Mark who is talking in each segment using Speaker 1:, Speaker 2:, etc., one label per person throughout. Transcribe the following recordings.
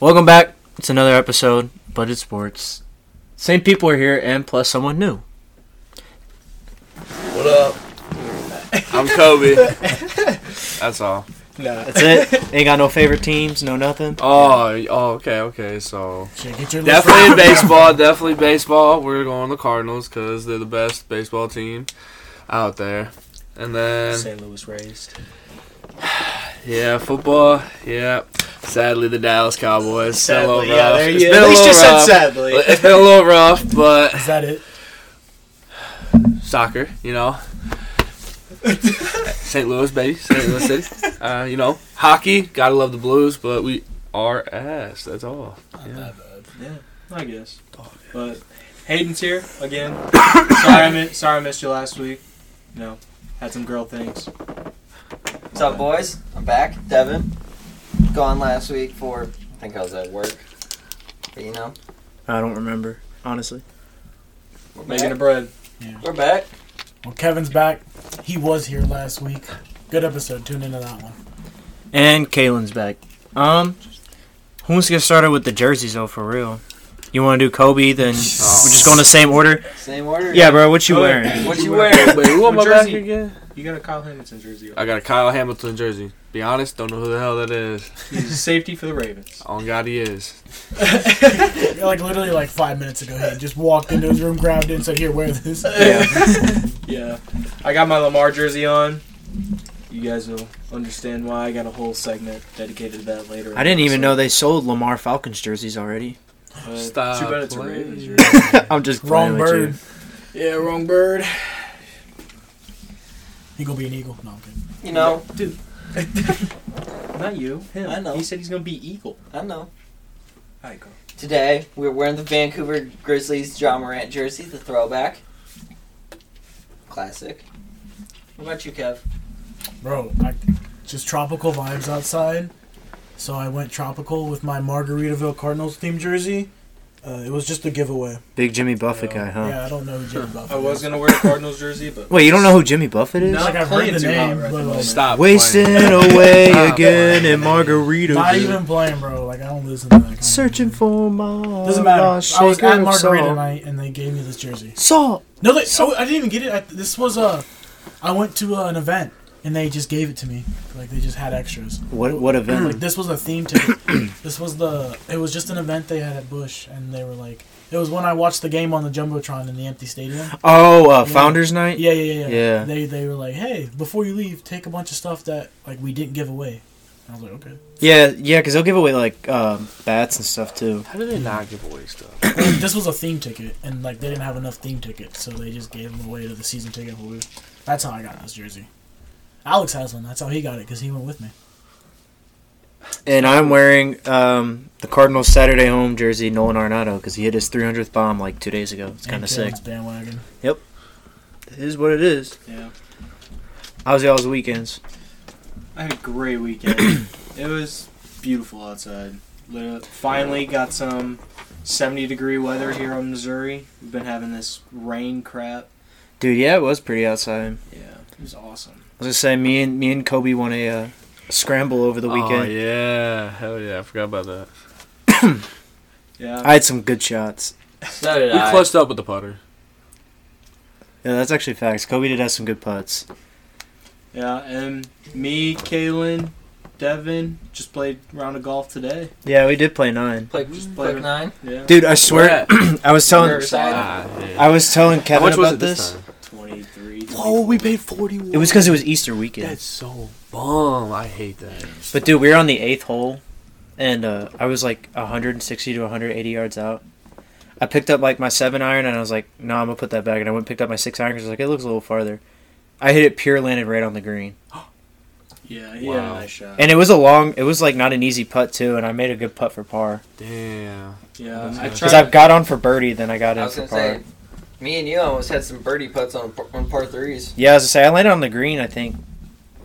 Speaker 1: Welcome back. It's another episode, but it's sports. Same people are here, and plus someone new.
Speaker 2: What up? I'm Kobe. That's all.
Speaker 3: Nah.
Speaker 1: That's it. Ain't got no favorite teams, no nothing.
Speaker 2: Oh, y- oh, okay, okay. So
Speaker 3: Shit, get your little-
Speaker 2: definitely in baseball, definitely baseball. We're going the Cardinals because they're the best baseball team out there. And then
Speaker 3: St. Louis raised.
Speaker 2: yeah, football. Yeah, sadly the Dallas Cowboys.
Speaker 1: Oh,
Speaker 2: Still a
Speaker 3: Sadly,
Speaker 2: little
Speaker 3: yeah,
Speaker 2: rough.
Speaker 3: there
Speaker 2: It's
Speaker 3: you
Speaker 2: been a
Speaker 3: At least
Speaker 2: little
Speaker 3: you said
Speaker 2: rough.
Speaker 3: sadly.
Speaker 2: It's been a little rough, but
Speaker 3: Is that it?
Speaker 2: soccer, you know. St. Louis, baby. St. Louis City. Uh, you know, hockey. Gotta love the Blues, but we are ass. That's all. Yeah.
Speaker 3: Yeah, I guess. But Hayden's here again. sorry, I mi- sorry I missed you last week. You know, had some girl things.
Speaker 4: What's up, boys? I'm back. Devin. Gone last week for, I think I was at work. But you know,
Speaker 1: I don't remember, honestly.
Speaker 4: we're
Speaker 3: Making a
Speaker 4: back.
Speaker 3: bread.
Speaker 4: We're back.
Speaker 5: Well, Kevin's back. He was here last week. Good episode. Tune into that one.
Speaker 1: And Kalen's back. Um, who wants to get started with the jerseys, though, for real? You want to do Kobe, then we're just going the same order?
Speaker 4: Same order.
Speaker 1: Yeah, bro, what you
Speaker 3: Oh,
Speaker 1: wearing?
Speaker 4: What you wearing?
Speaker 2: Wait, who am I
Speaker 3: What
Speaker 2: back
Speaker 3: jersey?
Speaker 2: again?
Speaker 3: You got a Kyle Hamilton jersey. on.
Speaker 2: I got a Kyle Hamilton jersey. Be honest, don't know who the hell that is.
Speaker 3: He's a safety for the Ravens.
Speaker 2: On God, he is.
Speaker 5: Like literally, like five minutes ago, he just walked into his room, grabbed it, and said, "Here, wear this."
Speaker 3: Yeah, I got my Lamar jersey on. You guys will understand why. I got a whole segment dedicated to that later.
Speaker 1: I didn't even know they sold Lamar Falcons jerseys already.
Speaker 2: Stop
Speaker 3: Too bad it's a
Speaker 2: playing.
Speaker 3: Ravens jersey.
Speaker 1: I'm just playing
Speaker 5: Wrong
Speaker 1: with you.
Speaker 5: bird.
Speaker 3: yeah, wrong bird.
Speaker 5: He gonna be an eagle. No, I'm kidding.
Speaker 4: You know,
Speaker 3: dude. Not you. Him.
Speaker 4: I know.
Speaker 3: He said he's gonna be eagle.
Speaker 4: I know.
Speaker 3: I go.
Speaker 4: Today, we're wearing the Vancouver Grizzlies John Morant jersey, the throwback. Classic. What about you, Kev?
Speaker 5: bro. I, just tropical vibes outside. So I went tropical with my Margaritaville Cardinals themed jersey. Uh, it was just a giveaway.
Speaker 1: Big Jimmy Buffett guy, huh?
Speaker 5: Yeah, I don't know who Jimmy Buffett.
Speaker 3: I was
Speaker 5: is.
Speaker 3: gonna wear a Cardinals jersey, but
Speaker 1: Wait, you don't know who Jimmy Buffett is?
Speaker 3: No.
Speaker 5: Like I've
Speaker 3: Playing
Speaker 5: heard the
Speaker 3: too
Speaker 5: name,
Speaker 3: hot right
Speaker 5: but
Speaker 3: now.
Speaker 5: like,
Speaker 2: Stop.
Speaker 1: Wasting
Speaker 2: playing.
Speaker 1: away
Speaker 2: Ah,
Speaker 1: again in margarita.
Speaker 5: not even playing, bro. Like I don't listen to that. Kind
Speaker 1: Searching
Speaker 5: Of
Speaker 1: for my
Speaker 5: Doesn't matter.
Speaker 1: lost
Speaker 5: I was
Speaker 1: shaker
Speaker 5: at
Speaker 1: of
Speaker 5: Margarita
Speaker 1: salt.
Speaker 5: night, and they gave me this jersey.
Speaker 1: Salt.
Speaker 5: No, they, oh, I didn't even get it. I, this was uh, I went to uh, an event and they just gave it to me. Like they just had extras.
Speaker 1: What what
Speaker 5: Like
Speaker 1: event?
Speaker 5: this was a theme ticket. this was the. It was just an event they had at Bush, and they were like, it was when I watched the game on the jumbotron in the empty stadium.
Speaker 1: oh, uh, Founders Night.
Speaker 5: Yeah, yeah, yeah.
Speaker 1: Yeah.
Speaker 5: They they were like, hey, before you leave, take a bunch of stuff that like we didn't give away. And I was like, okay.
Speaker 1: Yeah, yeah, because they'll give away like um, bats and stuff too.
Speaker 2: How do they not give away stuff?
Speaker 5: And this was a theme ticket, and like they didn't have enough theme tickets, so they just gave them away to the season ticket holder. That's how I got this jersey. Alex has one. That's how he got it because he went with me.
Speaker 1: And I'm wearing um, the Cardinals Saturday home jersey, Nolan Arnato, because he hit his 300th bomb like two days ago. It's kind of
Speaker 5: And
Speaker 1: sick.
Speaker 5: Kalen's Bandwagon.
Speaker 1: It is what it is.
Speaker 3: yeah.
Speaker 1: How's y'all's weekends?
Speaker 3: I had a great weekend. it was beautiful outside. Lit- Finally got some 70 degree weather here in Missouri. We've been having this rain crap.
Speaker 1: Dude, yeah, it was pretty outside.
Speaker 3: Yeah, it was awesome.
Speaker 1: I was gonna say me and me and Kobe won a uh, scramble over the weekend.
Speaker 2: Oh, yeah. Hell yeah. I forgot about that.
Speaker 3: Yeah.
Speaker 1: I had some good shots.
Speaker 4: So did
Speaker 2: We clutched up with the putter.
Speaker 1: Yeah, that's actually facts. Kobe did have some good putts.
Speaker 3: yeah, and me, Kaylin, Devin just played a round of golf today.
Speaker 1: Yeah, we did play nine.
Speaker 4: Play,
Speaker 3: Just play-
Speaker 4: play nine.
Speaker 3: Yeah.
Speaker 1: Dude, I swear, I was telling,
Speaker 2: Ah, yeah.
Speaker 1: I was telling
Speaker 2: How
Speaker 1: Kevin
Speaker 2: much was
Speaker 1: about
Speaker 2: it
Speaker 1: this.
Speaker 2: this time?
Speaker 3: 23.
Speaker 2: Whoa, we paid 41
Speaker 1: It was because it was Easter weekend.
Speaker 2: That's so bum. I hate that.
Speaker 1: But dude, we were on the eighth hole, and uh, I was like 160 to 180 yards out. I picked up like my seven iron, and I was like, "No, I'm gonna put that back." And I went and picked up my six iron because like it looks a little farther. I hit it pure, landed right on the green,
Speaker 3: Yeah, he had a
Speaker 2: Wow.
Speaker 3: nice shot.
Speaker 1: and it was a long. It was like not an easy putt too, and I made a good putt for par
Speaker 2: Damn.
Speaker 3: yeah,
Speaker 2: That's nice.
Speaker 3: I
Speaker 1: because
Speaker 3: tried.
Speaker 1: I got on for birdie, then I got
Speaker 4: I
Speaker 1: in
Speaker 4: was
Speaker 1: for
Speaker 4: gonna
Speaker 1: par.
Speaker 4: say, me and you almost had some birdie putts on, on par threes.
Speaker 1: Yeah, I was gonna say I landed on the green. I think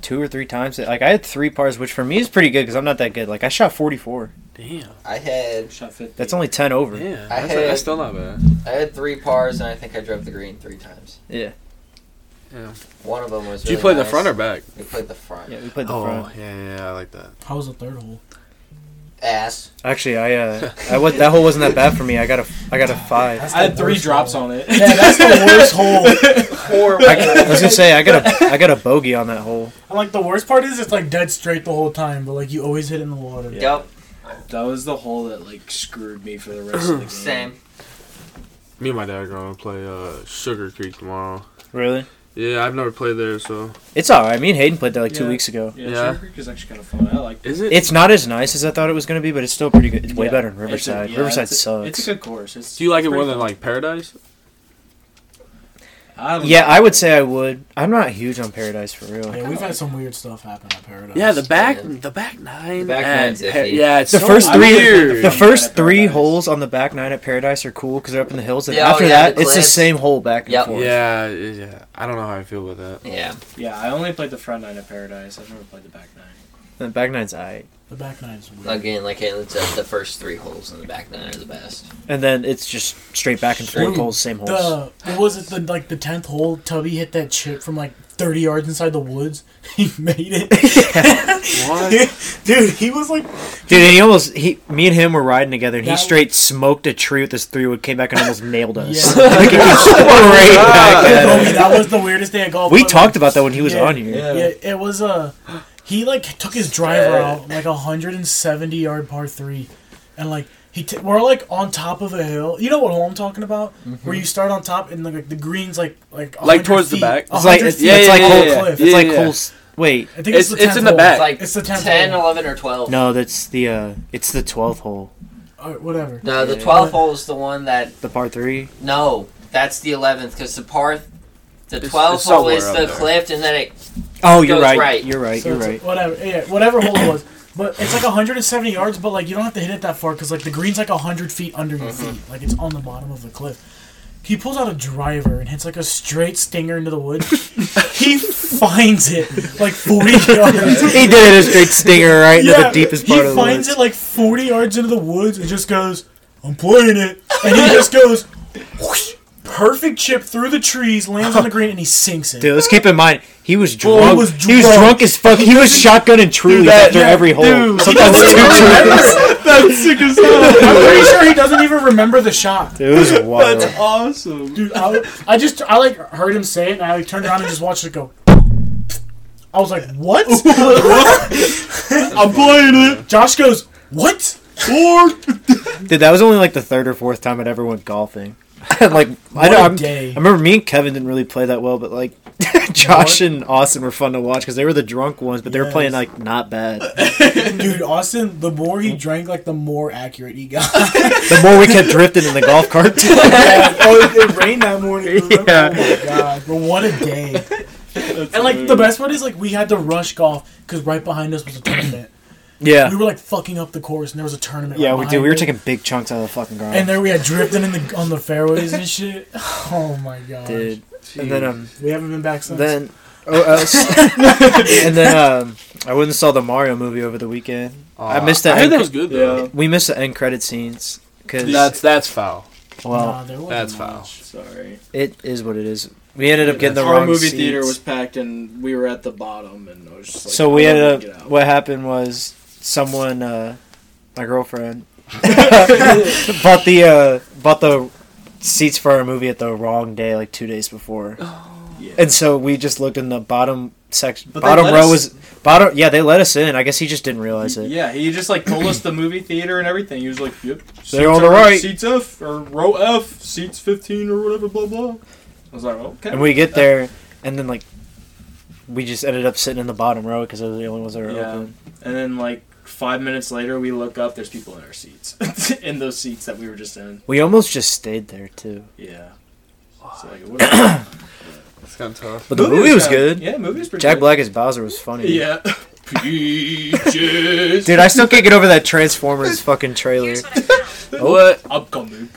Speaker 1: two or three times. Like I had three pars, which for me is pretty good because I'm not that good. Like I shot 44.
Speaker 2: Damn.
Speaker 4: I had
Speaker 3: shot 50.
Speaker 1: That's only 10 over.
Speaker 2: Yeah.
Speaker 4: I
Speaker 2: That's,
Speaker 4: had-
Speaker 2: that's still not bad.
Speaker 4: I had three pars, and I think I drove the green three times.
Speaker 1: Yeah.
Speaker 2: Yeah.
Speaker 4: One of them was.
Speaker 2: Did you
Speaker 4: really
Speaker 2: play the
Speaker 4: nice.
Speaker 2: front or back?
Speaker 4: We played the front.
Speaker 1: Yeah, we played the
Speaker 2: oh,
Speaker 1: front.
Speaker 2: yeah, yeah, I like that.
Speaker 5: How was the third hole?
Speaker 4: ass.
Speaker 1: Actually, I uh, I went, that hole wasn't that bad for me. I got a I got a five.
Speaker 5: That's
Speaker 3: I had
Speaker 5: the
Speaker 3: three
Speaker 5: worst
Speaker 3: drops
Speaker 5: hole.
Speaker 3: on it.
Speaker 5: Yeah, that's the worst hole.
Speaker 4: Horrible.
Speaker 1: I, I was gonna say I got a I got a bogey on that hole.
Speaker 5: And, like the worst part is it's like dead straight the whole time, but like you always hit it in the water.
Speaker 4: Yep,
Speaker 3: That was the hole that like screwed me for the rest of the game.
Speaker 4: same.
Speaker 2: Me and my dad are going to play uh, Sugar Creek tomorrow.
Speaker 1: Really,
Speaker 2: Yeah, I've never played there, so
Speaker 1: it's all right. Me and Hayden played that like two
Speaker 3: Yeah.
Speaker 1: weeks ago.
Speaker 3: Yeah,
Speaker 2: Yeah.
Speaker 3: Sugar Creek is actually kind of fun. I like.
Speaker 2: is it?
Speaker 1: It's not as nice as I thought it was gonna be, but it's still pretty good. It's way
Speaker 3: Yeah.
Speaker 1: better than
Speaker 3: It's a-
Speaker 1: Riverside.
Speaker 3: yeah,
Speaker 1: Riverside
Speaker 3: it's a-
Speaker 1: sucks.
Speaker 3: It's a good course. It's,
Speaker 2: Do you like it
Speaker 3: it's
Speaker 2: more
Speaker 3: pretty
Speaker 2: than
Speaker 3: fun.
Speaker 2: like Paradise?
Speaker 3: I don't
Speaker 1: yeah,
Speaker 3: know.
Speaker 1: I would say I would. I'm not huge on Paradise for real.
Speaker 5: Yeah, we've had some weird stuff happen at Paradise.
Speaker 2: Yeah, the back,
Speaker 4: Yeah.
Speaker 2: the back nine.
Speaker 4: The back
Speaker 2: at
Speaker 4: nine's
Speaker 2: Pa-
Speaker 4: iffy.
Speaker 2: yeah, it's
Speaker 1: The
Speaker 2: so
Speaker 1: first three-
Speaker 2: weird.
Speaker 1: The
Speaker 3: Yeah.
Speaker 1: first three
Speaker 3: Paradise.
Speaker 1: holes on the back nine at Paradise are cool because they're up in the hills, and
Speaker 4: Yeah, oh
Speaker 1: after
Speaker 4: yeah,
Speaker 1: that,
Speaker 4: the
Speaker 1: it's the
Speaker 4: cliffs.
Speaker 1: same hole back and
Speaker 4: Yep.
Speaker 1: forth.
Speaker 2: yeah, yeah. I don't know how I feel about that.
Speaker 4: Yeah.
Speaker 3: Yeah, I only played the front nine of Paradise. I've never played the back nine.
Speaker 1: The back nine's alright,
Speaker 5: The back nine's weird.
Speaker 4: Again, like Caitlin said, the first three holes in the back nine are the best.
Speaker 1: and then it's just straight back and forth
Speaker 5: Dude,
Speaker 1: holes, same holes.
Speaker 5: The what was it the like the tenth hole? Tubby hit that chip from like thirty yards inside the woods. He made it,
Speaker 2: What?
Speaker 5: dude. He was like,
Speaker 1: Dude, and he almost he me and him were riding together, and he
Speaker 5: That-
Speaker 1: straight smoked a tree with this three wood, came back and almost nailed us.
Speaker 5: Yeah.
Speaker 1: like it was straight back at
Speaker 5: Kobe,
Speaker 1: us.
Speaker 5: that was the weirdest day at golf.
Speaker 1: We
Speaker 5: but,
Speaker 1: talked
Speaker 5: like,
Speaker 1: about that when he was
Speaker 5: Yeah.
Speaker 1: on here.
Speaker 3: Yeah.
Speaker 5: Yeah, it was Uh, he like took his driver out like a hundred and seventy yard par three, and like he t- we're like on top of a hill. You know what hole I'm talking about?
Speaker 4: Mm-hmm.
Speaker 5: Where you start on top and like the greens like like a
Speaker 2: Like
Speaker 5: hundred
Speaker 2: towards the
Speaker 5: feet-
Speaker 2: back?
Speaker 5: a
Speaker 1: It's like
Speaker 5: hundred
Speaker 1: it's,
Speaker 5: feet
Speaker 2: Yeah,
Speaker 1: it's
Speaker 2: yeah,
Speaker 1: like
Speaker 5: off
Speaker 2: yeah,
Speaker 1: whole
Speaker 5: a
Speaker 2: yeah.
Speaker 5: cliff.
Speaker 1: it's like
Speaker 2: yeah.
Speaker 1: holes. Wait,
Speaker 5: I think
Speaker 2: It's-
Speaker 5: it's, the
Speaker 2: it's in
Speaker 5: 10th
Speaker 2: the
Speaker 5: hole.
Speaker 2: back.
Speaker 4: It's like
Speaker 5: It's the 10th
Speaker 4: 10,
Speaker 5: hole.
Speaker 4: 11, or 12.
Speaker 1: no, that's the uh, it's the twelfth hole,
Speaker 5: All right, whatever.
Speaker 4: No, the
Speaker 1: Yeah.
Speaker 4: 12th hole is the one that.
Speaker 1: the par three.
Speaker 4: No, that's the 11th because the par. The
Speaker 2: It's-
Speaker 4: 12th
Speaker 2: it's
Speaker 4: hole
Speaker 2: somewhere
Speaker 4: is
Speaker 2: up
Speaker 4: the
Speaker 2: there.
Speaker 4: cliff, and then it.
Speaker 1: Oh, you're
Speaker 4: Goes
Speaker 1: right.
Speaker 4: right.
Speaker 1: You're right.
Speaker 5: So
Speaker 1: You're
Speaker 5: it's-
Speaker 1: right.
Speaker 5: Whatever, yeah, whatever hole it was. But it's like 170 yards, but like you don't have to hit it that far because like the green's like 100 feet under your
Speaker 1: Mm-hmm.
Speaker 5: feet, like it's on the bottom of the cliff. He pulls out a driver and hits like a straight stinger into the wood. he finds it like 40 yards.
Speaker 1: He did it a straight stinger right into the
Speaker 5: Yeah,
Speaker 1: deepest
Speaker 5: he
Speaker 1: part of the
Speaker 5: finds
Speaker 1: woods.
Speaker 5: it like 40 yards into the woods and just goes, "I'm playing it," and he just goes, whoosh, perfect chip through the trees, lands on the green, and he sinks it.
Speaker 1: Dude, let's keep in mind he was drunk.
Speaker 5: Oh, he
Speaker 1: he,
Speaker 5: was
Speaker 1: was
Speaker 5: drunk.
Speaker 1: drunk as fuck. He was shotgunning truly
Speaker 2: that-
Speaker 1: after
Speaker 5: yeah,
Speaker 1: every hole.
Speaker 2: dude.
Speaker 1: Sometimes two trulies.
Speaker 2: That's sick as hell.
Speaker 5: I'm pretty sure he doesn't even remember the shot.
Speaker 1: It was wild.
Speaker 3: That's awesome.
Speaker 5: Dude, I, I just I like heard him say it, and I like, turned around and just watched it go. I was like, "What? I'm playing it." Josh goes, "What?"
Speaker 1: Dude, that was only like the third or fourth time I'd ever went golfing. like I
Speaker 5: What a
Speaker 1: know, I'm-
Speaker 5: day.
Speaker 1: I remember me and Kevin didn't really play that well, but like Josh and Austin were fun to watch because they were the drunk ones, but they were playing
Speaker 5: Yes.
Speaker 1: like not bad.
Speaker 5: Dude, Austin, the more he drank, like the more accurate he got.
Speaker 1: The more we kept drifting in the golf cart,
Speaker 5: oh, it, it rained that morning. remember?
Speaker 1: Yeah.
Speaker 5: Oh my god! But what a day! and like the best part is like we had to rush golf because right behind us was a tournament.
Speaker 1: yeah,
Speaker 5: we were like fucking up the course, and there was a tournament.
Speaker 1: yeah,
Speaker 5: right
Speaker 1: we
Speaker 5: behind
Speaker 1: do. We were
Speaker 5: it.
Speaker 1: taking big chunks out of the fucking ground,
Speaker 5: And there we had drifting in the on the fairways and shit. Oh my god!
Speaker 1: dude. And then um,
Speaker 5: We haven't been back since.
Speaker 1: then oh, uh, s- and then um, I went and saw the Mario movie over the weekend. I missed that.
Speaker 2: I heard
Speaker 1: end
Speaker 2: that
Speaker 1: cre-
Speaker 2: was good though.
Speaker 1: we missed the end credit scenes because
Speaker 2: That's that's foul.
Speaker 1: well,
Speaker 5: Nah, there wasn't
Speaker 2: That's
Speaker 5: much.
Speaker 2: foul.
Speaker 3: Sorry.
Speaker 1: it is what it is. We ended up getting the
Speaker 3: Our
Speaker 1: wrong
Speaker 3: movie
Speaker 1: seats.
Speaker 3: theater was packed, and we were at the bottom, and I was just like,
Speaker 1: so we
Speaker 3: "I'm
Speaker 1: ended
Speaker 3: gonna
Speaker 1: up.
Speaker 3: get out."
Speaker 1: What happened was someone, uh, my girlfriend, bought the uh, bought the seats for our movie at the wrong day, like two days before,
Speaker 3: Oh. Yeah.
Speaker 1: and so we just looked in the bottom section.
Speaker 3: But they
Speaker 1: Bottom
Speaker 3: let
Speaker 1: row
Speaker 3: us-
Speaker 1: was bottom. Yeah, they let us in. I guess he just didn't realize it.
Speaker 3: Yeah, he just like told us the movie theater and everything. He was like, "Yep, seats
Speaker 1: on the
Speaker 3: are-
Speaker 1: right.
Speaker 3: seats F or row F, seats fifteen or whatever." Blah blah. I was like, "Okay."
Speaker 1: And we get there, and then like we just ended up sitting in the bottom row because those were the only ones that were
Speaker 3: Yeah.
Speaker 1: open.
Speaker 3: And then like five minutes later, we look up. There's people in our seats, in those seats that we were just in.
Speaker 1: We almost just stayed there too.
Speaker 3: Yeah. It's like, what a-
Speaker 2: It's kind of tough.
Speaker 1: But the movie, was
Speaker 3: kinda-
Speaker 1: good.
Speaker 3: Yeah, movie was pretty.
Speaker 1: Jack
Speaker 3: good.
Speaker 1: Black as Bowser was funny.
Speaker 3: Yeah. Peaches.
Speaker 1: Dude, I still can't get over that Transformers fucking trailer.
Speaker 2: What?
Speaker 3: I'm coming.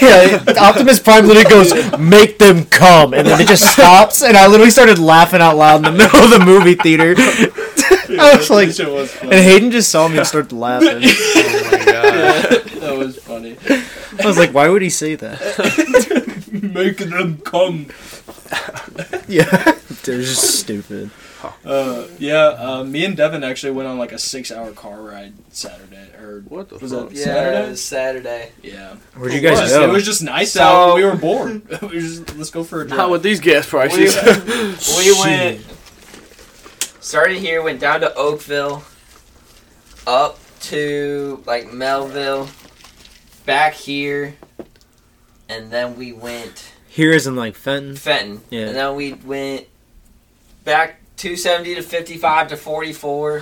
Speaker 1: Yeah, Optimus Prime literally goes, "Make them come," and then it just stops, and I literally started laughing out loud in the middle of the movie theater. I was like,
Speaker 3: that was
Speaker 1: and
Speaker 3: funny.
Speaker 1: Hayden just saw me and started laughing.
Speaker 2: Oh my god.
Speaker 3: that was funny.
Speaker 1: I was like, "Why would he say that?"
Speaker 3: Making them come.
Speaker 1: Yeah, they're just stupid.
Speaker 3: Uh, yeah, uh, me and Devin actually went on like a six-hour car ride Saturday, or
Speaker 2: What the
Speaker 3: Was
Speaker 2: fuck?
Speaker 3: that-
Speaker 4: Yeah,
Speaker 3: Saturday?
Speaker 4: it was Saturday.
Speaker 3: yeah.
Speaker 1: Where'd you guys
Speaker 3: It was-
Speaker 1: go?
Speaker 3: It was just nice
Speaker 4: So-
Speaker 3: out. We were bored. we were just, let's go for a drive.
Speaker 2: Not with these gas prices.
Speaker 4: We went. Started here, went down to Oakville, up to like Melville, back here, and then we went
Speaker 1: Here is in like Fenton.
Speaker 4: Fenton.
Speaker 1: Yeah.
Speaker 4: And then we went back 270 to 55 to 44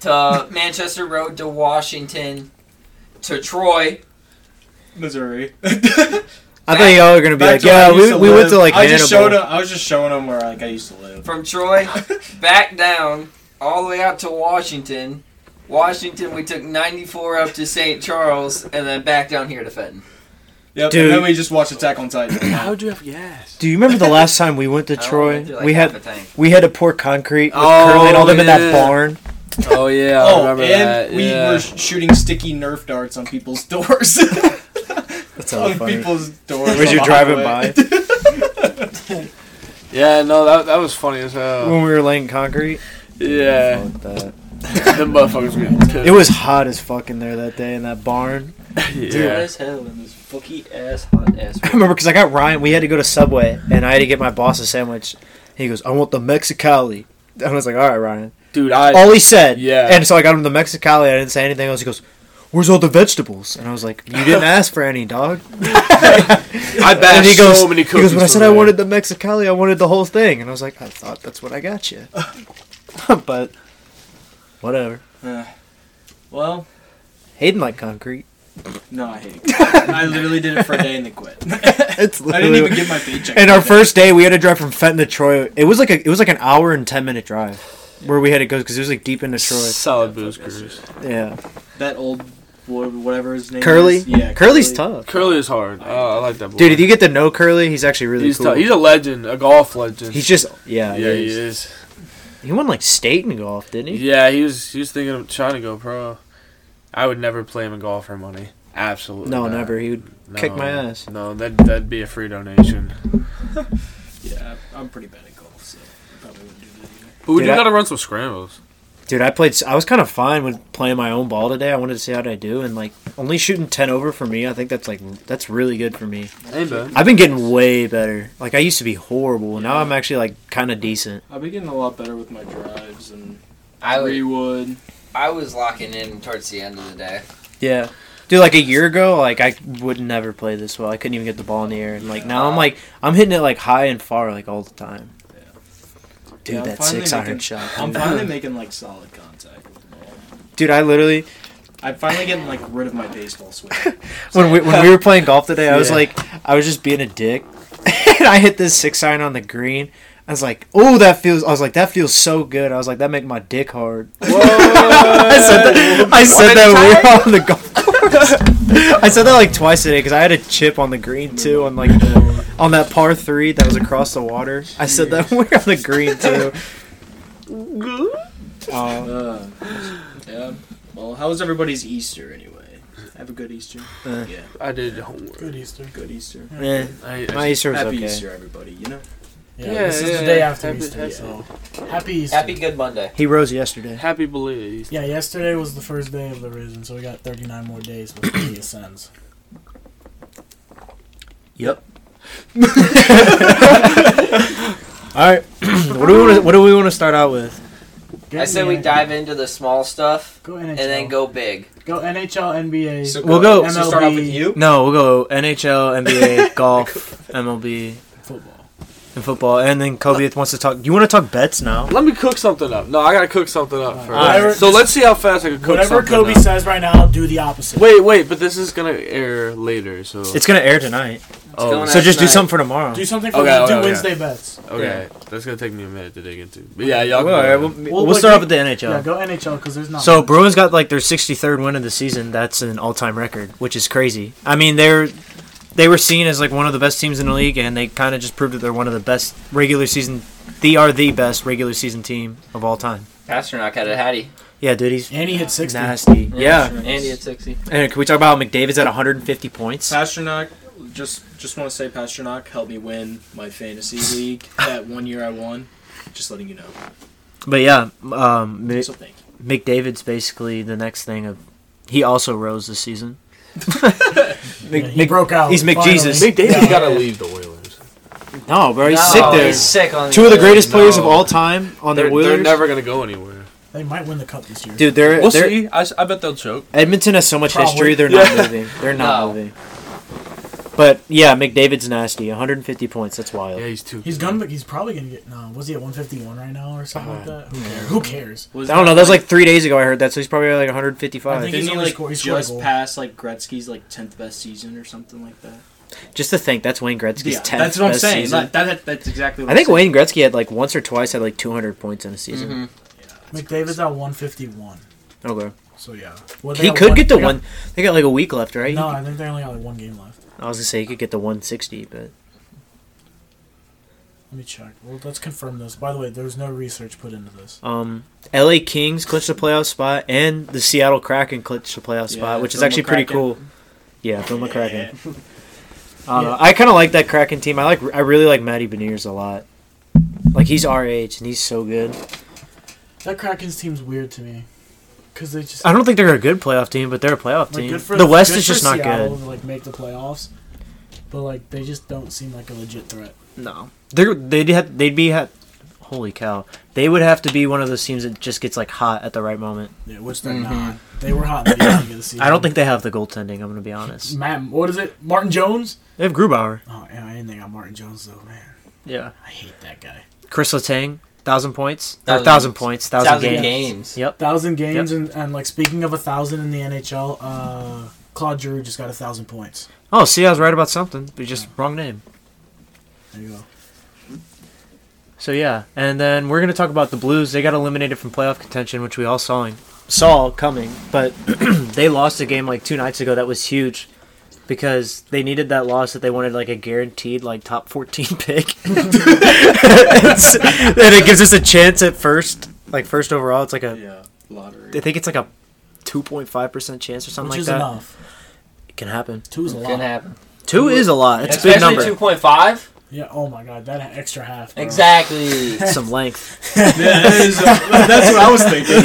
Speaker 4: to Manchester Road to Washington to Troy.
Speaker 3: Missouri.
Speaker 1: I thought y'all were gonna be like, yeah, we, we went to like
Speaker 3: I just showed
Speaker 1: Hannibal.
Speaker 3: him. I was just showing him where like I used to live.
Speaker 4: From Troy back down all the way out to Washington. Washington, we took 94 up to St. Charles and then back down here to Fenton.
Speaker 3: Yep.
Speaker 1: Dude.
Speaker 3: And then we just watched Attack on Titan.
Speaker 2: How'd you have gas?
Speaker 1: Do you remember the last time we went to
Speaker 4: I don't
Speaker 1: Troy?
Speaker 4: know, I did, like,
Speaker 1: we
Speaker 4: half
Speaker 1: had
Speaker 4: a tank.
Speaker 1: we had to pour concrete with
Speaker 2: Oh,
Speaker 1: Curly and all them in that
Speaker 2: yeah.
Speaker 1: barn.
Speaker 2: Oh yeah, I
Speaker 3: oh, and
Speaker 2: remember that.
Speaker 3: we
Speaker 2: yeah.
Speaker 3: were sh- shooting sticky Nerf darts on people's doors.
Speaker 1: That's so
Speaker 3: on
Speaker 1: funny.
Speaker 3: people's doors.
Speaker 1: Was
Speaker 3: on
Speaker 1: you
Speaker 3: the
Speaker 1: driving
Speaker 3: highway.
Speaker 1: by
Speaker 2: yeah, no, that, that was funny as hell.
Speaker 1: when we were laying concrete?
Speaker 2: Yeah,
Speaker 1: Fuck that.
Speaker 2: them motherfuckers were getting killed.
Speaker 1: It was hot as fuck in there that day in that barn.
Speaker 4: Hot
Speaker 2: yeah.
Speaker 4: as hell in this fucky ass hot ass.
Speaker 1: I remember because I got Ryan. We had to go to Subway, and I had to get my boss a sandwich. He goes, "I want the Mexicali." And I was like, "All right, Ryan."
Speaker 2: dude, I
Speaker 1: all he said,
Speaker 2: yeah.
Speaker 1: And so I got him the Mexicali. I didn't say anything else. He goes, "Where's all the vegetables?" And I was like, "You didn't ask for any, dog."
Speaker 2: I
Speaker 1: and
Speaker 2: bashed so many
Speaker 1: He
Speaker 2: cookies.
Speaker 1: goes, "When I
Speaker 2: for
Speaker 1: said I
Speaker 2: that."
Speaker 1: wanted the Mexicali, I wanted the whole thing." And I was like, "I thought that's what I got you," but whatever.
Speaker 3: Uh, well,
Speaker 1: Hayden like concrete.
Speaker 3: no, I hate it. I literally did it for a day and then quit. I
Speaker 1: It's
Speaker 3: didn't
Speaker 1: literally.
Speaker 3: even get my paycheck.
Speaker 1: and
Speaker 3: for
Speaker 1: our
Speaker 3: that.
Speaker 1: first day, we had to drive from Fenton to Troy. It was like a, it was like an hour and ten minute drive where we had to go because it was like deep into Troy.
Speaker 2: solid booze cruise.
Speaker 1: Yeah,
Speaker 3: that old wha- whatever his name
Speaker 1: Curly.
Speaker 3: is. yeah,
Speaker 1: Curly's
Speaker 3: Curly.
Speaker 1: tough.
Speaker 2: Curly is hard. Oh, I like that boy.
Speaker 1: Dude, if you get to know Curly, he's actually really
Speaker 2: he's
Speaker 1: cool.
Speaker 2: tough. He's a legend, a golf legend.
Speaker 1: He's just yeah.
Speaker 2: yeah,
Speaker 1: he
Speaker 2: he
Speaker 1: is.
Speaker 2: is.
Speaker 1: He won like state in golf, didn't he?
Speaker 2: Yeah, he was. He was thinking of trying to go pro. I would never play him in golf for money. Absolutely.
Speaker 1: No,
Speaker 2: not.
Speaker 1: never. He would.
Speaker 2: No.
Speaker 1: Kick my ass.
Speaker 2: No, that that'd be a free donation.
Speaker 3: Yeah, I'm pretty bad at golf, so I probably wouldn't do that either.
Speaker 2: But we
Speaker 1: Dude,
Speaker 2: do
Speaker 1: I-
Speaker 2: gotta run some scrambles.
Speaker 1: Dude, I played. s- I was kind of fine with playing my own ball today. I wanted to see how I do, and like only shooting ten over for me. I think that's like that's really good for me.
Speaker 2: Hey, man.
Speaker 1: I've been getting way better. Like I used to be horrible. Now I'm actually like kind of decent.
Speaker 3: I'll be getting a lot better with my drives and
Speaker 4: I was,
Speaker 3: rewood.
Speaker 4: I was locking in towards the end of the day.
Speaker 1: Yeah. Dude, like a year ago, like I would never play this well. I couldn't even get the ball in the air, and like now I'm like I'm hitting it like high and far like all the time. Dude,
Speaker 3: Yeah, I'm
Speaker 1: that
Speaker 3: finally
Speaker 1: six iron
Speaker 3: making-
Speaker 1: shot.
Speaker 3: I'm finally making like solid contact with the ball.
Speaker 1: Dude, I literally
Speaker 3: I'm finally getting like rid of my baseball swing.
Speaker 1: when we, when we were playing golf today, I was
Speaker 2: Yeah.
Speaker 1: like, I was just being a dick, and I hit this six iron on the green. I was like, oh, that feels. I was like, that feels so good. I was like, that make my dick hard. I said that. I said that when we were on the golf course. I said that like twice today because I had a chip on the green too on like the, on that par three that was across the water. I said that when we were on the green too. Uh,
Speaker 3: Uh, yeah. Well, how was everybody's Easter anyway? Have a good Easter.
Speaker 1: Uh.
Speaker 3: yeah,
Speaker 2: I did homework.
Speaker 5: Good Easter.
Speaker 3: good Easter.
Speaker 1: eh,
Speaker 2: I,
Speaker 1: my
Speaker 2: I,
Speaker 1: Easter was
Speaker 3: Happy
Speaker 1: okay.
Speaker 3: Easter, everybody. You know.
Speaker 5: Yeah,
Speaker 2: Yeah,
Speaker 5: this is
Speaker 2: yeah,
Speaker 5: the day
Speaker 2: yeah.
Speaker 5: after
Speaker 2: Happy-
Speaker 5: Easter.
Speaker 2: happy-
Speaker 5: So happy Easter.
Speaker 4: Happy Good Monday.
Speaker 1: He rose yesterday.
Speaker 2: happy believe.
Speaker 5: yeah, yesterday was the first day of the risen, so we got 39 more days before he ascends.
Speaker 1: Yep. All right. what do we want? What do we want to start out with?
Speaker 5: Go
Speaker 4: I said we
Speaker 5: NBA.
Speaker 4: dive into the small stuff
Speaker 5: Go NHL.
Speaker 4: and then go big.
Speaker 5: Go NHL, NBA.
Speaker 1: We'll go-
Speaker 3: So start off with you.
Speaker 1: No, we'll go NHL, NBA, golf, MLB,
Speaker 5: football.
Speaker 1: and football, Uh, and then Kobe wants to talk. You want to talk bets now?
Speaker 2: Let me cook something up. No, I gotta cook something up first.
Speaker 5: Whatever-
Speaker 2: so let's see how fast I can cook
Speaker 5: Whatever
Speaker 2: something
Speaker 5: Kobe
Speaker 2: up.
Speaker 5: says right now, do the opposite.
Speaker 2: Wait, wait, but this is gonna air later, so
Speaker 1: It's gonna air tonight,
Speaker 2: oh,
Speaker 4: going
Speaker 1: so just do
Speaker 4: tonight.
Speaker 1: something for tomorrow.
Speaker 5: Do something for
Speaker 2: Okay,
Speaker 5: do
Speaker 2: okay, okay.
Speaker 5: Wednesday bets.
Speaker 2: okay. That's gonna take me a minute to dig into. But yeah, y'all.
Speaker 1: Well, all
Speaker 2: Can
Speaker 1: right,
Speaker 2: go.
Speaker 1: we'll,
Speaker 5: Well,
Speaker 1: we'll
Speaker 5: look,
Speaker 1: start
Speaker 5: you-
Speaker 1: off with the
Speaker 5: Yeah,
Speaker 1: NHL.
Speaker 5: go NHL because there's not.
Speaker 1: so
Speaker 5: much.
Speaker 1: Bruins got like their 63rd win of the season. That's an all-time record, which is crazy. I mean, they're they were seen as like one of the best teams in the league, and they kind of just proved that they're one of the best regular season. They are the best regular season team of all time.
Speaker 4: Pasternak had a hattie.
Speaker 1: Yeah, dude, he's
Speaker 5: and he hit 60.
Speaker 1: nasty. Yeah,
Speaker 4: Andy at 60.
Speaker 1: and can we talk about McDavid's at 150 points?
Speaker 3: Pasternak just just want to say, Pastor Knock helped me win my fantasy league that one year I won. Just letting you know.
Speaker 1: But yeah, um, Mi-
Speaker 3: So thank you.
Speaker 1: McDavid's basically the next thing of. He also rose this season. Mc,
Speaker 5: Yeah, he
Speaker 1: Mc-
Speaker 5: broke out.
Speaker 1: he's McJesus.
Speaker 5: finally.
Speaker 2: McDavid's
Speaker 5: Yeah.
Speaker 2: gotta leave the Oilers.
Speaker 1: no, bro, he's
Speaker 4: No,
Speaker 1: sick there.
Speaker 4: Oh, He's sick on
Speaker 1: Two of the greatest
Speaker 2: No.
Speaker 1: players of all time on
Speaker 2: They're,
Speaker 1: the Oilers.
Speaker 2: they're never gonna go anywhere.
Speaker 5: They might win the cup this year.
Speaker 1: Dude, they're,
Speaker 2: We'll
Speaker 1: they're
Speaker 2: see. I, s- I bet they'll choke.
Speaker 1: Edmonton has so much
Speaker 5: Probably.
Speaker 1: history. They're
Speaker 2: Yeah.
Speaker 1: not moving. They're not
Speaker 4: No.
Speaker 1: moving. But yeah, McDavid's nasty. 150 points. That's wild.
Speaker 2: Yeah, he's too.
Speaker 5: He's gonna. He's probably gonna get. No, was he at 151 right now or something like
Speaker 1: God.
Speaker 5: that? Who cares? Who cares?
Speaker 3: Was
Speaker 1: I don't know. That was like three days ago. I heard that, so he's probably like 155.
Speaker 5: I think-
Speaker 3: Didn't he
Speaker 5: he's only
Speaker 3: like
Speaker 5: scored- he scored a
Speaker 3: just
Speaker 5: goal.
Speaker 3: pass like Gretzky's like tenth best season or something like that?
Speaker 1: Just to think, that's Wayne Gretzky's
Speaker 3: yeah,
Speaker 1: 10th
Speaker 3: that's what I'm
Speaker 1: best
Speaker 3: saying.
Speaker 1: season.
Speaker 3: That, that, that's exactly. What
Speaker 1: I think
Speaker 3: I'm
Speaker 1: Wayne Gretzky had like once or twice had like 200 points in a season.
Speaker 4: Mhm.
Speaker 5: McDavid's at 151.
Speaker 1: Okay,
Speaker 5: So yeah, Well, they
Speaker 1: he
Speaker 5: got
Speaker 1: could get the
Speaker 5: they got-
Speaker 1: one. They got like a week left, right? He
Speaker 5: No,
Speaker 1: could-
Speaker 5: I think they only got like one game left.
Speaker 1: I was gonna say he could get the 160, but
Speaker 5: Let me check. Well, let's confirm this. By the way, there was no research put into this.
Speaker 1: um, L.A. Kings clinched the playoff spot, and the Seattle Kraken clinched the playoff
Speaker 3: Yeah,
Speaker 1: spot, which is
Speaker 3: Phil
Speaker 1: actually pretty
Speaker 3: McCracken.
Speaker 1: cool. Yeah, Phil McCracken.
Speaker 3: Yeah.
Speaker 1: I don't
Speaker 5: Yeah.
Speaker 1: know. I kind of like that Kraken team. I like. I really like Matty Beniers a lot. Like he's our age and he's so good.
Speaker 5: That Kraken's team's weird to me, because they just
Speaker 1: I don't think they're a good playoff team, but they're a playoff
Speaker 5: like,
Speaker 1: team.
Speaker 5: good for
Speaker 1: the West
Speaker 5: good
Speaker 1: is
Speaker 5: for
Speaker 1: just not
Speaker 5: Seattle
Speaker 1: good.
Speaker 5: To, like make the playoffs, but like they just don't seem like a legit threat.
Speaker 1: No, they're they'd have they'd be ha Holy cow! They would have to be one of those teams that just gets like hot at the right moment.
Speaker 5: Yeah, which they're
Speaker 4: Mhm.
Speaker 5: not. They were hot in the beginning of the season.
Speaker 1: I don't think they have the goaltending. I'm gonna be honest.
Speaker 5: Matt, what is it? Martin Jones?
Speaker 1: They have Grubauer.
Speaker 5: Oh, yeah, I didn't think I Martin Jones though, man.
Speaker 1: Yeah.
Speaker 5: I hate that guy.
Speaker 1: Chris Letang, thousand points. Or
Speaker 4: Thousand
Speaker 1: thousand points. Thousand,
Speaker 4: thousand
Speaker 1: games.
Speaker 4: games.
Speaker 1: Yep.
Speaker 5: Thousand games and, and like speaking of a thousand in the NHL, uh, Claude Giroux just got a thousand points.
Speaker 1: Oh, see, I was right about something, but just wrong name.
Speaker 5: There you go.
Speaker 1: So yeah, and then we're gonna talk about the Blues. They got eliminated from playoff contention, which we all saw saw coming. But they lost a game like two nights ago that was huge because they needed that loss that they wanted like a guaranteed like top fourteen pick. It's- and it gives us a chance at first, like first overall. It's like a
Speaker 3: Yeah, lottery.
Speaker 1: I think it's like a two point five percent chance or something
Speaker 5: Which
Speaker 1: like
Speaker 5: is
Speaker 1: that.
Speaker 5: enough.
Speaker 1: It can happen.
Speaker 5: Two is a
Speaker 4: Can
Speaker 5: lot.
Speaker 4: happen.
Speaker 1: Two is a lot. It's a big
Speaker 4: Especially
Speaker 1: number.
Speaker 4: two point five.
Speaker 5: Yeah. Oh my God, that extra half. bro.
Speaker 4: Exactly.
Speaker 1: Some length.
Speaker 3: Yeah, that is,
Speaker 5: uh,
Speaker 3: that's what I was thinking.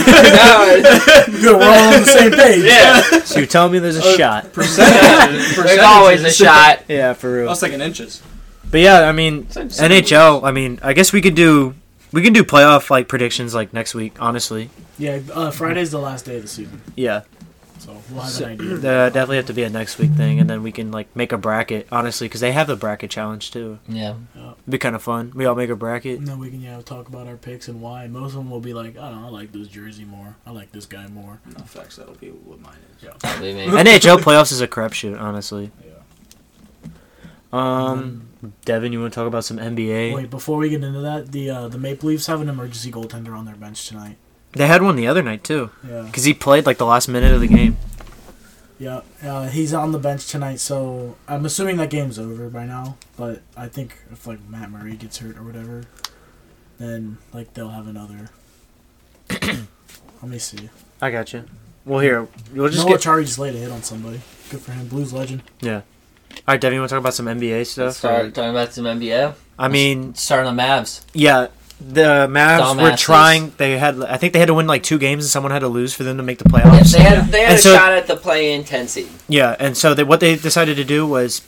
Speaker 4: No,
Speaker 5: Good. We're all on the same page.
Speaker 4: yeah.
Speaker 1: So you tell me there's
Speaker 5: Uh,
Speaker 1: a shot.
Speaker 3: Percentage,
Speaker 4: There's always a shot.
Speaker 1: Yeah, for
Speaker 3: I
Speaker 1: real.
Speaker 3: was thinking inches.
Speaker 1: But yeah, I mean
Speaker 4: Same- same
Speaker 1: NHL. I mean, I guess we could do we can do playoff like predictions like next week. Honestly,
Speaker 5: Yeah. Uh, Friday's the last day of the season,
Speaker 1: yeah,
Speaker 5: so we'll have
Speaker 1: So-
Speaker 5: an
Speaker 1: that
Speaker 5: idea.
Speaker 1: definitely have to be a next week thing, and then we can like make a bracket. Honestly, because they have the bracket challenge too.
Speaker 4: Yeah.
Speaker 1: It'd be kind of fun. We all make a bracket.
Speaker 5: And then we can yeah talk about our picks and why. Most of them will be like, I don't know, I like this jersey more. I like this guy more.
Speaker 3: No, facts, that'll be what mine is.
Speaker 4: Probably me.
Speaker 1: NHL playoffs is a crapshoot, honestly.
Speaker 5: Yeah.
Speaker 1: Um, Devin, you want to talk about some NBA?
Speaker 5: Wait, before we get into that, the uh, the Maple Leafs have an emergency goaltender on their bench tonight.
Speaker 1: They had one the other night too,
Speaker 5: Yeah.
Speaker 1: because he played like the last minute of the game.
Speaker 5: Yeah, uh, he's on the bench tonight, so I'm assuming that game's over by now. But I think if like Matt Murray gets hurt or whatever, then like they'll have another. Let me see.
Speaker 1: I got you. Well, here we'll just
Speaker 5: Noah
Speaker 1: get.
Speaker 5: Chari just laid a hit on somebody. Good for him. Blues legend.
Speaker 1: all right, Devin, you want to talk about some NBA stuff?
Speaker 4: Start talking about some NBA.
Speaker 1: I mean,
Speaker 4: Starting on the Mavs.
Speaker 1: Yeah, the Mavs were
Speaker 4: Dumbasses.
Speaker 1: trying. They had, I think they had to win like two games, and someone had to lose for them to make the
Speaker 4: Yeah,
Speaker 1: playoffs.
Speaker 4: they had, they had
Speaker 1: And
Speaker 4: a
Speaker 1: so-
Speaker 4: shot at the play intensity.
Speaker 1: yeah, and so they, what they decided to do was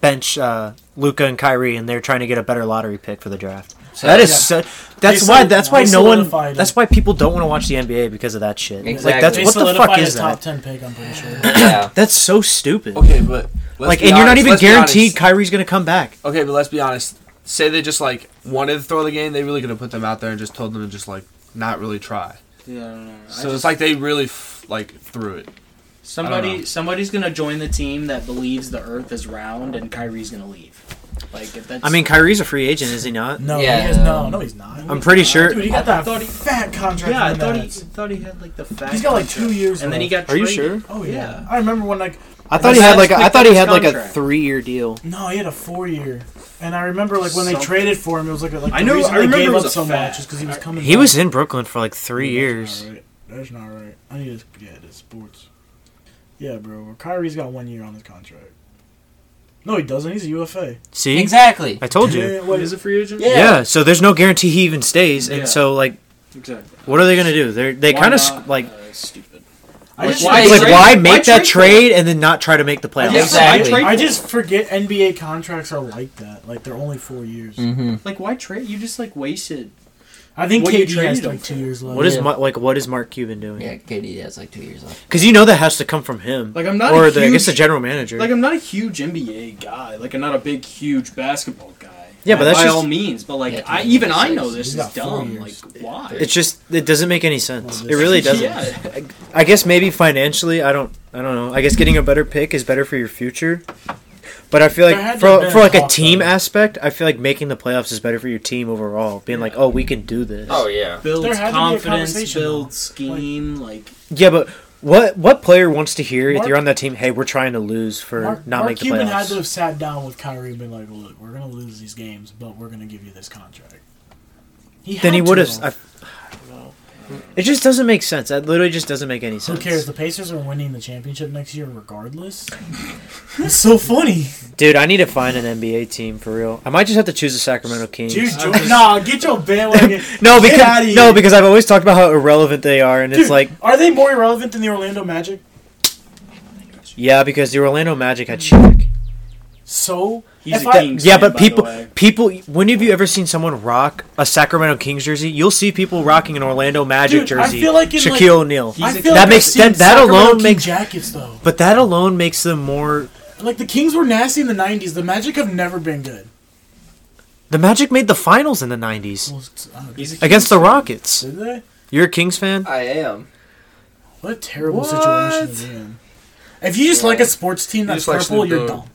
Speaker 1: bench uh, Luca and Kyrie, and they're trying to get a better lottery pick for the draft.
Speaker 4: So,
Speaker 1: that is
Speaker 5: yeah.
Speaker 1: so. That's
Speaker 5: They
Speaker 1: why.
Speaker 5: solid-
Speaker 1: That's why
Speaker 5: they
Speaker 1: no one.
Speaker 5: solidified it.
Speaker 1: That's why people don't want to watch the NBA because of that shit. Like
Speaker 4: Exactly.
Speaker 1: that's
Speaker 5: They
Speaker 1: what the
Speaker 5: solidified
Speaker 1: fuck
Speaker 5: his
Speaker 1: is
Speaker 5: top
Speaker 1: that?
Speaker 5: ten pick. I'm pretty sure.
Speaker 4: yeah.
Speaker 1: That's so stupid.
Speaker 2: Okay, but let's
Speaker 1: like,
Speaker 2: be
Speaker 1: and you're not
Speaker 2: honest,
Speaker 1: even
Speaker 2: let's be
Speaker 1: guaranteed
Speaker 2: honest.
Speaker 1: Kyrie's gonna come back.
Speaker 2: Okay, but let's be honest. Say they just like wanted to throw the game, they really could have put them out there and just told them to just like not really try.
Speaker 3: Yeah, I don't know. I
Speaker 2: So
Speaker 3: just-
Speaker 2: it's like they really f- like threw it. I don't know.
Speaker 3: somebody somebody's gonna join the team that believes the Earth is round, and Kyrie's gonna leave. Like if that's
Speaker 1: I mean, Kyrie's a free agent, is he not?
Speaker 5: No,
Speaker 4: Yeah,
Speaker 5: he is, no,
Speaker 4: um,
Speaker 5: no, he's not.
Speaker 1: I'm pretty sure.
Speaker 5: Dude, he got
Speaker 3: I
Speaker 5: that
Speaker 3: thought he-
Speaker 5: fat contract.
Speaker 3: yeah, I
Speaker 5: in the
Speaker 3: thought he,
Speaker 5: Nets.
Speaker 3: thought he had like the fact.
Speaker 5: He's got, like, two years
Speaker 3: and then he got.
Speaker 1: Are you sure?
Speaker 3: traded.
Speaker 5: Oh yeah.
Speaker 3: Yeah.
Speaker 5: I remember when like
Speaker 1: I thought he had like. A, I
Speaker 3: Picked
Speaker 1: thought
Speaker 3: up
Speaker 1: he
Speaker 3: his
Speaker 1: had like a
Speaker 3: contract.
Speaker 1: three-year deal.
Speaker 5: No, he had a four year, and I remember like when they
Speaker 3: Something.
Speaker 5: traded for him, it was like, a- like
Speaker 3: I
Speaker 5: the
Speaker 3: know-
Speaker 5: reason
Speaker 3: I
Speaker 5: they
Speaker 3: remember
Speaker 5: gave
Speaker 3: it
Speaker 5: up
Speaker 3: was a
Speaker 5: so
Speaker 3: fact.
Speaker 5: much is because he was
Speaker 3: I-
Speaker 5: coming.
Speaker 1: He
Speaker 5: back.
Speaker 1: was in Brooklyn for like three years.
Speaker 5: That's not right. That's not right. I need to yeah, it's sports. Yeah, bro. Kyrie's got one year on his contract. No, he doesn't. He's a UFA.
Speaker 1: See,
Speaker 4: Exactly.
Speaker 1: I told you.
Speaker 5: Yeah, wait,
Speaker 3: He's a free agent?
Speaker 4: Yeah.
Speaker 1: Yeah. so there's no guarantee he even stays, and
Speaker 3: Yeah.
Speaker 1: so like,
Speaker 3: Exactly.
Speaker 1: what are they gonna do? They're they
Speaker 3: Why
Speaker 1: kind
Speaker 3: not?
Speaker 1: of like.
Speaker 3: Uh, stupid.
Speaker 5: I just,
Speaker 4: Why
Speaker 1: It's
Speaker 4: trade-
Speaker 1: like why
Speaker 3: why
Speaker 1: make that
Speaker 3: trade
Speaker 1: trade and then not try to make the playoffs?
Speaker 3: Yeah.
Speaker 4: Exactly.
Speaker 3: Why trade-
Speaker 5: I just forget NBA contracts are like that. Like they're only four years.
Speaker 1: Mm.
Speaker 4: Mm-hmm.
Speaker 3: Like, why trade? You just, like, wasted.
Speaker 5: I think
Speaker 3: What you
Speaker 5: KD has
Speaker 3: traded him
Speaker 5: like two
Speaker 3: for.
Speaker 5: years left.
Speaker 1: What is
Speaker 4: Yeah.
Speaker 1: Ma- like what is Mark Cuban doing?
Speaker 4: Yeah, KD has like two years left.
Speaker 1: Because you know that has to come from him,
Speaker 3: Like, I'm not
Speaker 1: or
Speaker 3: a
Speaker 1: the,
Speaker 3: huge,
Speaker 1: I guess the general manager.
Speaker 3: Like, I'm not a huge NBA guy. Like, I'm not a big, huge basketball guy.
Speaker 1: Yeah, but that's
Speaker 3: By
Speaker 1: just-
Speaker 3: all means. But, like,
Speaker 4: Yeah,
Speaker 3: I, even I know
Speaker 4: he's
Speaker 3: this is
Speaker 5: got four
Speaker 3: dumb. Like,
Speaker 5: years.
Speaker 3: why?
Speaker 1: it's just it doesn't make any sense.
Speaker 5: Well,
Speaker 1: It really
Speaker 5: this-
Speaker 1: doesn't.
Speaker 3: Yeah.
Speaker 1: I guess maybe financially, I don't, I don't know. I guess getting a better pick is better for your future. But I feel
Speaker 5: There
Speaker 1: like
Speaker 5: had to have
Speaker 1: for,
Speaker 5: been
Speaker 1: for
Speaker 5: a
Speaker 1: like a
Speaker 5: talk,
Speaker 1: team
Speaker 5: though.
Speaker 1: aspect, I feel like making the playoffs is better for your team overall. Being like, oh, we can do this.
Speaker 4: Oh yeah.
Speaker 5: There
Speaker 3: Builds
Speaker 5: had to be a
Speaker 3: confidence,
Speaker 5: conversation, though.
Speaker 3: builds scheme. Like,
Speaker 1: Yeah, but what what player wants to hear if
Speaker 5: Mark-
Speaker 1: you're on that team? Hey, we're trying to lose for
Speaker 5: Mark,
Speaker 1: not
Speaker 5: Mark
Speaker 1: make the
Speaker 5: Cuban had
Speaker 1: playoffs.
Speaker 5: to have sat down with Kyrie and been like, "Look, we're gonna lose these games, but we're gonna give you this contract." He
Speaker 1: then he
Speaker 5: had
Speaker 1: would
Speaker 5: to.
Speaker 1: have. I, it just doesn't make sense. That literally just doesn't make any
Speaker 5: Who
Speaker 1: sense.
Speaker 5: cares? The Pacers are winning the championship next year, regardless. That's so funny,
Speaker 1: Dude, I need to find an NBA team for real. I might just have to choose the Sacramento Kings.
Speaker 5: dude.
Speaker 3: I'm
Speaker 5: Jordan,
Speaker 3: just-
Speaker 5: nah, get your bandwagon.
Speaker 1: no,
Speaker 5: Get
Speaker 1: because
Speaker 5: outta
Speaker 1: no,
Speaker 5: here.
Speaker 1: because I've always talked about how irrelevant they are, and
Speaker 5: Dude,
Speaker 1: it's like,
Speaker 5: are they more irrelevant than the Orlando Magic?
Speaker 1: yeah, because the Orlando Magic had Shaq.
Speaker 5: So
Speaker 3: he's
Speaker 5: If
Speaker 3: a
Speaker 5: I-
Speaker 3: Kings
Speaker 1: Yeah,
Speaker 3: fan,
Speaker 1: but
Speaker 3: by the
Speaker 1: people,
Speaker 3: way.
Speaker 1: people, when have you ever seen someone rock a Sacramento Kings jersey? You'll see people rocking an Orlando Magic
Speaker 5: Dude, I
Speaker 1: jersey.
Speaker 5: feel like in, like-
Speaker 1: Shaquille O'Neal.
Speaker 3: He's
Speaker 5: I
Speaker 3: a-
Speaker 5: feel
Speaker 1: That
Speaker 5: like
Speaker 1: makes-
Speaker 5: I've seen
Speaker 1: that- that
Speaker 5: Sacramento
Speaker 1: alone
Speaker 5: King
Speaker 1: makes-
Speaker 5: jackets though.
Speaker 1: But that alone makes them more.
Speaker 5: Like the Kings were nasty in the '90s. The Magic have never been good.
Speaker 1: The Magic made the finals in the '90s
Speaker 5: Well, it's- I don't know.
Speaker 3: He's a
Speaker 1: against the
Speaker 3: Kings fan.
Speaker 1: Rockets.
Speaker 5: Did they?
Speaker 1: You're a Kings fan?
Speaker 4: I am.
Speaker 5: What a terrible
Speaker 1: What?
Speaker 5: situation to be in. If you just
Speaker 4: Yeah.
Speaker 5: like a sports team that's
Speaker 2: just like
Speaker 5: purple,
Speaker 2: Snoop
Speaker 5: you're
Speaker 2: Dogg.
Speaker 5: dumb.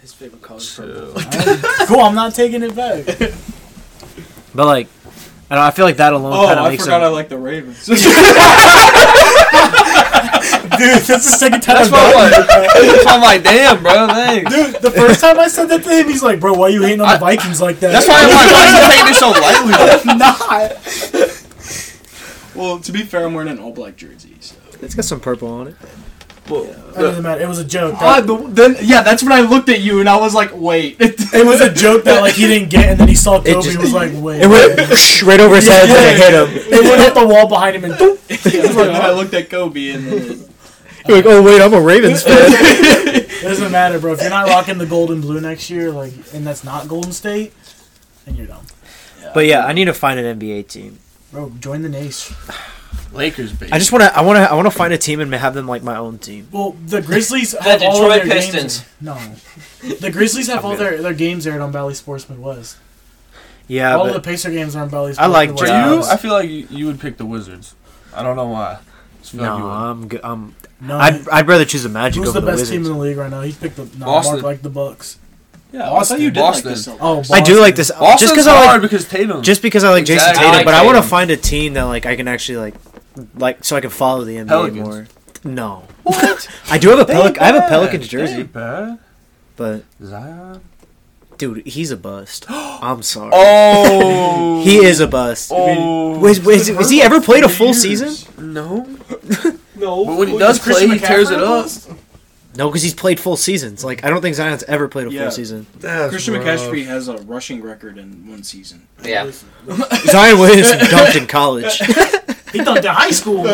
Speaker 3: His favorite color is purple.
Speaker 2: Chill.
Speaker 5: cool, I'm not taking it back.
Speaker 1: But like, I, don't, know, I feel like that alone
Speaker 3: Oh,
Speaker 1: kind of
Speaker 3: I
Speaker 1: makes
Speaker 3: forgot I
Speaker 1: them.
Speaker 3: like the Ravens.
Speaker 5: Dude, that's the second time
Speaker 4: That's
Speaker 5: I've done
Speaker 4: what I was. I'm like, damn, bro. Thanks.
Speaker 5: it. Dude, the first time I said that to him, he's like, bro, why you hating on the Vikings like that?
Speaker 4: That's why I'm like, why are you taking this so lightly?
Speaker 5: I'm not.
Speaker 3: well, to be fair, I'm wearing an all black jersey. So.
Speaker 1: It's got some purple on it.
Speaker 5: It doesn't matter. It was a joke. That-
Speaker 3: the, the, yeah, that's when I looked at you and I was like, wait.
Speaker 5: it was a joke that like he didn't get, and then he saw Kobe
Speaker 1: just-
Speaker 5: and was like, wait.
Speaker 1: It went right over his head and it hit him.
Speaker 5: It went up the wall behind him and
Speaker 3: and then I looked at Kobe and then.
Speaker 1: You're like, oh wait, I'm a Ravens fan.
Speaker 5: It doesn't matter, bro. If you're not rocking the gold and blue next year, like, and that's not Golden State, then you're dumb,
Speaker 1: but yeah, I need to find an NBA team.
Speaker 5: bro. Join the Nace.
Speaker 2: Lakers, baby.
Speaker 1: I just want to. I want to. I want to find a team and have them like my own team.
Speaker 5: Well, the Grizzlies have all of
Speaker 4: Detroit
Speaker 5: their
Speaker 4: Pistons.
Speaker 5: games. No, the Grizzlies have all their, their games aired on Valley Sports Midwest.
Speaker 1: Yeah,
Speaker 5: all
Speaker 1: but
Speaker 5: the Pacer games are on Valley Sports.
Speaker 1: I like
Speaker 2: For
Speaker 5: Midwest.
Speaker 2: you,
Speaker 1: Jobs.
Speaker 2: I feel like you, you would pick the Wizards. I don't know why. Just feel like
Speaker 1: no,
Speaker 2: you would.
Speaker 1: I'm. Good. I'm
Speaker 5: No,
Speaker 1: I'd, I'd rather choose the Magic
Speaker 5: who's
Speaker 1: over
Speaker 5: the
Speaker 1: the,
Speaker 5: best team
Speaker 1: Wizards.
Speaker 5: in the league right now? He picked the no,
Speaker 2: Boston.
Speaker 5: Mark like the Bucks.
Speaker 2: Yeah,
Speaker 3: I thought you did
Speaker 2: Boston.
Speaker 3: like this. Celtics.
Speaker 5: Oh,
Speaker 1: I do like this
Speaker 2: Boston's
Speaker 1: just because I
Speaker 2: hard
Speaker 1: like
Speaker 2: because Tatum.
Speaker 1: just because I like Jason
Speaker 4: Exactly.
Speaker 1: Tatum,
Speaker 4: I like
Speaker 1: but I want to
Speaker 4: Tatum.
Speaker 1: find a team that like I can actually like like so I can follow the NBA
Speaker 2: Pelicans.
Speaker 1: more. No,
Speaker 2: what?
Speaker 1: I do have a
Speaker 2: They
Speaker 1: pelic. I have a
Speaker 2: bad.
Speaker 1: Pelicans
Speaker 2: They
Speaker 1: jersey,
Speaker 2: bad.
Speaker 1: but
Speaker 2: Zion.
Speaker 1: dude, he's a bust. I'm sorry.
Speaker 2: Oh,
Speaker 1: He is a bust.
Speaker 2: Oh,
Speaker 1: Was, was, was he ever played a full season?
Speaker 2: no.
Speaker 3: No.
Speaker 2: But when he does play, he tears it up.
Speaker 1: No, because he's played full seasons. Like I don't think Zion's ever played a
Speaker 3: Yeah.
Speaker 1: full season.
Speaker 3: Christian McCaffrey has a rushing record in one season.
Speaker 4: Yeah.
Speaker 1: Zion Williamson dunked in college,
Speaker 5: He dunked in high school.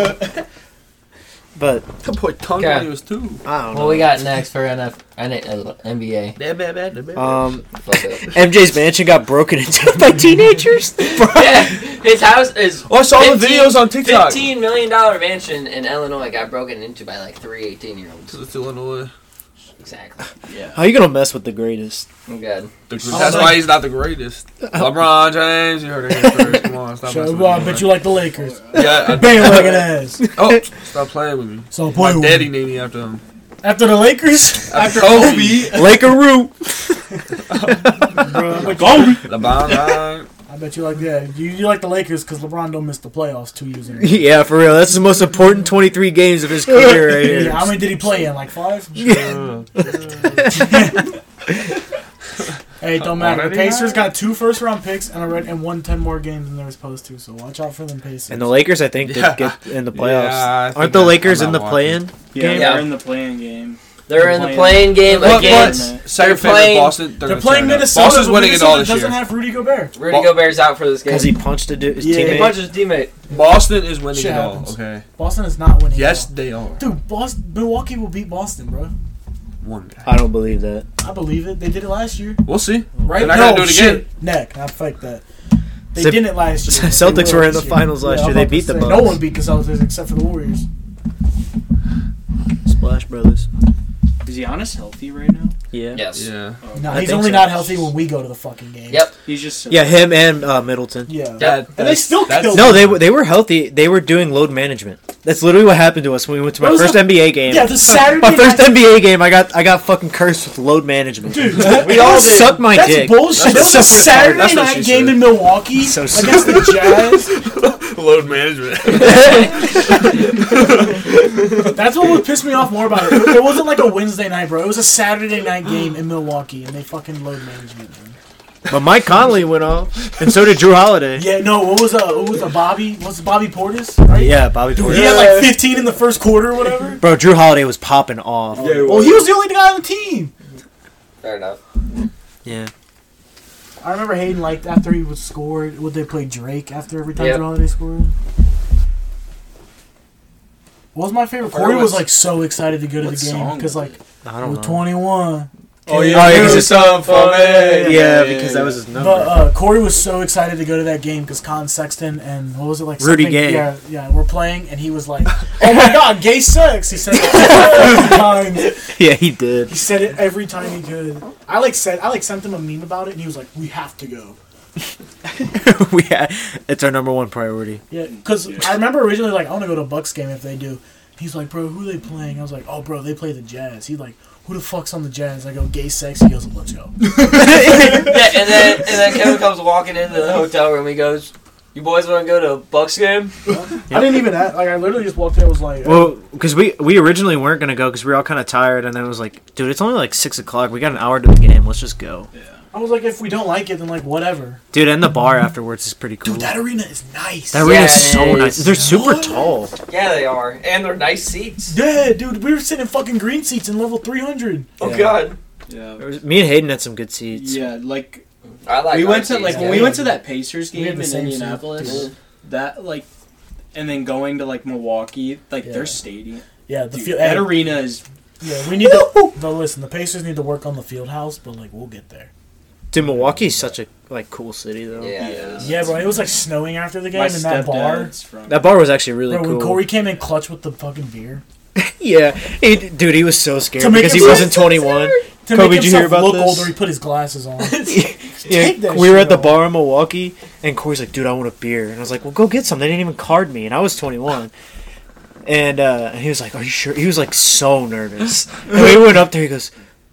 Speaker 1: but
Speaker 2: That boy tongue
Speaker 4: Okay.
Speaker 2: when he was two.
Speaker 1: I don't know.
Speaker 4: What we got next for NF, uh, NBA?
Speaker 2: Bad, bad, bad, bad.
Speaker 1: Um, MJ's mansion got broken into by teenagers.
Speaker 4: yeah, his house is
Speaker 2: oh, I saw the
Speaker 4: 15
Speaker 2: videos on TikTok.
Speaker 4: fifteen million dollar mansion in Illinois got broken into by like three 18 year olds.
Speaker 2: It's Illinois.
Speaker 4: Exactly.
Speaker 1: How you gonna mess with the greatest?
Speaker 4: I'm good.
Speaker 2: The gre-
Speaker 5: Oh,
Speaker 2: That's
Speaker 5: like-
Speaker 2: why he's not the greatest. LeBron James, you heard it here first. Come on, stop
Speaker 5: Sure,
Speaker 2: messing
Speaker 5: well, I
Speaker 2: with me.
Speaker 5: bet you like the Lakers.
Speaker 2: Yeah, I-
Speaker 5: Bandwagon ass.
Speaker 2: Oh, stop playing with me.
Speaker 5: So Oh, boy,
Speaker 2: My daddy named me after him.
Speaker 5: after the Lakers,
Speaker 2: After
Speaker 1: Lakeroo.
Speaker 5: bro, I bet you-
Speaker 2: LeBron James.
Speaker 5: I bet you like yeah. You, you like the Lakers because LeBron don't miss the playoffs two years in. a row.
Speaker 1: yeah, for real. That's the most important 23 games of his career right
Speaker 5: Yeah, how
Speaker 1: here.
Speaker 5: many did he play in? Like five.
Speaker 2: Yeah.
Speaker 5: Hey, it don't matter. The
Speaker 2: Already
Speaker 5: Pacers got two first round picks and a red and won ten more games than they were supposed to. So watch out for them Pacers.
Speaker 1: And the Lakers, I think, did
Speaker 2: Yeah.
Speaker 1: get in the
Speaker 2: Yeah, I
Speaker 1: playoffs.
Speaker 2: think
Speaker 1: Aren't the
Speaker 2: I-
Speaker 1: Lakers
Speaker 2: I'm
Speaker 1: in
Speaker 2: not
Speaker 1: the
Speaker 2: watching.
Speaker 1: play-in?
Speaker 3: Yeah,
Speaker 1: Game.
Speaker 3: they're in the playing game.
Speaker 6: They're in the playing game
Speaker 3: What- what-
Speaker 6: against.
Speaker 2: Second
Speaker 4: They're
Speaker 2: favorite
Speaker 4: playing-
Speaker 2: Boston.
Speaker 5: They're,
Speaker 2: gonna
Speaker 5: playing
Speaker 2: tear it up.
Speaker 5: Minnesota.
Speaker 2: Boston's
Speaker 5: but
Speaker 2: winning it
Speaker 5: Minnesota
Speaker 2: all this
Speaker 5: doesn't
Speaker 2: year.
Speaker 5: have Rudy Gobert.
Speaker 6: Rudy Gobert's out for this game.
Speaker 1: Because he punched a dude, his
Speaker 5: Yeah.
Speaker 6: He
Speaker 1: teammate.
Speaker 6: punched his teammate.
Speaker 2: Boston is winning
Speaker 5: Shit
Speaker 2: it all.
Speaker 5: happens.
Speaker 2: Okay.
Speaker 5: Boston is not winning.
Speaker 2: Yes,
Speaker 5: at
Speaker 2: they are.
Speaker 5: all. dude. Boston, Milwaukee will beat Boston, bro.
Speaker 2: One guy.
Speaker 1: I don't believe that.
Speaker 5: I believe it. They did it last year,
Speaker 2: We'll see.
Speaker 5: right?
Speaker 2: They're not gonna do it
Speaker 5: shit.
Speaker 2: again.
Speaker 5: Neck. I fuck that. They
Speaker 1: Except-
Speaker 5: did it last year. but they
Speaker 1: Celtics
Speaker 5: will
Speaker 1: were in
Speaker 5: this
Speaker 1: the finals last
Speaker 5: Yeah,
Speaker 1: year.
Speaker 5: I'm
Speaker 1: They
Speaker 5: about to
Speaker 1: beat the
Speaker 5: say,
Speaker 1: Bucks.
Speaker 5: No one beat the Celtics except for the Warriors.
Speaker 1: Splash Brothers.
Speaker 3: Is Giannis healthy right now?
Speaker 1: Yeah.
Speaker 4: Yes.
Speaker 2: Yeah.
Speaker 5: No,
Speaker 1: I
Speaker 5: he's
Speaker 1: think so.
Speaker 5: only not healthy when we go to the fucking game.
Speaker 4: Yep.
Speaker 3: He's just so
Speaker 1: Yeah, him and uh, Middleton.
Speaker 5: Yeah.
Speaker 4: Yep.
Speaker 5: And they still
Speaker 2: that's-
Speaker 5: killed
Speaker 1: No, they were they were healthy. They were doing load management. That's literally what happened to us when we went to
Speaker 5: What
Speaker 1: my
Speaker 5: was
Speaker 1: first
Speaker 5: the-
Speaker 1: NBA game.
Speaker 5: Yeah, the Saturday
Speaker 1: my first
Speaker 5: night-
Speaker 1: NBA game, I got I got fucking cursed with load management.
Speaker 5: Dude,
Speaker 1: we all
Speaker 5: that's-
Speaker 1: sucked my
Speaker 5: That's
Speaker 1: dick.
Speaker 5: bullshit. That was a
Speaker 2: That's so-
Speaker 5: Saturday
Speaker 2: that's what she
Speaker 5: night game
Speaker 2: said.
Speaker 5: in Milwaukee
Speaker 1: So
Speaker 5: against the Jazz.
Speaker 2: Load management.
Speaker 5: That's what would piss me off more about it. It wasn't like a Wednesday night, bro. It was a Saturday night game in Milwaukee, and they fucking load management. Man.
Speaker 1: But Mike Conley went off, and so did Drew Holiday.
Speaker 5: Yeah, no. What was a what was a Bobby? What's Bobby Portis? Right?
Speaker 1: Yeah, Bobby Porter.
Speaker 5: He had like 15 in the first quarter or whatever.
Speaker 1: Bro, Drew Holiday was popping off.
Speaker 2: Yeah,
Speaker 5: Well, Oh, he was the only guy on the team.
Speaker 4: Fair enough.
Speaker 1: Yeah.
Speaker 5: I remember Hayden liked after he was scored. Would they play Drake after every time
Speaker 4: Yep.
Speaker 5: Drew Holiday scored? What was my favorite?
Speaker 4: Or
Speaker 5: Corey was
Speaker 4: what's-
Speaker 5: like so excited to go to the
Speaker 3: what
Speaker 5: game
Speaker 3: song
Speaker 5: because
Speaker 3: was
Speaker 5: like
Speaker 1: I
Speaker 5: we're
Speaker 1: don't know.
Speaker 5: 21.
Speaker 2: Oh
Speaker 1: Oh, yeah,
Speaker 2: yeah,
Speaker 1: he's
Speaker 2: do
Speaker 1: just-
Speaker 2: something for
Speaker 3: Oh,
Speaker 2: me.
Speaker 3: yeah, yeah,
Speaker 1: Yeah, because that was his number.
Speaker 5: But uh, Corey was so excited to go to that game because Colin Sexton and what was it like?
Speaker 1: Rudy
Speaker 5: something-
Speaker 1: Gay.
Speaker 5: Yeah, yeah, we're playing, and he was like, "Oh my god, gay sex!" He said it every time.
Speaker 1: yeah, he did.
Speaker 5: He said it every time he could. I like said I like sent him a meme about it, and he was like, "We have to go."
Speaker 1: we had, it's our number one priority.
Speaker 5: Yeah, because I remember originally like I want to go to a Bucks game if they do. He's like, bro, who are they playing? I was like, oh, bro, they play the Jazz. He's like, who the fuck's on the Jazz? I go, gay sex. He goes, let's go.
Speaker 4: Yeah, and then and then Kevin comes walking into the hotel room. He goes, "You boys want to go to a Bucks game?"
Speaker 5: I didn't even ask. Like, I literally just walked in. and was like,
Speaker 1: Well, because we we originally weren't gonna go because we were all kind of tired, and then it was like, dude, it's only like six o'clock. We got an hour to the game. Let's just go,
Speaker 5: I was like, if we don't like it, then like whatever.
Speaker 1: dude. And the bar afterwards is pretty cool.
Speaker 5: Dude, that arena is nice.
Speaker 1: that arena is so
Speaker 4: Yeah, it
Speaker 1: nice.
Speaker 4: is.
Speaker 1: They're super
Speaker 5: What?
Speaker 1: tall.
Speaker 4: Yeah, they are, and they're nice seats.
Speaker 5: yeah, dude, we were sitting in fucking green seats in level 300.
Speaker 4: Oh
Speaker 1: Yeah.
Speaker 4: God,
Speaker 3: yeah.
Speaker 1: Me and Hayden had some good seats.
Speaker 3: Yeah, like
Speaker 4: I like.
Speaker 3: we
Speaker 4: our
Speaker 3: went to
Speaker 4: seats,
Speaker 3: like when
Speaker 4: yeah.
Speaker 3: we went to that Pacers
Speaker 5: We had
Speaker 3: game in
Speaker 5: the same seat,
Speaker 3: Indianapolis.
Speaker 5: dude.
Speaker 3: That like, and then going to like Milwaukee, like
Speaker 5: Yeah.
Speaker 3: their stadium.
Speaker 5: Yeah, the
Speaker 3: Dude,
Speaker 5: field.
Speaker 3: that arena is
Speaker 5: yeah, we need to. No, listen, the Pacers need to work on the field house, but like we'll get there.
Speaker 1: Dude, Milwaukee's such a like cool city though.
Speaker 4: Yeah. it is.
Speaker 5: Yeah, bro, it was like snowing after the game
Speaker 3: my
Speaker 5: in that bar.
Speaker 3: stepdad's from.
Speaker 1: That bar was actually really
Speaker 5: Bro,
Speaker 1: cool.
Speaker 5: when Corey came in clutch with the fucking beer.
Speaker 1: yeah, he, dude, he was so scared
Speaker 5: To make
Speaker 1: because he
Speaker 5: himself-
Speaker 1: wasn't twenty one.
Speaker 5: To
Speaker 1: Kobe,
Speaker 5: make
Speaker 1: did you hear
Speaker 5: himself
Speaker 1: about
Speaker 5: look
Speaker 1: this?
Speaker 5: older, he put his glasses on. Take
Speaker 1: yeah,
Speaker 5: that
Speaker 1: we were
Speaker 5: shit
Speaker 1: at the
Speaker 5: off.
Speaker 1: bar in Milwaukee, and Corey's like, "Dude, I want a beer," and I was like, "Well, go get some." They didn't even card me, and I was 21. And uh, and he was like, "Are you sure?" He was like so nervous. And we went up there. He goes,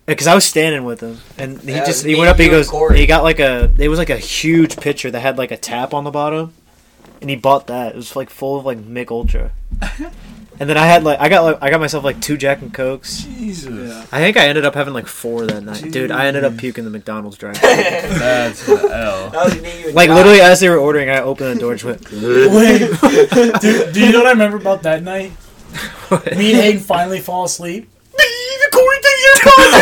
Speaker 1: "Because I was standing with him," and he
Speaker 4: Yeah, it was
Speaker 1: just he
Speaker 4: me,
Speaker 1: went up. He
Speaker 4: you, and
Speaker 1: goes,
Speaker 4: Corey.
Speaker 1: he got like a it was like a huge pitcher that had like a tap on the bottom, and he bought that. It was like full of like Mick Ultra. And then I had like I got like I got myself like two Jack and Cokes.
Speaker 2: Jesus.
Speaker 3: Yeah.
Speaker 1: I think I ended up having like four that night, dude. I ended up puking the McDonald's drive.
Speaker 2: That's an L.
Speaker 4: That was me, you, and
Speaker 1: Like
Speaker 4: Josh.
Speaker 1: literally, as they were ordering, I opened the door and just went.
Speaker 5: Wait, do, do you know what I remember about that night? Me and Hayden finally fall asleep.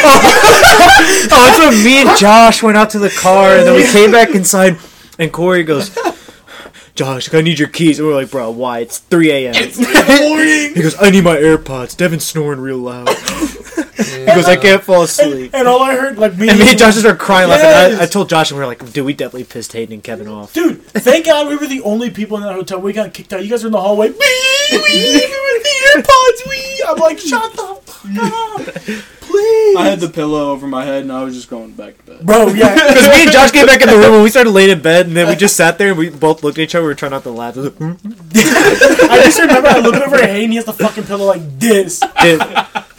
Speaker 1: oh, that's when me and Josh went out to the car, and then we came back inside, and Corey goes, "Josh, I need your keys." And we're like, "Bro, why? It's 3 a.m." he goes, "I need my AirPods." Devin's snoring real loud. he goes, "I can't fall asleep."
Speaker 5: And all I heard, like me
Speaker 1: And me and Josh just started crying laughing.
Speaker 5: Yes.
Speaker 1: I, I told Josh, and we were like, "Dude, we definitely pissed Hayden and Kevin off."
Speaker 5: Dude, thank God we were the only people in that hotel. We got kicked out. You guys were in the hallway. Wee, wee, we were in the AirPods. Wee. I'm like, shut the fuck up, please.
Speaker 3: I had the pillow over my head and I was just going back to bed.
Speaker 5: bro. Yeah,
Speaker 1: Because me and Josh came back in the room and we started laying in bed, and then we just sat there and we both looked at each other. We were trying not to laugh. It was like,
Speaker 5: I just remember I looked over at Hayden. He has the fucking pillow like this.
Speaker 1: dude,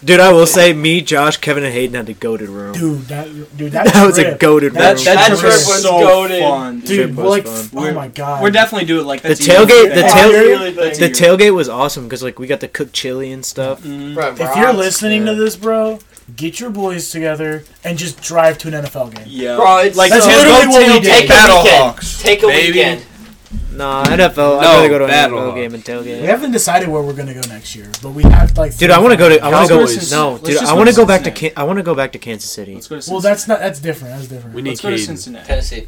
Speaker 1: dude, I will say, me, Josh, Kevin, and Hayden had a goaded room.
Speaker 5: Dude, that dude, that,
Speaker 1: that was a
Speaker 5: trip.
Speaker 1: goaded room.
Speaker 5: That-
Speaker 3: That
Speaker 4: That
Speaker 3: trip
Speaker 4: trip
Speaker 3: was,
Speaker 4: was
Speaker 3: so
Speaker 4: goated.
Speaker 3: fun,
Speaker 1: Trip
Speaker 5: Dude, we're
Speaker 1: was
Speaker 5: like,
Speaker 1: fun.
Speaker 5: oh my god,
Speaker 3: We're definitely doing like that's
Speaker 1: The tailgate- the
Speaker 3: that's
Speaker 1: tail-
Speaker 3: really- that's
Speaker 1: the
Speaker 3: easy.
Speaker 1: tailgate was awesome because like we got to cook chili and stuff.
Speaker 3: mm-hmm.
Speaker 4: Bro,
Speaker 5: If
Speaker 4: Bronx.
Speaker 5: you're listening to this, bro, get your boys together and just drive to an NFL game.
Speaker 3: Yeah,
Speaker 4: Bro, it's
Speaker 3: like
Speaker 5: That's
Speaker 3: so-
Speaker 5: literally what we
Speaker 3: tailgate.
Speaker 5: did.
Speaker 4: Take a
Speaker 2: Battle
Speaker 4: weekend.
Speaker 2: Hawks,
Speaker 4: Take a
Speaker 2: baby.
Speaker 4: weekend.
Speaker 1: Nah, NFL. No, I'd
Speaker 2: No,
Speaker 1: rather go to an
Speaker 2: Battle
Speaker 1: NFL
Speaker 2: Hawk.
Speaker 1: game and tailgate.
Speaker 5: We haven't decided where we're gonna go next year, but we have like.
Speaker 1: Dude, I want to go to. I want to go.
Speaker 2: Cowboys is-
Speaker 1: No,
Speaker 3: let's
Speaker 1: dude,
Speaker 3: just
Speaker 1: I
Speaker 3: go
Speaker 1: want to
Speaker 3: to
Speaker 1: go back to. Can,
Speaker 3: Cincinnati.
Speaker 1: I want to go back to Kansas City.
Speaker 3: Let's go to Cincinnati.
Speaker 5: Well, that's not. That's different. That's different.
Speaker 2: We need
Speaker 3: Let's go to
Speaker 2: Caden.
Speaker 3: Cincinnati.
Speaker 4: Tennessee.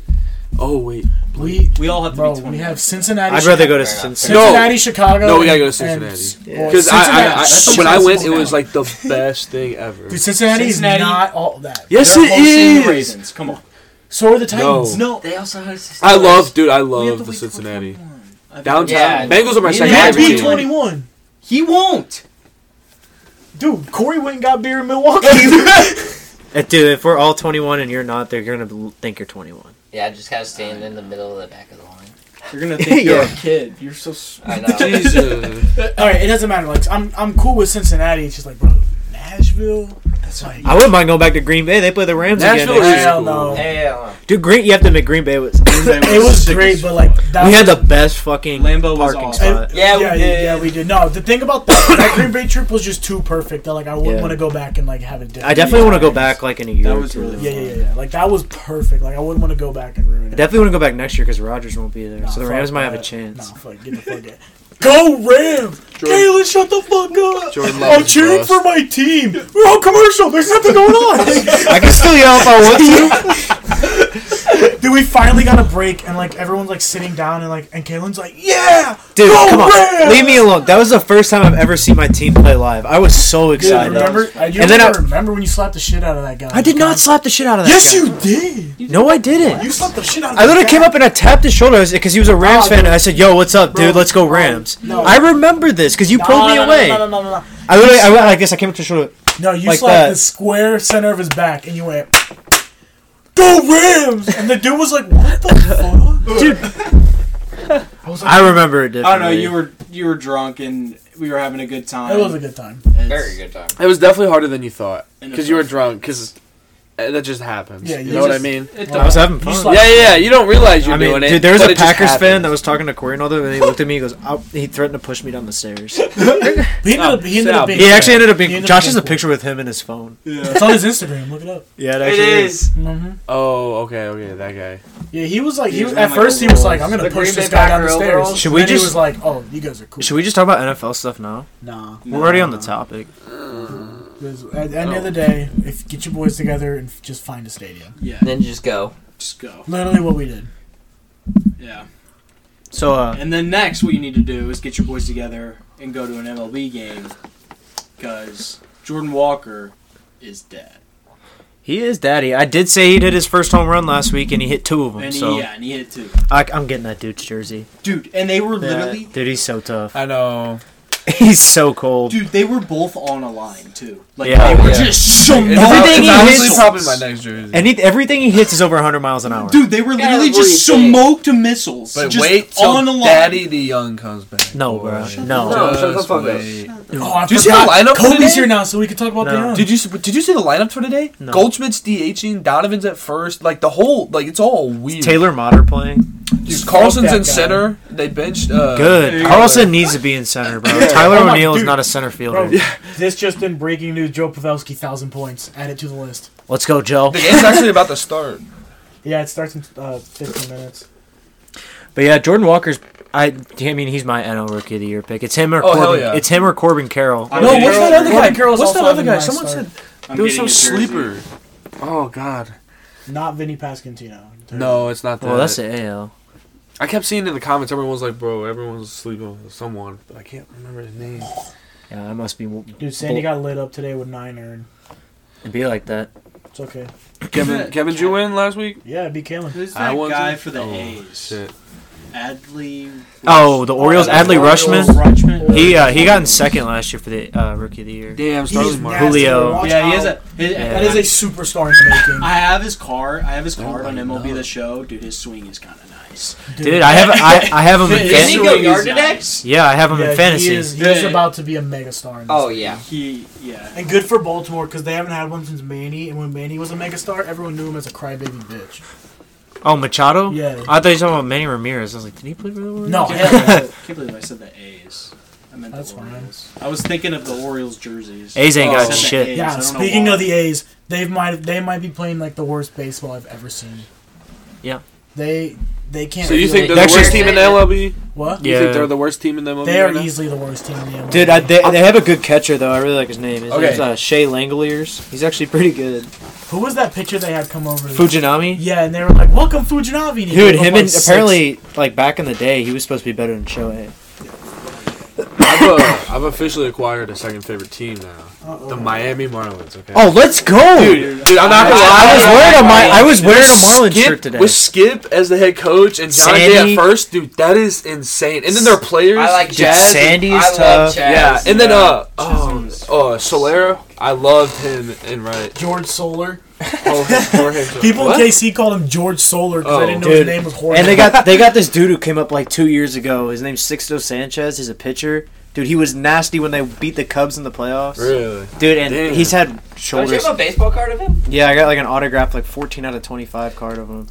Speaker 2: Oh wait.
Speaker 5: We
Speaker 3: We all have to
Speaker 5: bro,
Speaker 3: be 20.
Speaker 5: we have Cincinnati.
Speaker 1: I'd rather go to
Speaker 4: Fair enough.
Speaker 1: Cincinnati.
Speaker 5: Cincinnati, Chicago.
Speaker 2: No, we gotta
Speaker 5: and-
Speaker 2: go to
Speaker 5: and-
Speaker 2: Cincinnati.
Speaker 5: well,
Speaker 2: Because I, I,
Speaker 5: Cincinnati-
Speaker 2: I when I went, it
Speaker 5: Cincinnati's
Speaker 2: was like the best thing ever.
Speaker 5: Dude, Cincinnati,
Speaker 3: Cincinnati-
Speaker 5: is not all that.
Speaker 2: Yes,
Speaker 3: They're
Speaker 2: it
Speaker 3: hosting the
Speaker 2: is.
Speaker 3: Ravens. Come on.
Speaker 5: So are the Titans.
Speaker 3: No.
Speaker 4: They also host.
Speaker 2: I love, dude. I
Speaker 3: we
Speaker 2: love
Speaker 3: have to
Speaker 2: the
Speaker 3: wait till
Speaker 2: Cincinnati
Speaker 3: 21. I think-
Speaker 2: downtown.
Speaker 4: Yeah.
Speaker 2: Bengals are my
Speaker 4: You
Speaker 5: They
Speaker 2: second
Speaker 5: had
Speaker 4: had
Speaker 2: favorite
Speaker 5: B
Speaker 4: Magic.
Speaker 2: team.
Speaker 5: twenty one.
Speaker 3: He won't.
Speaker 5: Dude, Corey went and got beer in Milwaukee.
Speaker 1: Uh, Dude, if we're all 21 and you're not, they're gonna bl- think you're 21.
Speaker 6: Yeah, just kind of stand in the middle of the back of the line.
Speaker 3: You're gonna think
Speaker 1: Yeah.
Speaker 3: you're a kid. You're so. s-
Speaker 6: I know.
Speaker 2: Jesus.
Speaker 5: all right, it doesn't matter. Like I'm, I'm cool with Cincinnati. It's just like, bro, Nashville. That's like.
Speaker 1: I wouldn't mind going back to Green Bay. They play the Rams
Speaker 2: Nashville
Speaker 1: again. next
Speaker 2: is
Speaker 1: year.
Speaker 5: Hell
Speaker 2: cool.
Speaker 5: no.
Speaker 6: Hell.
Speaker 1: Dude, Green. You have to admit Green Bay was.
Speaker 5: It was great, but like that
Speaker 1: we
Speaker 5: was-
Speaker 1: had the best fucking
Speaker 3: Lambeau was
Speaker 1: parking
Speaker 3: awesome.
Speaker 1: spot.
Speaker 6: Yeah, we
Speaker 5: yeah,
Speaker 6: did.
Speaker 5: yeah, we did. No, the thing about that, that Green Bay trip was just too perfect that like I wouldn't
Speaker 1: Yeah.
Speaker 5: want to go back and like have it.
Speaker 1: I definitely want to go back like in a year.
Speaker 3: That
Speaker 1: or
Speaker 3: was
Speaker 1: two.
Speaker 3: really
Speaker 5: Yeah, yeah, yeah, yeah. Like that was perfect. Like I wouldn't want to go back and ruin
Speaker 1: I
Speaker 5: it.
Speaker 1: definitely want to go back next year because Rodgers won't be there,
Speaker 5: Nah,
Speaker 1: so the
Speaker 5: fuck
Speaker 1: Rams might have a
Speaker 5: that.
Speaker 1: chance.
Speaker 5: Nah, fuck, get the fuck out. Go Rams!
Speaker 2: Jordan-
Speaker 5: Jalen, shut the fuck up!
Speaker 2: Jordan Love
Speaker 5: I'm
Speaker 2: is
Speaker 5: cheering
Speaker 2: bust.
Speaker 5: for my team. We're on commercial. There's nothing going on.
Speaker 1: I can still yell if I want to.
Speaker 5: Dude, we finally got a break, and like everyone's like sitting down, and like and Kalen's like, yeah,
Speaker 1: Dude,
Speaker 5: go
Speaker 1: come on,
Speaker 5: Rams!
Speaker 1: leave me alone. That was the first time I've ever seen my team play live. I was so
Speaker 5: Dude,
Speaker 1: excited.
Speaker 5: remember? I, you
Speaker 1: And then
Speaker 5: remember,
Speaker 1: I-
Speaker 5: remember when you slapped the shit out of that guy?
Speaker 1: I did not slap the shit out of that.
Speaker 5: Yes,
Speaker 1: guy.
Speaker 5: you did.
Speaker 1: No, I didn't.
Speaker 5: You slapped the shit out. of
Speaker 1: I
Speaker 5: that
Speaker 1: literally
Speaker 5: guy.
Speaker 1: came up and I tapped his shoulder because he was a Rams
Speaker 5: Nah,
Speaker 1: fan.
Speaker 5: dude.
Speaker 1: And I said, "Yo, what's up,
Speaker 5: Bro,
Speaker 1: dude? Let's go
Speaker 5: bro,
Speaker 1: Rams."
Speaker 5: no.
Speaker 1: I remember this because you
Speaker 5: No,
Speaker 1: pulled
Speaker 5: no,
Speaker 1: me
Speaker 5: no,
Speaker 1: away.
Speaker 5: No, no, no, no, no.
Speaker 1: I literally, I went like this. I came up to his shoulder.
Speaker 5: No, you
Speaker 1: Like
Speaker 5: slapped
Speaker 1: that.
Speaker 5: the square center of his back, and you went, "Go Rams!" And the dude was like, "What the fuck?"
Speaker 1: I remember it.
Speaker 3: I don't know.
Speaker 1: differently.
Speaker 3: You were you were drunk and we were having a good time.
Speaker 5: It was a good time.
Speaker 3: It's-
Speaker 6: Very good time.
Speaker 2: It was definitely harder than you thought
Speaker 3: And
Speaker 2: because you were
Speaker 3: it's-
Speaker 2: drunk. Because that just happens.
Speaker 5: Yeah,
Speaker 2: you
Speaker 5: you
Speaker 2: know what I
Speaker 5: just-
Speaker 2: mean.
Speaker 3: It
Speaker 1: I was
Speaker 3: does.
Speaker 1: having
Speaker 5: You
Speaker 1: fun.
Speaker 5: slapped-
Speaker 2: Yeah, yeah. You don't realize you're
Speaker 1: I mean,
Speaker 2: doing it.
Speaker 1: dude, there was
Speaker 2: but
Speaker 1: a
Speaker 2: it just
Speaker 1: Packers fan
Speaker 2: happened.
Speaker 1: that was talking to Corey and all that, and he looked at me. He goes, Ow. he threatened to push me down the stairs.
Speaker 5: He ended
Speaker 2: No,
Speaker 5: up. He ended
Speaker 2: Sal.
Speaker 5: up being.
Speaker 1: He actually ended up
Speaker 5: He
Speaker 1: being.
Speaker 5: ended
Speaker 1: Josh
Speaker 5: up
Speaker 1: has a
Speaker 5: being
Speaker 1: picture with him in his phone.
Speaker 5: It's on his Instagram. Look it up.
Speaker 1: Yeah, it
Speaker 4: It
Speaker 1: actually is.
Speaker 4: is.
Speaker 5: Mm-hmm.
Speaker 2: Oh, okay, okay, that guy.
Speaker 5: Yeah, he was like, he
Speaker 3: He
Speaker 5: was,
Speaker 3: was
Speaker 5: at
Speaker 3: in, like,
Speaker 5: first he was like, "I'm
Speaker 3: overalls.
Speaker 5: gonna
Speaker 4: The
Speaker 5: push
Speaker 4: Green
Speaker 5: this
Speaker 4: Bay
Speaker 5: guy down the
Speaker 4: Packer
Speaker 5: stairs."
Speaker 4: overalls?
Speaker 1: Should we
Speaker 5: Then he
Speaker 1: just-
Speaker 5: was like, "Oh, you guys are cool."
Speaker 1: Should we just talk about NFL stuff now?
Speaker 5: Nah.
Speaker 1: We're already
Speaker 3: Uh,
Speaker 1: on the topic.
Speaker 5: 'Cause At the end of the day, if get your boys together and f- just find a stadium.
Speaker 3: Yeah.
Speaker 6: And then just go.
Speaker 3: Just go.
Speaker 5: Literally what we did.
Speaker 3: Yeah.
Speaker 1: So, uh,
Speaker 3: And then next, what you need to do is get your boys together and go to an MLB game because Jordan Walker is dead.
Speaker 1: he is daddy. I did say he did his first home run last week, and he hit two of them.
Speaker 3: And he,
Speaker 1: so
Speaker 3: yeah, and he hit two.
Speaker 1: I, I'm getting that dude's jersey.
Speaker 3: Dude, and they were literally,
Speaker 1: Dude, he's so tough.
Speaker 2: I know.
Speaker 1: He's so cold.
Speaker 3: dude, they were both on a line too. Like
Speaker 1: Yeah.
Speaker 3: they were
Speaker 2: Yeah.
Speaker 3: just so.
Speaker 1: It's Everything he
Speaker 2: honestly
Speaker 1: hits-
Speaker 2: probably my next jersey.
Speaker 1: And he, everything he hits is over 100 miles an hour.
Speaker 3: Dude, they were literally just
Speaker 6: Everything.
Speaker 3: smoked missiles.
Speaker 2: but
Speaker 3: just
Speaker 2: wait till
Speaker 3: on a line.
Speaker 2: Daddy the Young comes back.
Speaker 1: No,
Speaker 2: boy.
Speaker 1: bro.
Speaker 2: Just
Speaker 1: No.
Speaker 6: No, shut the fuck up.
Speaker 2: wait.
Speaker 5: Oh, I
Speaker 2: Did you see the
Speaker 5: forgot.
Speaker 2: lineup for
Speaker 5: Kobe's
Speaker 2: today?
Speaker 5: here now, so we can talk about
Speaker 1: No.
Speaker 5: the.
Speaker 2: Did you s- did you see the lineups for today?
Speaker 1: No.
Speaker 2: Goldschmidt's DHing, Donovan's at first. Like the whole like it's all weird.
Speaker 1: Taylor Motter playing.
Speaker 2: Dude, Carlson's
Speaker 5: Fuck that
Speaker 2: in
Speaker 5: guy.
Speaker 2: center. They benched. Uh,
Speaker 1: Good.
Speaker 2: Taylor.
Speaker 1: Carlson needs to be in center, bro. Tyler
Speaker 5: Oh my-
Speaker 1: O'Neill is
Speaker 5: dude.
Speaker 1: not a center
Speaker 5: Bro,
Speaker 1: fielder.
Speaker 5: this just in breaking news: Joe Pavelski, thousand points. Add it to the list.
Speaker 1: Let's go, Joe.
Speaker 2: The game's actually about to start.
Speaker 5: Yeah, it starts in uh, 15 minutes.
Speaker 1: But yeah, Jordan Walker's. I, I mean, he's my NL Rookie of the Year pick. It's him or
Speaker 2: Oh, hell
Speaker 1: Corbin.
Speaker 2: yeah.
Speaker 1: It's him or Corbin Carroll.
Speaker 3: I
Speaker 2: No,
Speaker 3: mean,
Speaker 2: what's
Speaker 3: Carroll-
Speaker 2: that other guy?
Speaker 5: Corbin Carroll's
Speaker 2: what's that
Speaker 5: also
Speaker 2: other
Speaker 5: on
Speaker 2: guy?
Speaker 5: my
Speaker 2: Someone
Speaker 5: start.
Speaker 2: said
Speaker 3: I'm
Speaker 2: there was some
Speaker 3: getting a jersey.
Speaker 2: sleeper. Oh God.
Speaker 5: Not Vinny Pascantino.
Speaker 2: No, it's not that.
Speaker 1: Well, that's the AL.
Speaker 2: I kept seeing in the comments, everyone was like, "Bro, everyone's sleeping with someone," but I can't remember his name.
Speaker 1: Yeah, I must be
Speaker 5: Dude, Sandy got lit up today with nine earned.
Speaker 1: be like that.
Speaker 5: It's okay.
Speaker 2: Kevin, Kevin, did you win last week?
Speaker 5: Yeah, be Kalen.
Speaker 3: Who's
Speaker 2: I
Speaker 3: that
Speaker 2: won
Speaker 3: guy
Speaker 2: too.
Speaker 3: for the
Speaker 2: oh,
Speaker 3: A's?
Speaker 2: Shit.
Speaker 3: Adley.
Speaker 1: Oh, the Orioles.
Speaker 6: that's
Speaker 1: Adley
Speaker 6: the Orioles.
Speaker 1: Rushman. He uh, he got in second last year for the uh, Rookie of the Year.
Speaker 2: Damn,
Speaker 5: He's
Speaker 2: Starling
Speaker 5: nasty.
Speaker 2: Mark.
Speaker 1: Julio.
Speaker 5: Watch
Speaker 3: Yeah, he
Speaker 5: out.
Speaker 3: is a. His,
Speaker 1: Yeah.
Speaker 5: That is a superstar in the
Speaker 3: I have his car. I have his card
Speaker 2: Oh
Speaker 3: on
Speaker 2: my
Speaker 3: MLB
Speaker 2: God.
Speaker 3: the Show. Dude, his swing is kind of nice.
Speaker 5: making.
Speaker 1: Dude, I have I, I have him in
Speaker 3: His
Speaker 6: Didn't he
Speaker 1: fantasy.
Speaker 6: go
Speaker 3: swing is
Speaker 6: yard today?
Speaker 3: nice.
Speaker 1: Yeah, I have him
Speaker 5: Yeah,
Speaker 1: in fantasy.
Speaker 5: He is, he is
Speaker 3: Yeah.
Speaker 5: about to be a megastar. In this
Speaker 6: Oh yeah.
Speaker 3: He, yeah.
Speaker 5: And good for Baltimore because they haven't had one since Manny. And when Manny was a megastar, everyone knew him as a crybaby bitch.
Speaker 1: Oh, Machado?
Speaker 5: Yeah.
Speaker 1: I thought you were talking about Manny Ramirez. I was like, did he play for the Orioles?
Speaker 5: No.
Speaker 3: I can't believe I said the A's. I meant
Speaker 5: That's
Speaker 3: the
Speaker 5: fine.
Speaker 3: Orioles. I was thinking of the Orioles jerseys.
Speaker 1: A's ain't
Speaker 2: Oh.
Speaker 1: got
Speaker 2: Said that
Speaker 1: shit.
Speaker 3: A's. I
Speaker 5: Yeah.
Speaker 3: don't know
Speaker 5: Speaking
Speaker 3: why.
Speaker 5: of the A's, they might they might be playing like the worst baseball I've ever seen.
Speaker 1: Yeah.
Speaker 5: They they can't.
Speaker 2: So you
Speaker 5: feel
Speaker 2: think
Speaker 5: it.
Speaker 2: they're the
Speaker 1: Actually-
Speaker 2: worst team in the MLB?
Speaker 5: what?
Speaker 2: You
Speaker 1: Yeah.
Speaker 2: think they're the worst team in the MLB?
Speaker 5: They
Speaker 2: right
Speaker 5: are
Speaker 2: now?
Speaker 5: easily the worst team in the MLB.
Speaker 1: Dude, I, they, they have a good catcher though. I really like his name. His
Speaker 3: Okay.
Speaker 1: name's uh, Shea Langoliers. He's actually pretty good.
Speaker 5: Who was that pitcher they had come over?
Speaker 1: Fujinami.
Speaker 5: Yeah, and they were like, "Welcome Fujinami." and he
Speaker 1: Dude,
Speaker 5: gave up,
Speaker 1: him
Speaker 5: like,
Speaker 1: and
Speaker 5: six.
Speaker 1: apparently like back in the day, he was supposed to be better than Shohei.
Speaker 2: I've, uh, I've officially acquired a second favorite team now.
Speaker 5: Uh-oh.
Speaker 2: The Miami Marlins, okay?
Speaker 1: Oh, let's go,
Speaker 2: Dude, dude, I'm not gonna lie.
Speaker 1: I was wearing a my I was wearing a Marlins
Speaker 2: Skip,
Speaker 1: shirt today.
Speaker 2: With Skip as the head coach and John Day
Speaker 1: Sandy.
Speaker 2: at first, dude, that is insane. And then their players.
Speaker 4: I like
Speaker 1: Dude,
Speaker 4: Jazz.
Speaker 1: Sandy is
Speaker 4: I love
Speaker 1: tough.
Speaker 4: Chaz.
Speaker 2: Yeah, and then,
Speaker 3: yeah,
Speaker 2: uh, oh,
Speaker 3: Chisholm's-
Speaker 2: oh, Solera. I loved him in right.
Speaker 5: George Soler.
Speaker 2: Oh, Jorge Soler.
Speaker 5: People
Speaker 2: What?
Speaker 5: in KC called him George Soler because
Speaker 2: Oh.
Speaker 5: I didn't know
Speaker 1: Dude.
Speaker 5: his name was Jorge.
Speaker 1: And they got they got this dude who came up like two years ago. His name's Sixto Sanchez. He's a pitcher. Dude, he was nasty when they beat the Cubs in the playoffs.
Speaker 2: Really?
Speaker 1: Dude, and
Speaker 2: Damn.
Speaker 1: he's had
Speaker 4: Don't you
Speaker 1: shoulders.
Speaker 4: have a baseball card of him?
Speaker 1: Yeah, I got like an autograph, like 14 out of 25 card of him. And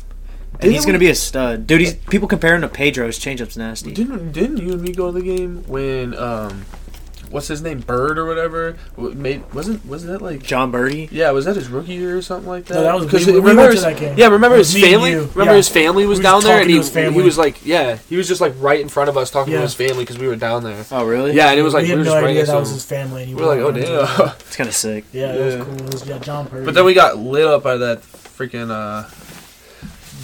Speaker 2: Didn't
Speaker 1: he's gonna
Speaker 2: we-
Speaker 1: be a stud, dude. He's, people compare him to Pedro. His changeup's nasty.
Speaker 2: Didn't didn't you and me go to the game when um, what's his name Bird or whatever w- made wasn't was that like
Speaker 1: John Birdie.
Speaker 2: yeah was that his rookie year or something like that?
Speaker 5: No, that was-
Speaker 2: 'Cause
Speaker 5: we- we
Speaker 2: remember
Speaker 5: went to
Speaker 2: his-
Speaker 5: that game.
Speaker 2: Yeah, remember
Speaker 5: It was
Speaker 2: his
Speaker 5: me and
Speaker 2: family.
Speaker 5: you.
Speaker 2: Remember
Speaker 5: Yeah.
Speaker 2: his family was
Speaker 5: was
Speaker 2: down there
Speaker 5: talking
Speaker 2: and
Speaker 5: to
Speaker 2: he
Speaker 5: his family.
Speaker 2: he was like yeah he was just like right in front of us talking
Speaker 5: Yeah.
Speaker 2: to his family because we were down there.
Speaker 1: Oh really?
Speaker 2: Yeah, and it was like
Speaker 5: we
Speaker 2: we,
Speaker 5: had
Speaker 2: were
Speaker 5: no
Speaker 2: just right
Speaker 5: idea
Speaker 2: next
Speaker 5: that
Speaker 2: to
Speaker 5: was
Speaker 2: him.
Speaker 5: his family. And he
Speaker 2: We were like oh
Speaker 5: walked around.
Speaker 2: damn.
Speaker 1: It's kind of sick.
Speaker 5: Yeah, it was
Speaker 2: Yeah.
Speaker 5: cool. It was yeah, John Purdy.
Speaker 2: but then we got lit up by that freaking uh.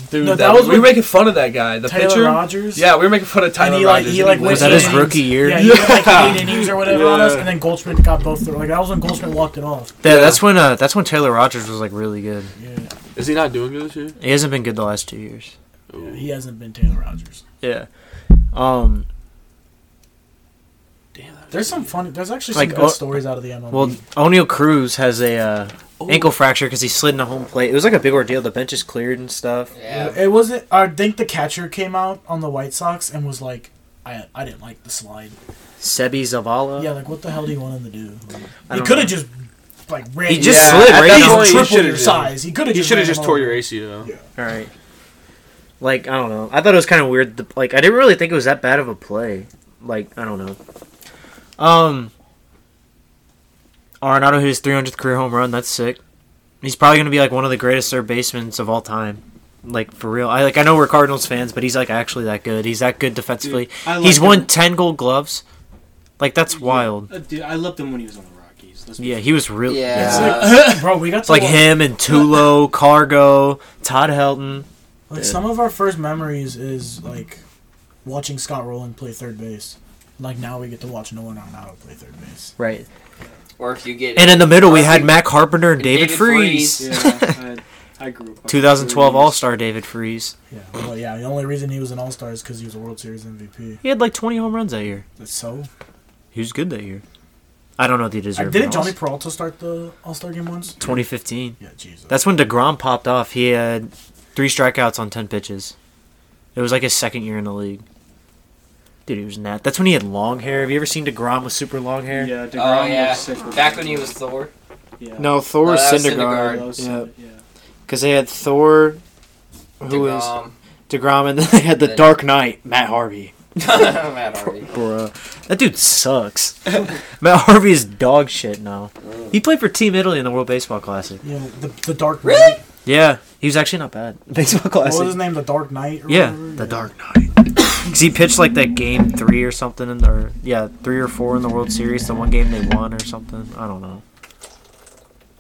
Speaker 2: Dude,
Speaker 5: No,
Speaker 2: that,
Speaker 5: that was
Speaker 2: we were
Speaker 5: when-
Speaker 2: making fun of that guy, the
Speaker 5: Taylor
Speaker 2: pitcher.
Speaker 5: Rogers.
Speaker 2: Yeah, we were making fun of Tyler
Speaker 5: And he like
Speaker 2: Rogers,
Speaker 5: he like
Speaker 2: went
Speaker 5: went
Speaker 1: Was that his
Speaker 5: eight
Speaker 2: in.
Speaker 1: rookie year?
Speaker 5: Yeah, he went like
Speaker 2: Yeah.
Speaker 5: eight innings or whatever on us, and then Goldschmidt got both. Like that was when Goldschmidt walked it off.
Speaker 1: Yeah, that's when uh, that's when Taylor Rogers was like really good.
Speaker 5: Yeah,
Speaker 2: Is he not doing good this year?
Speaker 1: He hasn't been good the last two years.
Speaker 5: he hasn't been Taylor Rogers.
Speaker 1: Yeah. Um.
Speaker 5: There's some funny. There's actually some
Speaker 1: Like,
Speaker 5: good
Speaker 1: oh-
Speaker 5: stories out of the MLB.
Speaker 1: Well, O'Neill Cruz has a uh, ankle fracture because he slid into home plate. It was like a big ordeal. The bench is cleared and stuff.
Speaker 6: Yeah.
Speaker 5: It wasn't. I think the catcher came out on the White Sox and was like, "I I didn't like the slide."
Speaker 1: Sebi Zavala.
Speaker 5: Yeah, like what the hell do you want him to do? Like,
Speaker 1: I
Speaker 5: he
Speaker 1: don't
Speaker 5: could
Speaker 1: know.
Speaker 5: have just like ran.
Speaker 1: He just
Speaker 2: Yeah,
Speaker 1: slid
Speaker 2: at
Speaker 1: right
Speaker 2: that
Speaker 5: He's
Speaker 1: down.
Speaker 2: point- he
Speaker 5: triple
Speaker 2: should've
Speaker 5: your
Speaker 2: just-
Speaker 5: size. He could have.
Speaker 2: He
Speaker 5: just
Speaker 2: should have
Speaker 5: ran
Speaker 2: just
Speaker 5: him
Speaker 2: tore
Speaker 5: over.
Speaker 2: your ACL.
Speaker 5: Yeah.
Speaker 1: All right. Like I don't know. I thought it was kind of weird. The, like I didn't really think it was that bad of a play. Like I don't know. Um. Arenado hit his 300th career home run. That's sick. He's probably gonna be like one of the greatest third basemans of all time. Like for real. I like I know we're Cardinals fans, but he's like actually that good. He's that good defensively.
Speaker 3: I
Speaker 1: he's
Speaker 3: liked
Speaker 1: won
Speaker 3: him.
Speaker 1: 10 Gold Gloves. Like that's wild.
Speaker 3: Uh, dude, I loved him when he was on the Rockies. Let's be
Speaker 1: Yeah, he was real.
Speaker 4: Yeah.
Speaker 5: It's
Speaker 4: Uh,
Speaker 5: like, bro, we got
Speaker 1: It's like
Speaker 5: to
Speaker 1: him and Tulo, Cargo, Todd Helton.
Speaker 5: Like some of our first memories is like watching Scott Rowland play third base. Like now we get to watch Nolan Arenado play third base.
Speaker 1: Right.
Speaker 4: Or if you get
Speaker 1: And in the middle, we had
Speaker 4: Austin-
Speaker 1: Mac Carpenter and
Speaker 4: and
Speaker 1: David,
Speaker 4: David
Speaker 1: Freeze.
Speaker 4: Freese.
Speaker 3: Yeah, I, I grew up. on
Speaker 1: 2012
Speaker 3: Freeze.
Speaker 1: All Star David Freeze.
Speaker 5: Yeah, but yeah. The only reason he was an All Star is because he was a World Series MVP.
Speaker 1: He had like 20 home runs that year.
Speaker 5: That's so.
Speaker 1: He was good that year. I don't know if he
Speaker 5: I
Speaker 1: deserved.
Speaker 5: didn't
Speaker 1: an All-
Speaker 5: Johnny Peralta start the All Star game once?
Speaker 1: 2015.
Speaker 5: Yeah, Jesus.
Speaker 1: That's when Degrom popped off. He had three strikeouts on 10 pitches. It was like his second year in the league. Dude, he was nat. That's when he had long hair. Have you ever seen Degrom with super long hair?
Speaker 3: Yeah, DeGrom
Speaker 4: Oh yeah,
Speaker 3: was sick.
Speaker 4: back when he was Thor.
Speaker 3: Yeah.
Speaker 1: No, Thor
Speaker 4: No,
Speaker 1: was
Speaker 4: that was
Speaker 3: Yeah,
Speaker 1: Syndergaard.
Speaker 3: that was
Speaker 1: Yeah,
Speaker 3: sick, yeah.
Speaker 1: because they had Thor, who was
Speaker 4: DeGrom.
Speaker 1: Degrom, and then they had the
Speaker 4: Then-
Speaker 1: Dark Knight, Matt Harvey.
Speaker 4: Matt Harvey.
Speaker 1: Bruh. That dude sucks. Matt Harvey is dog shit now. He played for Team Italy in the World Baseball Classic.
Speaker 5: Yeah, the, the Dark
Speaker 4: Really?
Speaker 5: Knight.
Speaker 1: Yeah, he was actually not bad. Baseball
Speaker 5: What was
Speaker 1: Classic.
Speaker 5: his name? The Dark Knight. Or
Speaker 1: Yeah,
Speaker 5: whatever?
Speaker 1: the Dark Knight. 'Cause he pitched like that game three or something, in the, or yeah, three or four in the World Series, the one game they won or something. I don't know.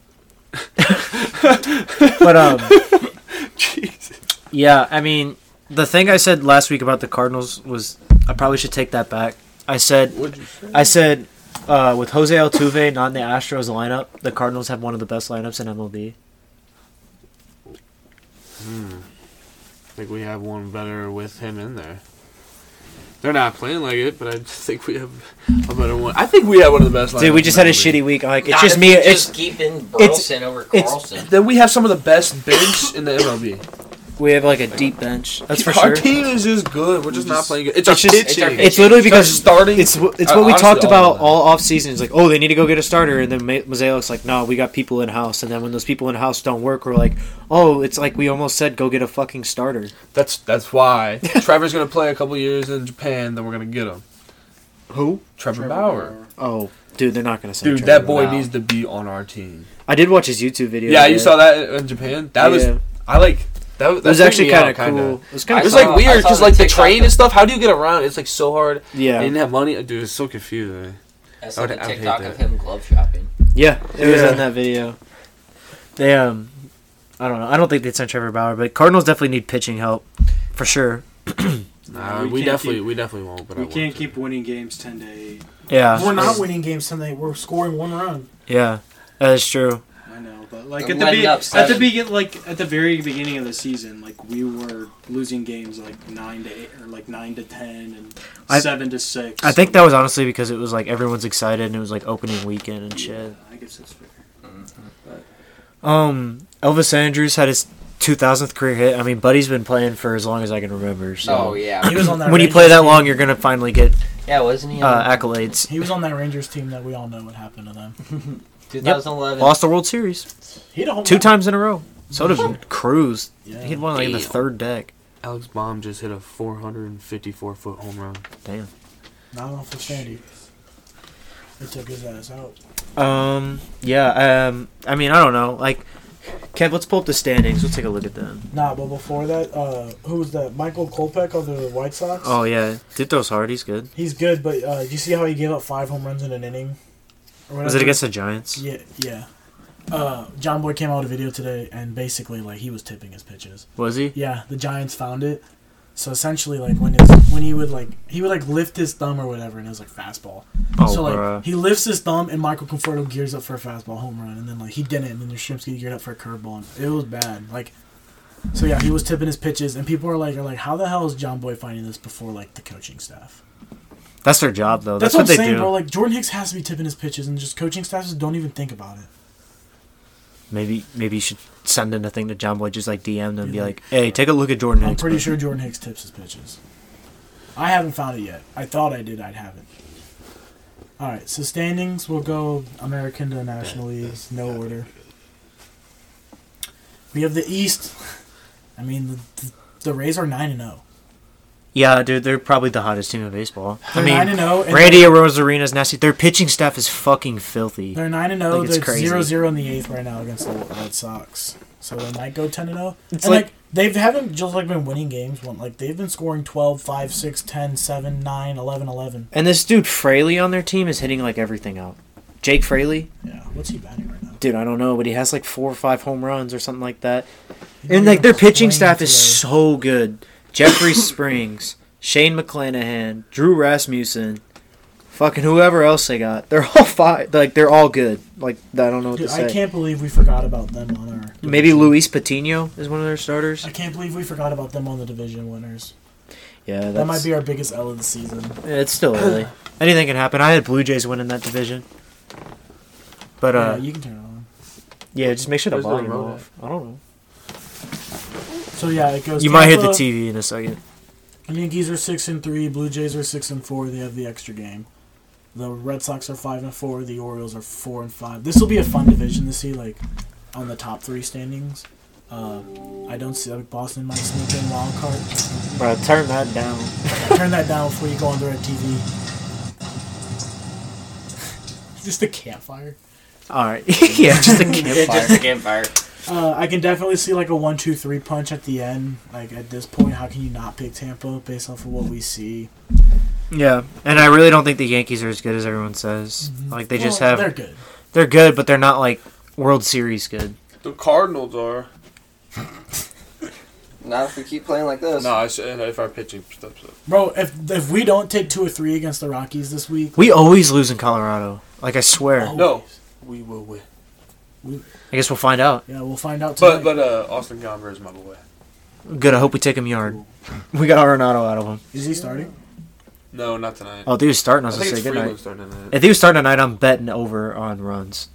Speaker 1: but um, yeah, I mean, the thing I said last week about the Cardinals was I probably should take that back. I said
Speaker 2: What'd you say?
Speaker 1: I said, uh, with Jose Altuve not in the Astros lineup, the Cardinals have one of the best lineups in MLB.
Speaker 2: I think we have one better with him in there. They're not playing like it, but I just think we have a better one. I think we have one of the best.
Speaker 1: Dude, we
Speaker 2: lineups
Speaker 1: just had a
Speaker 2: in the
Speaker 1: shitty week. Like it's
Speaker 6: Not
Speaker 1: just
Speaker 6: if
Speaker 1: me.
Speaker 6: you
Speaker 1: It's
Speaker 6: Just keeping Burleson over
Speaker 1: it's-
Speaker 6: Carlson.
Speaker 2: league. Then we have some of the best bench in the MLB.
Speaker 1: we have like a deep bench. That's for sure.
Speaker 2: Our team is just good. We're just
Speaker 1: We're
Speaker 2: not
Speaker 1: just-
Speaker 2: playing good. It's our
Speaker 1: it's just-
Speaker 2: pitching.
Speaker 4: it's our
Speaker 1: It's literally
Speaker 2: It's our
Speaker 1: because
Speaker 2: starting-
Speaker 1: It's wh- it's
Speaker 2: Uh,
Speaker 1: what we
Speaker 2: honestly,
Speaker 1: talk
Speaker 2: all
Speaker 1: about
Speaker 2: of them.
Speaker 1: all off season. It's like, oh, they need to go get a starter, and then Ma- Mosaic's like, no, we got people in house, and then when those people in house don't work, we're like, oh, it's like we almost said, go get a fucking starter.
Speaker 2: That's that's why Trevor's gonna play a couple years in Japan. Then we're gonna get him. Who? Trevor,
Speaker 3: Trevor
Speaker 2: Bauer.
Speaker 3: Bauer.
Speaker 1: Oh, dude, they're not gonna say.
Speaker 2: Dude,
Speaker 1: Trevor
Speaker 2: that boy
Speaker 1: Bauer.
Speaker 2: needs to be on our team.
Speaker 1: I did watch his YouTube video.
Speaker 2: Yeah, you
Speaker 1: man.
Speaker 2: saw that in Japan. That was
Speaker 1: Yeah.
Speaker 2: I like That, that
Speaker 1: It was
Speaker 2: freaked
Speaker 1: actually
Speaker 2: me
Speaker 1: kind
Speaker 2: out,
Speaker 1: of cool. It was kind
Speaker 4: I
Speaker 1: of
Speaker 2: It was
Speaker 4: saw-
Speaker 1: cool.
Speaker 2: like weird
Speaker 4: I saw
Speaker 2: because
Speaker 4: the
Speaker 2: like the
Speaker 4: TikTok
Speaker 2: train
Speaker 4: of-
Speaker 2: and stuff. How do you get around? It's like so hard. They
Speaker 1: yeah,
Speaker 2: didn't have money, dude. It's so confusing.
Speaker 6: I
Speaker 2: I
Speaker 6: saw
Speaker 2: would-
Speaker 6: the
Speaker 2: I would hate
Speaker 6: TikTok
Speaker 2: that.
Speaker 6: of him glove shopping.
Speaker 1: yeah. It was
Speaker 2: Yeah.
Speaker 1: in that video. They um, I don't know. I don't think they'd send Trevor Bauer, but Cardinals definitely need pitching help for sure.
Speaker 2: Nah,
Speaker 3: We
Speaker 2: we,
Speaker 3: can't
Speaker 2: definitely
Speaker 3: keep-
Speaker 2: we definitely won't. But I
Speaker 3: We
Speaker 2: want
Speaker 3: can't
Speaker 2: to.
Speaker 3: keep winning games ten to eight.
Speaker 1: Yeah,
Speaker 5: We're not winning games tonight. We're scoring one run.
Speaker 1: yeah, that is true.
Speaker 3: I know, but like
Speaker 4: I'm
Speaker 3: at the
Speaker 4: lighting
Speaker 3: be-
Speaker 4: up
Speaker 3: at the
Speaker 4: seven.
Speaker 3: begin like at the very beginning of the season, like we were losing games like nine to eight or like nine to ten and
Speaker 1: I-
Speaker 3: seven to six.
Speaker 1: I think that was honestly because it was like everyone's excited and it was like opening weekend and shit.
Speaker 3: I guess that's fair.
Speaker 1: Um, Elvis Andrews had his 2000th career hit. I mean, Buddy's been playing for as long as I can remember. So
Speaker 4: Oh yeah.
Speaker 5: He was on that.
Speaker 1: when you
Speaker 5: Rangers
Speaker 1: play that
Speaker 5: team-
Speaker 1: long, you're gonna finally get
Speaker 6: Yeah, wasn't he?
Speaker 1: uh, accolades.
Speaker 5: He was on that Rangers team that we all know what happened to them.
Speaker 6: 2011.
Speaker 1: Lost the World Series
Speaker 5: He had a home
Speaker 1: two
Speaker 5: run.
Speaker 1: times in a row. So did Cruz.
Speaker 5: Yeah.
Speaker 1: He'd won like in the
Speaker 2: Damn.
Speaker 1: third deck.
Speaker 2: Alex Baum just hit a 454 foot home run.
Speaker 1: Damn.
Speaker 5: Not off the Sandy. They took his ass out.
Speaker 1: Um. Yeah. Um. I mean, I don't know. Like, Kev, let's pull up the standings. Let's take a look at them.
Speaker 5: Nah, but before that, uh, who was that? Michael Kolpek of the White Sox.
Speaker 1: Oh yeah, Ditto's hard. He's good.
Speaker 5: He's good, but uh, did you see how he gave up five home runs in an inning? Or
Speaker 1: Was it
Speaker 5: whatever?
Speaker 1: against the Giants?
Speaker 5: Yeah, yeah. Uh, John Boy came out with a video today, and basically, like, he was tipping his pitches.
Speaker 1: Was he?
Speaker 5: Yeah, the Giants found it. So essentially, like, when his when he would like he would like lift his thumb or whatever, and it was like fastball.
Speaker 1: Oh,
Speaker 5: so like
Speaker 1: bruh.
Speaker 5: he lifts his thumb, and Michael Conforto gears up for a fastball home run, and then like he didn't, and then Yastrzemski geared up for a curveball, and it was bad. Like, so yeah, he was tipping his pitches, and people are like, are like, how the hell is John Boy finding this before like the coaching staff?
Speaker 1: That's their job though.
Speaker 5: That's,
Speaker 1: That's,
Speaker 5: what,
Speaker 1: they
Speaker 5: I'm saying,
Speaker 1: do.
Speaker 5: bro. Like Jordan Hicks has to be tipping his pitches, and just coaching staffs just don't even think about it.
Speaker 1: Maybe maybe you should send in a thing to John Boy, just like DM them, and be
Speaker 5: Yeah.
Speaker 1: like, "Hey, take a look at Jordan."
Speaker 5: I'm
Speaker 1: Hicks,
Speaker 5: pretty
Speaker 1: bro."
Speaker 5: sure Jordan Hicks tips his pitches. I haven't found it yet. I thought I did. I'd have it. All right. So standings. We'll go American to National League. No order. We have the East. I mean, the, the, the Rays are nine and oh. zero.
Speaker 1: Yeah, dude, they're probably the hottest team in baseball. I
Speaker 5: They're nine
Speaker 1: mean,
Speaker 5: and zero.
Speaker 1: Randy Rosarina's nasty. Their pitching staff is fucking filthy.
Speaker 5: They're nine and zero.
Speaker 1: Like, it's
Speaker 5: They're
Speaker 1: crazy.
Speaker 5: zero zero in the eighth right now against the Red Sox. So they might go ten and zero.
Speaker 1: It's
Speaker 5: And like,
Speaker 1: like-
Speaker 5: they haven't just like been winning games. One like they've been scoring 12, 5, 6, 10, 7, 9, 11, 11.
Speaker 1: And this dude Fraley on their team is hitting like everything out. Jake Fraley,
Speaker 5: Yeah, what's he batting right now?
Speaker 1: dude, I don't know, but he has like four or five home runs or something like that.
Speaker 5: He's
Speaker 1: And
Speaker 5: not
Speaker 1: like their
Speaker 5: even
Speaker 1: pitching
Speaker 5: playing
Speaker 1: staff is
Speaker 5: today.
Speaker 1: so good. Jeffrey Springs, Shane McClanahan, Drew Rasmussen, fucking whoever else they got. They're all five. Like they're all good. Like I don't know what
Speaker 5: Dude,
Speaker 1: to say.
Speaker 5: I can't believe we forgot about them on our.
Speaker 1: Maybe Luis Patino is one of their starters.
Speaker 5: I can't believe we forgot about them on the division winners.
Speaker 1: Yeah, that's,
Speaker 5: That might be our biggest L of the season.
Speaker 1: Yeah, It's still early. Anything can happen. I had Blue Jays winning that division. But
Speaker 5: yeah,
Speaker 1: uh,
Speaker 5: you can turn it on.
Speaker 1: yeah, just make sure the
Speaker 2: Where's the
Speaker 1: volume
Speaker 2: remote
Speaker 1: off. I don't know.
Speaker 5: So yeah, it goes.
Speaker 1: You might hit the
Speaker 5: Tampa,
Speaker 1: TV in a second.
Speaker 5: Yankees are six and three. Blue Jays are six and four. They have the extra game. The Red Sox are five and four. The Orioles are four and five. This will be a fun division to see, like on the top three standings. Uh, I don't see like Boston might sneak in wild card.
Speaker 1: Bro, turn that down.
Speaker 5: Turn that down before you go on the red TV. Just a campfire.
Speaker 1: All right. yeah, just a
Speaker 6: Yeah,
Speaker 1: campfire.
Speaker 6: just a campfire.
Speaker 5: Uh, I can definitely see like a one, two, three punch at the end. Like at this point, how can you not pick Tampa based off of what we see?
Speaker 1: yeah, and I really don't think the Yankees are as good as everyone says. Like they just
Speaker 5: Mm-hmm. Well,
Speaker 1: have.
Speaker 5: They're
Speaker 1: They're,
Speaker 5: good.
Speaker 1: good, but they're not like World Series good.
Speaker 2: The Cardinals are.
Speaker 4: Not if we keep playing like this.
Speaker 2: No, I said if our pitching steps up.
Speaker 5: Bro, if if we don't take two or three against the Rockies this week,
Speaker 1: We always lose in Colorado. Like I swear.
Speaker 5: Oh.
Speaker 2: No, we will win.
Speaker 1: I guess we'll find out.
Speaker 5: yeah, we'll find out tonight.
Speaker 2: But but uh, Austin Gomber is my boy.
Speaker 1: Good. I hope we take him yard. We got Arenado out of him.
Speaker 5: Is he starting?
Speaker 2: No, not tonight.
Speaker 1: Oh, if he was starting. I was
Speaker 2: I
Speaker 1: gonna
Speaker 2: think
Speaker 1: say
Speaker 2: it's
Speaker 1: good
Speaker 2: Freeland
Speaker 1: night.
Speaker 2: starting tonight.
Speaker 1: If he was starting tonight, I'm betting over on runs.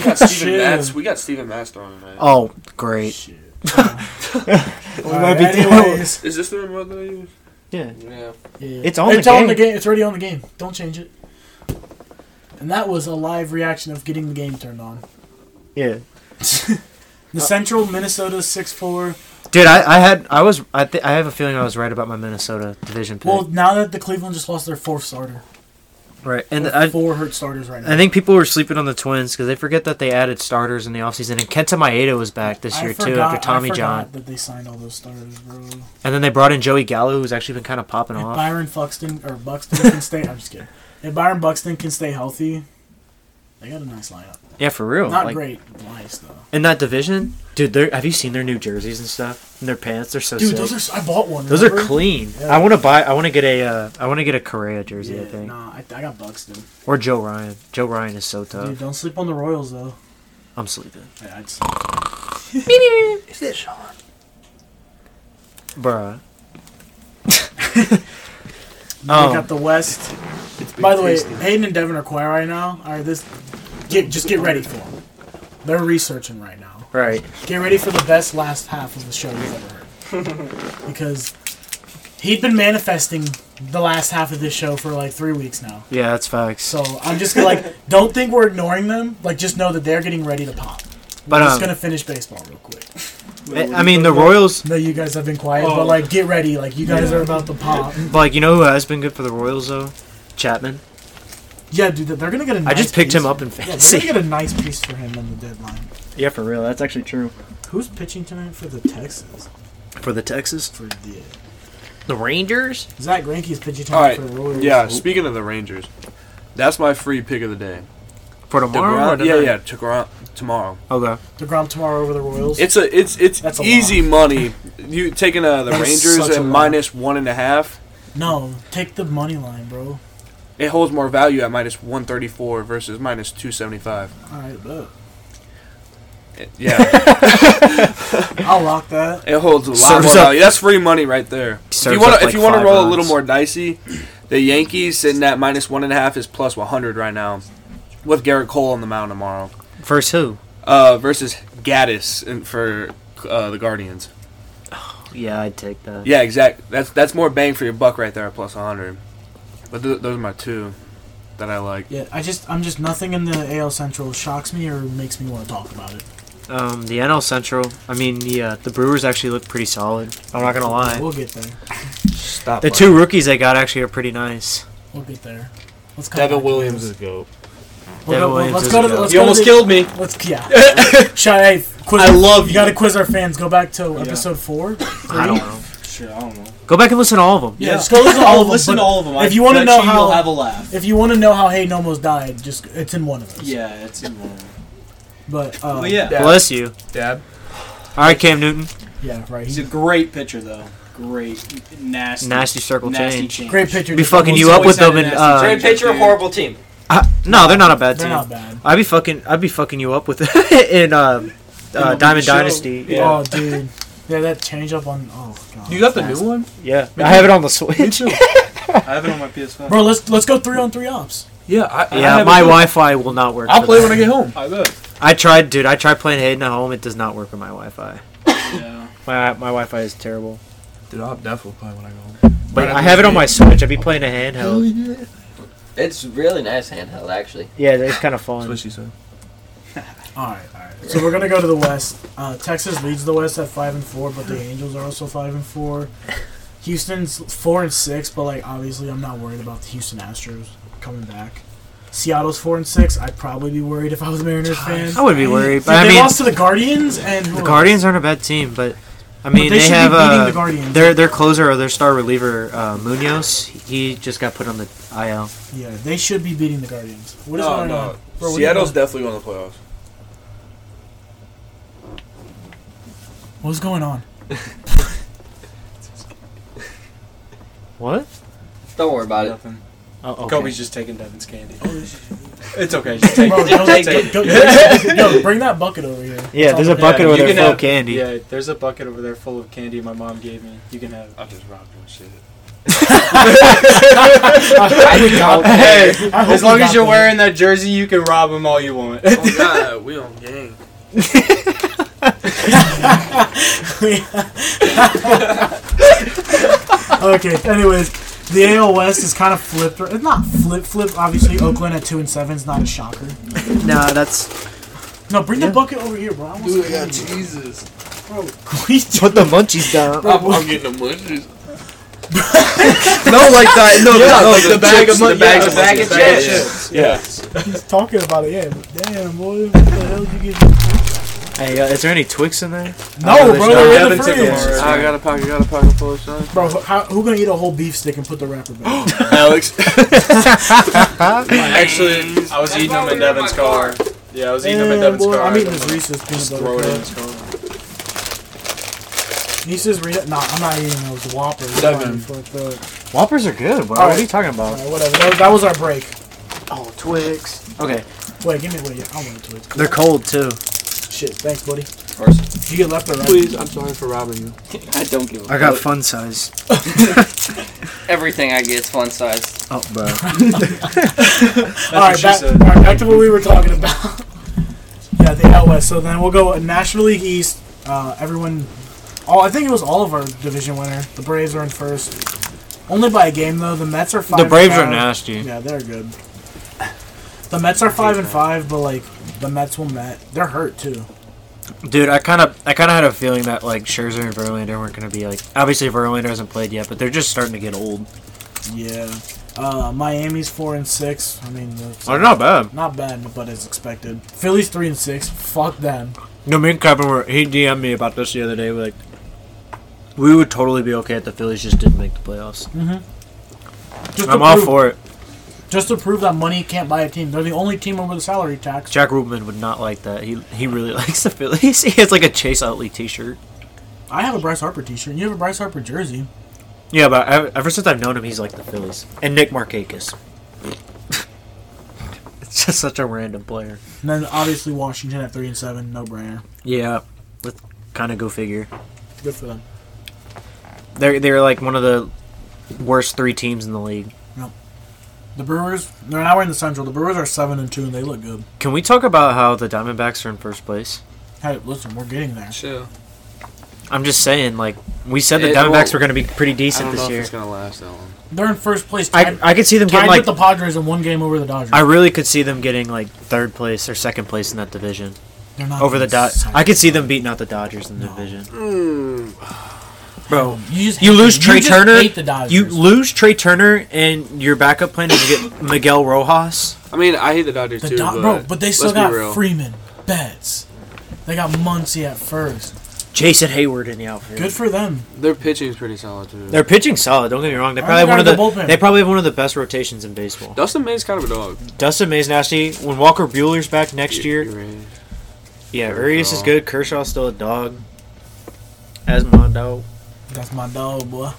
Speaker 2: got Steven
Speaker 5: Shit.
Speaker 2: Matz. We got Steven Matz starting tonight.
Speaker 1: Oh, great.
Speaker 5: Shit.
Speaker 1: We
Speaker 5: All
Speaker 1: might
Speaker 5: right,
Speaker 1: be
Speaker 5: anyways,
Speaker 2: Is this the remote that I use?
Speaker 1: Yeah.
Speaker 4: Yeah.
Speaker 5: Yeah.
Speaker 1: It's on the game.
Speaker 5: It's already on the game. Don't change it. And that was a live reaction of getting the game turned on.
Speaker 1: Yeah. Uh,
Speaker 5: The Central Minnesota six four.
Speaker 1: Dude, I, I had I was I th- I have a feeling I was right about my Minnesota division pick.
Speaker 5: Well, now that the Cleveland just lost their fourth starter,
Speaker 1: Right, and uh,
Speaker 5: with
Speaker 1: I,
Speaker 5: four hurt starters right now.
Speaker 1: I think people were sleeping on the Twins because they forget that they added starters in the offseason. And Kenta Maeda was back this
Speaker 5: I
Speaker 1: year, too,
Speaker 5: forgot-
Speaker 1: after Tommy
Speaker 5: I forgot
Speaker 1: John.
Speaker 5: That they signed all those starters, bro.
Speaker 1: And then they brought in Joey Gallo, who's actually been kind of popping
Speaker 5: If
Speaker 1: off.
Speaker 5: Byron Buxton or Buxton can stay, I'm just kidding. If Byron Buxton can stay healthy, they got a nice lineup.
Speaker 1: yeah, for real.
Speaker 5: Not
Speaker 1: like,
Speaker 5: great, nice though.
Speaker 1: In that division, dude, they're- have you seen their new jerseys and stuff? And their pants, they're so
Speaker 5: Dude,
Speaker 1: sick.
Speaker 5: those are s- I bought one.
Speaker 1: Those are
Speaker 5: remember?
Speaker 1: clean.
Speaker 5: Yeah.
Speaker 1: I want to buy. I want to get a. Uh, I want to get a Correa jersey. I
Speaker 5: Yeah,
Speaker 1: think
Speaker 5: nah, I, I got Buxton.
Speaker 1: or Joe Ryan. Joe Ryan is so tough.
Speaker 5: Dude, don't sleep on the Royals though.
Speaker 1: I'm sleeping,
Speaker 5: Yeah, I'd
Speaker 6: Is this Sean?
Speaker 1: bruh.
Speaker 5: They
Speaker 1: oh,
Speaker 5: got the West. By the way, Hayden and Devin are quiet right now. All right, this get just get ready for them. They're researching right now.
Speaker 1: right.
Speaker 5: Get ready for the best last half of the show you've ever heard, because he'd been manifesting the last half of this show for like three weeks now.
Speaker 1: Yeah, that's facts.
Speaker 5: So I'm just gonna like, don't think we're ignoring them. Like, just know that they're getting ready to pop.
Speaker 1: but
Speaker 5: I'm just
Speaker 1: um,
Speaker 5: gonna finish baseball real quick.
Speaker 1: I- I mean the Royals.
Speaker 5: No, you guys have been quiet,
Speaker 3: Oh.
Speaker 5: but like, get ready. Like, you guys
Speaker 3: Yeah.
Speaker 5: are about to pop.
Speaker 1: Like you know who has been good for the Royals though, Chapman.
Speaker 5: Yeah, dude, they're gonna get a.
Speaker 1: I
Speaker 5: Nice
Speaker 1: just picked
Speaker 5: piece
Speaker 1: him up in
Speaker 5: Yeah,
Speaker 1: fantasy.
Speaker 5: they're gonna get a nice piece for him in the deadline.
Speaker 1: Yeah, for real. That's actually true.
Speaker 5: Who's pitching tonight for the Texans?
Speaker 1: For the Texas,
Speaker 5: For the
Speaker 1: the Rangers.
Speaker 5: Zach Greinke's pitching
Speaker 2: All
Speaker 5: tonight
Speaker 2: right.
Speaker 5: for the Royals.
Speaker 2: Yeah. Speaking of the Rangers, that's my free pick of the day.
Speaker 1: For tomorrow. or
Speaker 2: DeGrom, yeah,
Speaker 1: tonight?
Speaker 2: yeah. DeGrom, tomorrow.
Speaker 1: Okay.
Speaker 5: Degrom tomorrow over the Royals.
Speaker 2: It's a it's it's
Speaker 5: That's a
Speaker 2: easy money. You taking uh, the
Speaker 5: That is
Speaker 2: Rangers
Speaker 5: such a
Speaker 2: at
Speaker 5: lot.
Speaker 2: minus one and a half.
Speaker 5: no, take the money line, bro.
Speaker 2: It holds more value at minus one thirty four versus minus two seventy five.
Speaker 5: All right, bet.
Speaker 2: Yeah,
Speaker 5: I'll lock that.
Speaker 2: it holds a lot
Speaker 1: Serves
Speaker 2: more
Speaker 1: up-
Speaker 2: value. That's free money right there. If
Speaker 1: Serves
Speaker 2: you want
Speaker 1: up
Speaker 2: to if
Speaker 1: like
Speaker 2: you want to
Speaker 1: five
Speaker 2: roll a
Speaker 1: runs.
Speaker 2: little more dicey, the Yankees sitting at minus one and a half is plus one hundred right now, with Garrett Cole on the mound tomorrow
Speaker 1: First who?
Speaker 2: uh, versus Gaddis in, for uh, the Guardians.
Speaker 1: Yeah, I'd take that.
Speaker 2: Yeah, exact. That's that's more bang for your buck right there at plus 100. But th- those are my two that I like.
Speaker 5: Yeah, I just I'm just nothing in the AL Central shocks me or makes me want to talk about it.
Speaker 1: Um, the NL Central. I mean, the uh, the Brewers actually look pretty solid. I'm not gonna lie.
Speaker 5: We'll get there.
Speaker 2: Stop.
Speaker 1: The two rookies they got actually are pretty nice.
Speaker 5: We'll get there. Let's come
Speaker 2: Devin
Speaker 5: back to
Speaker 2: Williams
Speaker 5: this.
Speaker 2: is go.
Speaker 5: We'll
Speaker 1: Devin
Speaker 5: go-
Speaker 1: Williams
Speaker 5: let's
Speaker 1: is
Speaker 5: go to
Speaker 1: a
Speaker 5: the.
Speaker 1: go.
Speaker 5: Let's
Speaker 2: You
Speaker 5: go to
Speaker 2: almost
Speaker 5: the-
Speaker 2: killed me.
Speaker 5: Let's yeah. Shy, hey, quiz, I love you. Got to quiz our fans. Go back to
Speaker 3: Yeah.
Speaker 5: episode four.
Speaker 1: I don't know.
Speaker 3: Shit, I don't know.
Speaker 1: Go back and listen to all of them.
Speaker 5: Yeah, just go listen to all
Speaker 3: I'll
Speaker 5: of them,
Speaker 3: listen
Speaker 5: but
Speaker 3: to all of them.
Speaker 5: if you wanna know
Speaker 3: you'll
Speaker 5: how-
Speaker 3: have a laugh.
Speaker 5: If you want to know how Hayden almost died, just it's in one of those.
Speaker 3: yeah, it's in one.
Speaker 5: But, um,
Speaker 3: But yeah,
Speaker 1: Bless you.
Speaker 2: Dab.
Speaker 1: All right, Cam Newton.
Speaker 5: yeah, right.
Speaker 3: he's
Speaker 5: He's
Speaker 3: a great pitcher though. Great, nasty,
Speaker 1: Nasty circle
Speaker 3: nasty
Speaker 1: change.
Speaker 5: great pitcher.
Speaker 1: Be
Speaker 5: just
Speaker 1: fucking
Speaker 5: almost-
Speaker 1: you up with
Speaker 3: always had
Speaker 1: them
Speaker 3: a
Speaker 1: and
Speaker 3: nasty
Speaker 1: uh,
Speaker 4: Great pitcher,
Speaker 3: dude.
Speaker 4: horrible team.
Speaker 1: I- no, they're not a bad
Speaker 5: They're
Speaker 1: team.
Speaker 5: not bad.
Speaker 1: I'd be fucking I'd be fucking you up with in um, uh, Diamond
Speaker 3: show.
Speaker 1: Dynasty.
Speaker 3: Yeah.
Speaker 5: Oh, dude. Yeah, that change up on. Oh god.
Speaker 2: one?
Speaker 1: Yeah, I have it on the Switch.
Speaker 3: I have it on my PS5.
Speaker 5: Bro, let's let's go three on three ops.
Speaker 2: Yeah, I,
Speaker 1: Yeah, my Wi-Fi will not work.
Speaker 2: I'll
Speaker 1: for
Speaker 2: play
Speaker 1: that.
Speaker 2: when I get home.
Speaker 3: I bet.
Speaker 1: I tried, dude. I tried playing Hayden at home. It does not work on my Wi-Fi.
Speaker 3: Yeah.
Speaker 1: My my Wi-Fi is terrible.
Speaker 2: Dude, I'll definitely play when I go home.
Speaker 1: But
Speaker 2: Right,
Speaker 1: I have it on my Switch. I'd be playing a handheld.
Speaker 6: It's really nice handheld, actually.
Speaker 1: Yeah, it's kind of fun.
Speaker 2: That's what she said.
Speaker 5: All right, all right. So we're gonna go to the West. Uh, Texas leads the West at five and four, but the Angels are also five and four. Houston's four and six, but like obviously I'm not worried about the Houston Astros coming back. Seattle's four and six. I'd probably be worried if I was a Mariners fan.
Speaker 1: I wouldn't be worried,
Speaker 5: Dude,
Speaker 1: but I
Speaker 5: they
Speaker 1: mean,
Speaker 5: lost to the Guardians and who
Speaker 1: the
Speaker 5: else?
Speaker 1: Guardians aren't a bad team. But I mean,
Speaker 5: But they
Speaker 1: they,
Speaker 5: should be
Speaker 1: have
Speaker 5: beating
Speaker 1: uh,
Speaker 5: the Guardians.
Speaker 1: their their closer or their star reliever uh, Munoz. He just got put on the IL.
Speaker 5: Yeah, they should be beating the Guardians. What is
Speaker 2: No,
Speaker 5: going
Speaker 2: no.
Speaker 5: on? Bro, what are you
Speaker 2: Seattle's
Speaker 5: doing?
Speaker 2: definitely going to the playoffs.
Speaker 5: What's going on?
Speaker 1: What?
Speaker 4: Don't worry about it.
Speaker 3: Nothing.
Speaker 1: Oh, okay.
Speaker 3: Kobe's just taking Devin's candy.
Speaker 5: Bro,
Speaker 3: It's okay. Just take it.
Speaker 5: yo,
Speaker 3: Just take
Speaker 5: yo,
Speaker 3: it.
Speaker 5: yo, yo, bring that bucket over here.
Speaker 1: Yeah, there's a
Speaker 5: It's all-
Speaker 1: bucket
Speaker 3: Yeah,
Speaker 1: over
Speaker 3: you
Speaker 1: there
Speaker 3: can
Speaker 1: full of
Speaker 3: have-
Speaker 1: candy.
Speaker 3: Yeah, there's a bucket over there full of candy my mom gave me. You can have.
Speaker 2: I just robbed your shit. Oh,
Speaker 3: hey,
Speaker 5: I hope
Speaker 3: as
Speaker 5: you
Speaker 3: long
Speaker 5: got
Speaker 3: as you're
Speaker 5: that.
Speaker 3: wearing that jersey, you can rob him all you want.
Speaker 2: Oh, God, we on gang.
Speaker 5: okay. Anyways, the AL West is kind of flipped. It's not flip flip. Obviously, Oakland at two and seven is not a shocker.
Speaker 1: Nah, that's
Speaker 5: No, bring the bucket over here, bro. I want some candy.
Speaker 2: Jesus.
Speaker 5: Bro, we-
Speaker 1: put the munchies down.
Speaker 2: I'm, I'm getting the munchies.
Speaker 1: no, like that. No,
Speaker 2: Yeah,
Speaker 1: no,
Speaker 2: like
Speaker 1: the,
Speaker 2: the bag
Speaker 1: chips,
Speaker 2: of mon-
Speaker 1: the bags
Speaker 2: yeah,
Speaker 1: of
Speaker 2: the bag
Speaker 1: monkeys.
Speaker 2: of chips.
Speaker 3: Yeah.
Speaker 5: He's talking about it, yeah. But damn, boy, what the hell did you get?
Speaker 1: Hey, uh, is there any Twix in there?
Speaker 5: No,
Speaker 1: there's no-
Speaker 5: bro, they're in
Speaker 1: Devin
Speaker 5: the
Speaker 1: took them
Speaker 5: fridge.
Speaker 1: already.
Speaker 2: I got a pocket, got a pocket full of shine.
Speaker 5: Bro, how, who gonna eat a whole beef stick and put the wrapper back?
Speaker 2: Alex.
Speaker 3: Actually, I was
Speaker 4: That's
Speaker 3: eating them in
Speaker 4: why we were in
Speaker 3: Devin's
Speaker 4: my
Speaker 3: car. Yeah, I was eating them in
Speaker 5: Damn,
Speaker 3: Devin's
Speaker 5: boy,
Speaker 3: car.
Speaker 5: I'm eating
Speaker 3: Just
Speaker 5: this Reese's peanut
Speaker 3: throw
Speaker 5: butter.
Speaker 3: it in
Speaker 5: cup.
Speaker 3: his car.
Speaker 5: Reese's Reese's, nah, I'm not eating those Whoppers. I'm
Speaker 2: Devin.
Speaker 5: fucked up.
Speaker 1: Whoppers are good, bro.
Speaker 5: All
Speaker 1: What
Speaker 5: right.
Speaker 1: are you talking about?
Speaker 5: Alright, whatever. That, that was our break.
Speaker 1: Oh, Twix. Okay,
Speaker 5: Wait, give me wait. Yeah, I want to it.
Speaker 1: they're cold too.
Speaker 5: Shit, thanks, buddy.
Speaker 4: course.
Speaker 5: Did you get left or right?
Speaker 2: Please, I'm sorry for robbing you.
Speaker 4: I don't give a
Speaker 1: I got
Speaker 4: fuck.
Speaker 1: fun size.
Speaker 4: Everything I get is fun size.
Speaker 1: Oh, bro.
Speaker 3: That's
Speaker 5: All right,
Speaker 3: what she
Speaker 5: back, all
Speaker 3: said.
Speaker 5: right, back to what we were talking about. yeah, the out west. So then we'll go National League East. Uh, everyone, all I think it was all of our division winner. The Braves are in first, only by a game though. The Mets are five.
Speaker 1: the
Speaker 5: and
Speaker 1: Braves are
Speaker 5: five.
Speaker 1: nasty.
Speaker 5: Yeah, they're good. The Mets are five and five, but like the Mets will met. They're hurt too.
Speaker 1: Dude, I kind of, I kind of had a feeling that like Scherzer and Verlander weren't gonna be like. Obviously, Verlander hasn't played yet, but they're just starting to get old.
Speaker 5: Yeah. Uh, Miami's four and six. I mean, that's
Speaker 1: They're not bad.
Speaker 5: not bad, but as expected. Phillies three and six. Fuck them.
Speaker 1: No, me and Kevin were. He DM'd me about this the other day. Like, we would totally be okay if the Phillies just didn't make the playoffs.
Speaker 5: Just
Speaker 1: I'm
Speaker 5: to
Speaker 1: all
Speaker 5: prove-
Speaker 1: for it.
Speaker 5: Just to prove that money can't buy a team. They're the only team over the salary tax.
Speaker 1: Jack Rubin would not like that. He he really likes the Phillies. He has like a Chase Utley T-shirt.
Speaker 5: I have a Bryce Harper t-shirt. and You have a Bryce Harper jersey.
Speaker 1: Yeah, but ever, ever since I've known him, he's like the Phillies and Nick Markakis. it's just such a random player.
Speaker 5: And then obviously Washington at three and seven, no brainer.
Speaker 1: Yeah, let's kind of go figure.
Speaker 5: Good for them.
Speaker 1: They're they're like one of the worst three teams in the league.
Speaker 5: The Brewers, they're now in the Central. The Brewers are seven and two, and they look good.
Speaker 1: Can we talk about how the Diamondbacks are in first place?
Speaker 5: Hey, listen, we're getting there.
Speaker 2: Chill.
Speaker 1: I'm just saying, like we said, the
Speaker 2: It-
Speaker 1: Diamondbacks
Speaker 2: well,
Speaker 1: were going to be pretty
Speaker 2: I
Speaker 1: decent
Speaker 2: don't know
Speaker 1: this
Speaker 2: if
Speaker 1: year.
Speaker 2: it's gonna last that long.
Speaker 5: They're in first place,
Speaker 1: I
Speaker 5: tied,
Speaker 1: I could see them
Speaker 5: tied
Speaker 1: getting like
Speaker 5: with the Padres and one game over the Dodgers.
Speaker 1: I really could see them getting like third place or second place in that division
Speaker 5: they're not
Speaker 1: over the
Speaker 5: getting
Speaker 1: Dod.
Speaker 5: second.
Speaker 1: I could see them beating out the Dodgers in the
Speaker 5: No.
Speaker 1: division,
Speaker 2: Mm.
Speaker 1: bro.
Speaker 5: You, just
Speaker 1: You
Speaker 5: hate
Speaker 1: lose
Speaker 5: them.
Speaker 1: Trey
Speaker 5: you just
Speaker 1: Turner.
Speaker 5: Hate the Dodgers.
Speaker 1: You lose Trey Turner and your backup plan is you get Miguel Rojas.
Speaker 2: I mean, I hate the Dodgers
Speaker 5: the
Speaker 2: too,
Speaker 5: Dod-
Speaker 2: but
Speaker 5: bro, but they still
Speaker 2: let's be
Speaker 5: got
Speaker 2: real.
Speaker 5: Freeman, Betts. They got Muncy at first.
Speaker 1: Jason Hayward in the outfield.
Speaker 5: Good for them.
Speaker 2: Their pitching is pretty solid too.
Speaker 1: They're pitching solid. Don't get me wrong. They
Speaker 5: Or
Speaker 1: probably
Speaker 5: they
Speaker 1: one of the
Speaker 5: got the bullpen.
Speaker 1: they probably have one of the best rotations in baseball.
Speaker 2: Dustin May's kind of a dog.
Speaker 1: Dustin May's nasty. When Walker Bueller's back next
Speaker 2: You're-
Speaker 1: year,
Speaker 2: you're right.
Speaker 1: yeah, Urias is
Speaker 2: Kershaw.
Speaker 1: good. Kershaw's still a dog. Asmondo.
Speaker 5: That's my dog, boy.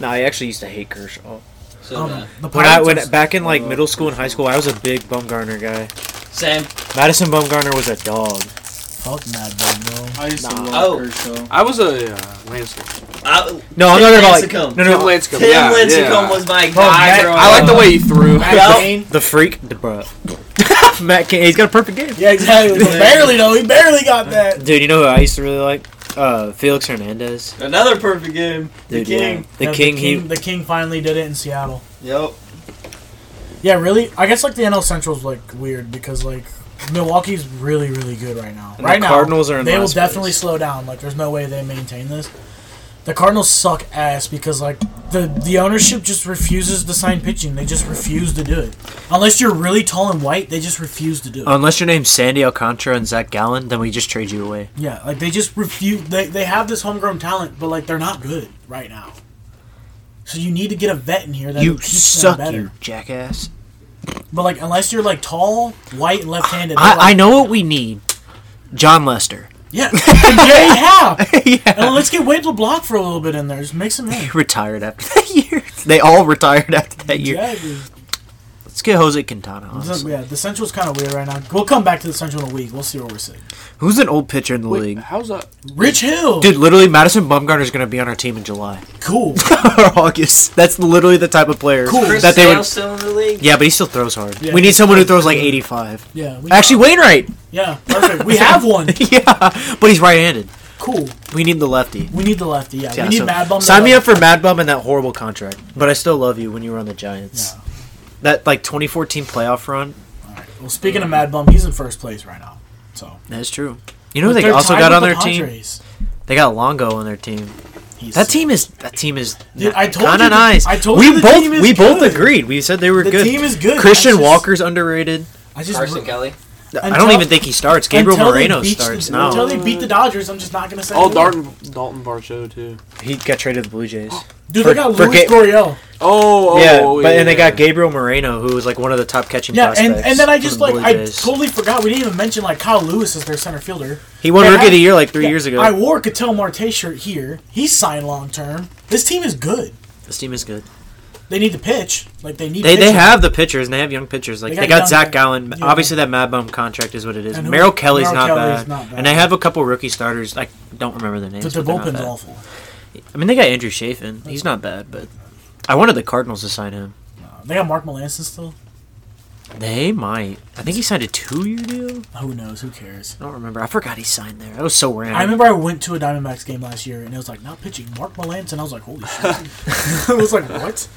Speaker 1: No, I actually used to hate Kershaw.
Speaker 4: So
Speaker 5: Um,
Speaker 4: uh,
Speaker 5: the
Speaker 1: When I
Speaker 5: Pirates are
Speaker 1: when back in like middle school and high school, I was a big Bumgarner guy.
Speaker 4: Sam,
Speaker 1: Madison Bumgarner was a dog.
Speaker 5: Fuck that bum, bro.
Speaker 3: I used to
Speaker 1: Nah.
Speaker 3: love
Speaker 4: Oh.
Speaker 3: Kershaw.
Speaker 2: I was a uh, Lanscombe.
Speaker 4: I,
Speaker 1: No, I'm not
Speaker 4: Tim
Speaker 1: gonna
Speaker 4: Lincecum.
Speaker 1: like no
Speaker 2: Tim
Speaker 1: no.
Speaker 2: Lanscombe.
Speaker 4: Tim
Speaker 2: yeah,
Speaker 4: Lincecum
Speaker 2: yeah.
Speaker 4: was my guy,
Speaker 1: Matt-
Speaker 4: growing
Speaker 2: I like the
Speaker 4: up.
Speaker 2: way he threw.
Speaker 4: Matt Cain.
Speaker 1: The freak, the bro. Matt Cain, he's got a perfect game.
Speaker 5: Yeah, exactly. barely though. He barely got that.
Speaker 1: Dude, you know who I used to really like? Uh, Felix Hernandez.
Speaker 4: Another perfect game. The
Speaker 1: Dude,
Speaker 4: king.
Speaker 1: yeah. The, king,
Speaker 5: The
Speaker 1: He
Speaker 5: king, the king finally did it in Seattle.
Speaker 4: Yep.
Speaker 5: Yeah, really. I guess like the NL Central's like weird because like Milwaukee's really really good right now.
Speaker 1: And
Speaker 5: right
Speaker 1: the
Speaker 5: now,
Speaker 1: Cardinals are in
Speaker 5: they will
Speaker 1: last
Speaker 5: definitely
Speaker 1: place.
Speaker 5: slow down. Like, there's no way they maintain this. The Cardinals suck ass because like the the ownership just refuses to sign pitching. They just refuse to do it. Unless you're really tall and white, they just refuse to do it.
Speaker 1: Unless your name's Sandy Alcantara and Zach Gallen, then we just trade you away.
Speaker 5: yeah, like they just refuse. They they have this homegrown talent, but like they're not good right now. So you need to get a vet in here that
Speaker 1: you
Speaker 5: keeps them
Speaker 1: suck,
Speaker 5: better.
Speaker 1: you jackass.
Speaker 5: But like, unless you're like tall, white, and left-handed, they're
Speaker 1: I, I
Speaker 5: like,
Speaker 1: know what we need. John Lester.
Speaker 5: Yeah, yeah, yeah.
Speaker 1: yeah.
Speaker 5: And let's get Wade LeBlanc for a little bit in there. Just mix him in.
Speaker 1: Retired after that year. They all retired after that year.
Speaker 5: Yeah, dude.
Speaker 1: Let's get Jose Quintana. Honestly.
Speaker 5: yeah, the Central's kind of weird right now. We'll come back to the Central in a week. We'll see where we're sitting.
Speaker 1: Who's an old pitcher in the
Speaker 2: Wait,
Speaker 1: league?
Speaker 2: how's that?
Speaker 5: Rich Hill,
Speaker 1: Dude, literally, Madison Bumgarner is going to be on our team in July
Speaker 5: cool.
Speaker 1: or August. That's literally the type of player
Speaker 5: Cool.
Speaker 4: Chris
Speaker 1: that they
Speaker 4: Sale
Speaker 1: would.
Speaker 4: still in the league.
Speaker 1: Yeah, but he still throws hard.
Speaker 5: Yeah,
Speaker 1: we
Speaker 5: he
Speaker 1: need someone who
Speaker 5: throws
Speaker 1: throws like
Speaker 5: good.
Speaker 1: 85.
Speaker 5: Yeah, we,
Speaker 1: Actually, Wainwright.
Speaker 5: yeah, perfect. We have one.
Speaker 1: yeah, but he's right-handed.
Speaker 5: Cool.
Speaker 1: We need the lefty.
Speaker 5: We need the lefty. Yeah,
Speaker 1: Yeah,
Speaker 5: we need
Speaker 1: so
Speaker 5: Mad Bum.
Speaker 1: Sign me up for Mad Bum and that horrible contract. But I still love you when you were on the Giants.
Speaker 5: Yeah.
Speaker 1: That like 2014 playoff run.
Speaker 5: Well, speaking of Mad Bum, he's in first place right now. So
Speaker 1: That's true. You know who
Speaker 5: But
Speaker 1: they
Speaker 5: they're
Speaker 1: also
Speaker 5: tied
Speaker 1: got
Speaker 5: with
Speaker 1: on
Speaker 5: the
Speaker 1: their team.
Speaker 5: Padres.
Speaker 1: They got Longo on their team.
Speaker 5: He's
Speaker 1: That team is that team is
Speaker 5: Dude, I told
Speaker 1: kind
Speaker 5: you
Speaker 1: of
Speaker 5: the-
Speaker 1: nice.
Speaker 5: I told
Speaker 1: we
Speaker 5: you the
Speaker 1: both
Speaker 5: team is
Speaker 1: we both
Speaker 5: good.
Speaker 1: agreed. We said they were
Speaker 5: The
Speaker 1: good.
Speaker 5: team is good.
Speaker 1: Christian
Speaker 5: I just-
Speaker 1: Walker's underrated.
Speaker 5: I just
Speaker 4: Carson Kelly.
Speaker 1: I don't
Speaker 5: Until-
Speaker 1: even think he starts. Gabriel
Speaker 5: until they
Speaker 1: Moreno
Speaker 5: beat
Speaker 1: starts
Speaker 5: the, Until
Speaker 1: now.
Speaker 5: they beat the Dodgers, I'm just not gonna say.
Speaker 2: Oh,
Speaker 5: who.
Speaker 2: Dalton Dalton Barcho too.
Speaker 1: He got traded to the Blue Jays.
Speaker 5: Dude,
Speaker 1: for-
Speaker 5: they got
Speaker 1: for
Speaker 5: Luis
Speaker 1: Ga-
Speaker 5: Goriel.
Speaker 2: Oh, oh,
Speaker 1: yeah,
Speaker 2: oh,
Speaker 1: but and they
Speaker 2: yeah.
Speaker 1: got Gabriel Moreno, who was like one of the top catching
Speaker 5: Yeah, and,
Speaker 1: prospects.
Speaker 5: and then I
Speaker 1: for
Speaker 5: just
Speaker 1: the
Speaker 5: like
Speaker 1: Blue
Speaker 5: I
Speaker 1: Jays.
Speaker 5: totally forgot we didn't even mention like Kyle Lewis is their center fielder.
Speaker 1: he won
Speaker 5: Yeah,
Speaker 1: Rookie
Speaker 5: I-
Speaker 1: of the Year like three
Speaker 5: Yeah,
Speaker 1: years ago.
Speaker 5: I wore a Cattell Marte shirt here. He's signed long term. This team is good.
Speaker 1: this team is good.
Speaker 5: They need to pitch. Like they need.
Speaker 1: They they
Speaker 5: pitching.
Speaker 1: have the pitchers and they have young pitchers. Like
Speaker 5: They
Speaker 1: they
Speaker 5: got
Speaker 1: got,
Speaker 5: young-
Speaker 1: Zach Gallen.
Speaker 5: yeah.
Speaker 1: Obviously, that Mad Bum contract is what it is.
Speaker 5: And who-
Speaker 1: Merrill Kelly's
Speaker 5: Merrill
Speaker 1: not,
Speaker 5: Kelly's
Speaker 1: bad.
Speaker 5: not bad.
Speaker 1: and they have a couple rookie starters. I don't remember their names.
Speaker 5: But their
Speaker 1: but they're not
Speaker 5: bullpen's
Speaker 1: bad.
Speaker 5: awful.
Speaker 1: I mean, they got Andrew Chafin. He's not bad, but I wanted the Cardinals to sign him.
Speaker 5: Uh, They got Mark Melanson still.
Speaker 1: They might. I think he signed a two-year deal.
Speaker 5: Who knows? Who cares?
Speaker 1: I don't remember. I forgot he signed there. That was so random.
Speaker 5: I remember I went to a Diamondbacks game last year and it was like not pitching Mark Melanson. I was like, holy shit! I was like, what? I was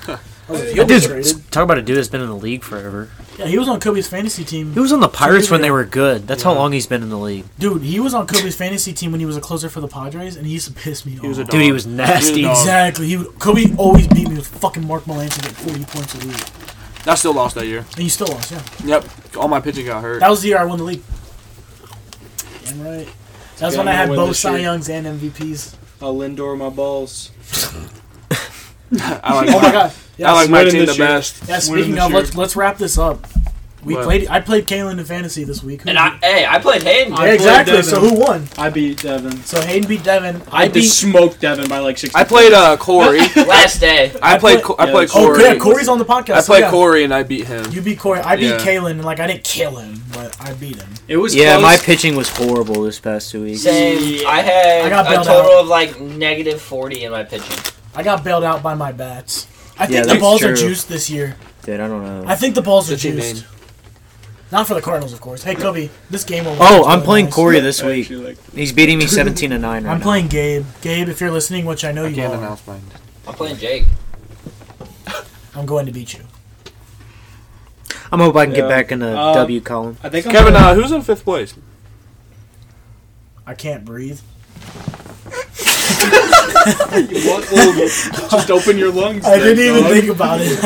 Speaker 5: like, he
Speaker 1: That
Speaker 5: was
Speaker 1: dude's-
Speaker 5: traded.
Speaker 1: talk about a dude that's been in the league forever.
Speaker 5: Yeah, he was on Kobe's fantasy team.
Speaker 1: He was on the Pirates
Speaker 5: years
Speaker 1: when they
Speaker 5: ago.
Speaker 1: were good. That's how long he's been in the league.
Speaker 5: Dude, he was on Kobe's fantasy team when he was a closer for the Padres, and he used to piss me off.
Speaker 2: was a dog.
Speaker 1: Dude, he was nasty.
Speaker 2: He
Speaker 3: Oh.
Speaker 2: was a dog.
Speaker 5: Exactly. He would, Kobe always beat me with fucking Mark Melanson at 40 points a week.
Speaker 2: I still lost that year.
Speaker 5: And you still lost, yeah.
Speaker 2: Yep, all my pitching got hurt.
Speaker 5: That was the year I won the league. Damn right. That's
Speaker 3: Yeah,
Speaker 5: when
Speaker 3: I'm
Speaker 5: I had
Speaker 3: gonna win
Speaker 5: both
Speaker 3: this
Speaker 5: Cy
Speaker 3: year.
Speaker 5: Youngs and MVPs.
Speaker 3: I'll Lindor my balls.
Speaker 2: I like,
Speaker 5: Oh my god.
Speaker 2: I like my
Speaker 3: Winning
Speaker 2: team the
Speaker 3: this year.
Speaker 2: best.
Speaker 5: Yeah,
Speaker 3: Winning
Speaker 5: speaking
Speaker 3: this
Speaker 5: of,
Speaker 3: year.
Speaker 5: let's, let's wrap this up. We
Speaker 2: What?
Speaker 5: played. I played Kalen in fantasy this week. Who-
Speaker 4: And I, hey, I played Hayden.
Speaker 5: Yeah, exactly.
Speaker 3: played
Speaker 5: So
Speaker 3: Devin.
Speaker 5: who won?
Speaker 3: I beat Devin.
Speaker 5: So Hayden beat Devin.
Speaker 3: I,
Speaker 5: I,
Speaker 3: just
Speaker 5: beat.
Speaker 3: smoked Devin by like six.
Speaker 2: I played uh, Corey.
Speaker 4: Last day.
Speaker 2: I played.
Speaker 5: played-
Speaker 2: Co- I
Speaker 3: yeah,
Speaker 2: played
Speaker 3: that's-
Speaker 5: oh,
Speaker 2: Corey.
Speaker 5: yeah, Corey's on the podcast.
Speaker 2: I
Speaker 5: so
Speaker 2: played
Speaker 5: yeah.
Speaker 2: Corey and I beat him.
Speaker 5: You beat Corey. I beat
Speaker 2: Yeah.
Speaker 5: Kalen, and like I didn't kill him, but I beat him.
Speaker 3: It was
Speaker 1: Yeah,
Speaker 3: close.
Speaker 1: my pitching was horrible this past two weeks.
Speaker 4: Same.
Speaker 3: Yeah.
Speaker 4: I
Speaker 5: I
Speaker 4: had
Speaker 5: got
Speaker 4: a
Speaker 5: bailed
Speaker 4: total
Speaker 5: out.
Speaker 4: of like negative 40 in my pitching.
Speaker 5: I got bailed out by my bats. I
Speaker 1: Yeah,
Speaker 5: think the
Speaker 1: that's
Speaker 5: balls are
Speaker 1: true.
Speaker 5: juiced this year.
Speaker 1: Dude, I don't know.
Speaker 5: I think the balls are
Speaker 2: That's your
Speaker 5: juiced.
Speaker 2: name.
Speaker 5: Not for the Cardinals, of course. Hey, Kobe, this game. will
Speaker 1: oh,
Speaker 5: work.
Speaker 1: I'm
Speaker 5: Really
Speaker 1: playing
Speaker 5: nice.
Speaker 1: Corey this
Speaker 3: Actually,
Speaker 1: week.
Speaker 3: like,
Speaker 1: He's beating me 17 to 9 right
Speaker 5: I'm
Speaker 1: now.
Speaker 5: playing Gabe. Gabe, if you're listening, which I know
Speaker 2: I
Speaker 5: you
Speaker 2: can't
Speaker 5: are,
Speaker 2: announce mine.
Speaker 4: I'm playing Jake.
Speaker 5: I'm going to beat you.
Speaker 1: I'm hope I can
Speaker 3: Yeah.
Speaker 1: get back in the
Speaker 3: Um,
Speaker 1: W column.
Speaker 3: I think I'm
Speaker 2: Kevin,
Speaker 3: gonna-
Speaker 2: uh, who's in fifth place?
Speaker 5: I can't breathe.
Speaker 3: What will- just open your lungs.
Speaker 5: I
Speaker 3: then,
Speaker 5: didn't even
Speaker 3: dog.
Speaker 5: think about it.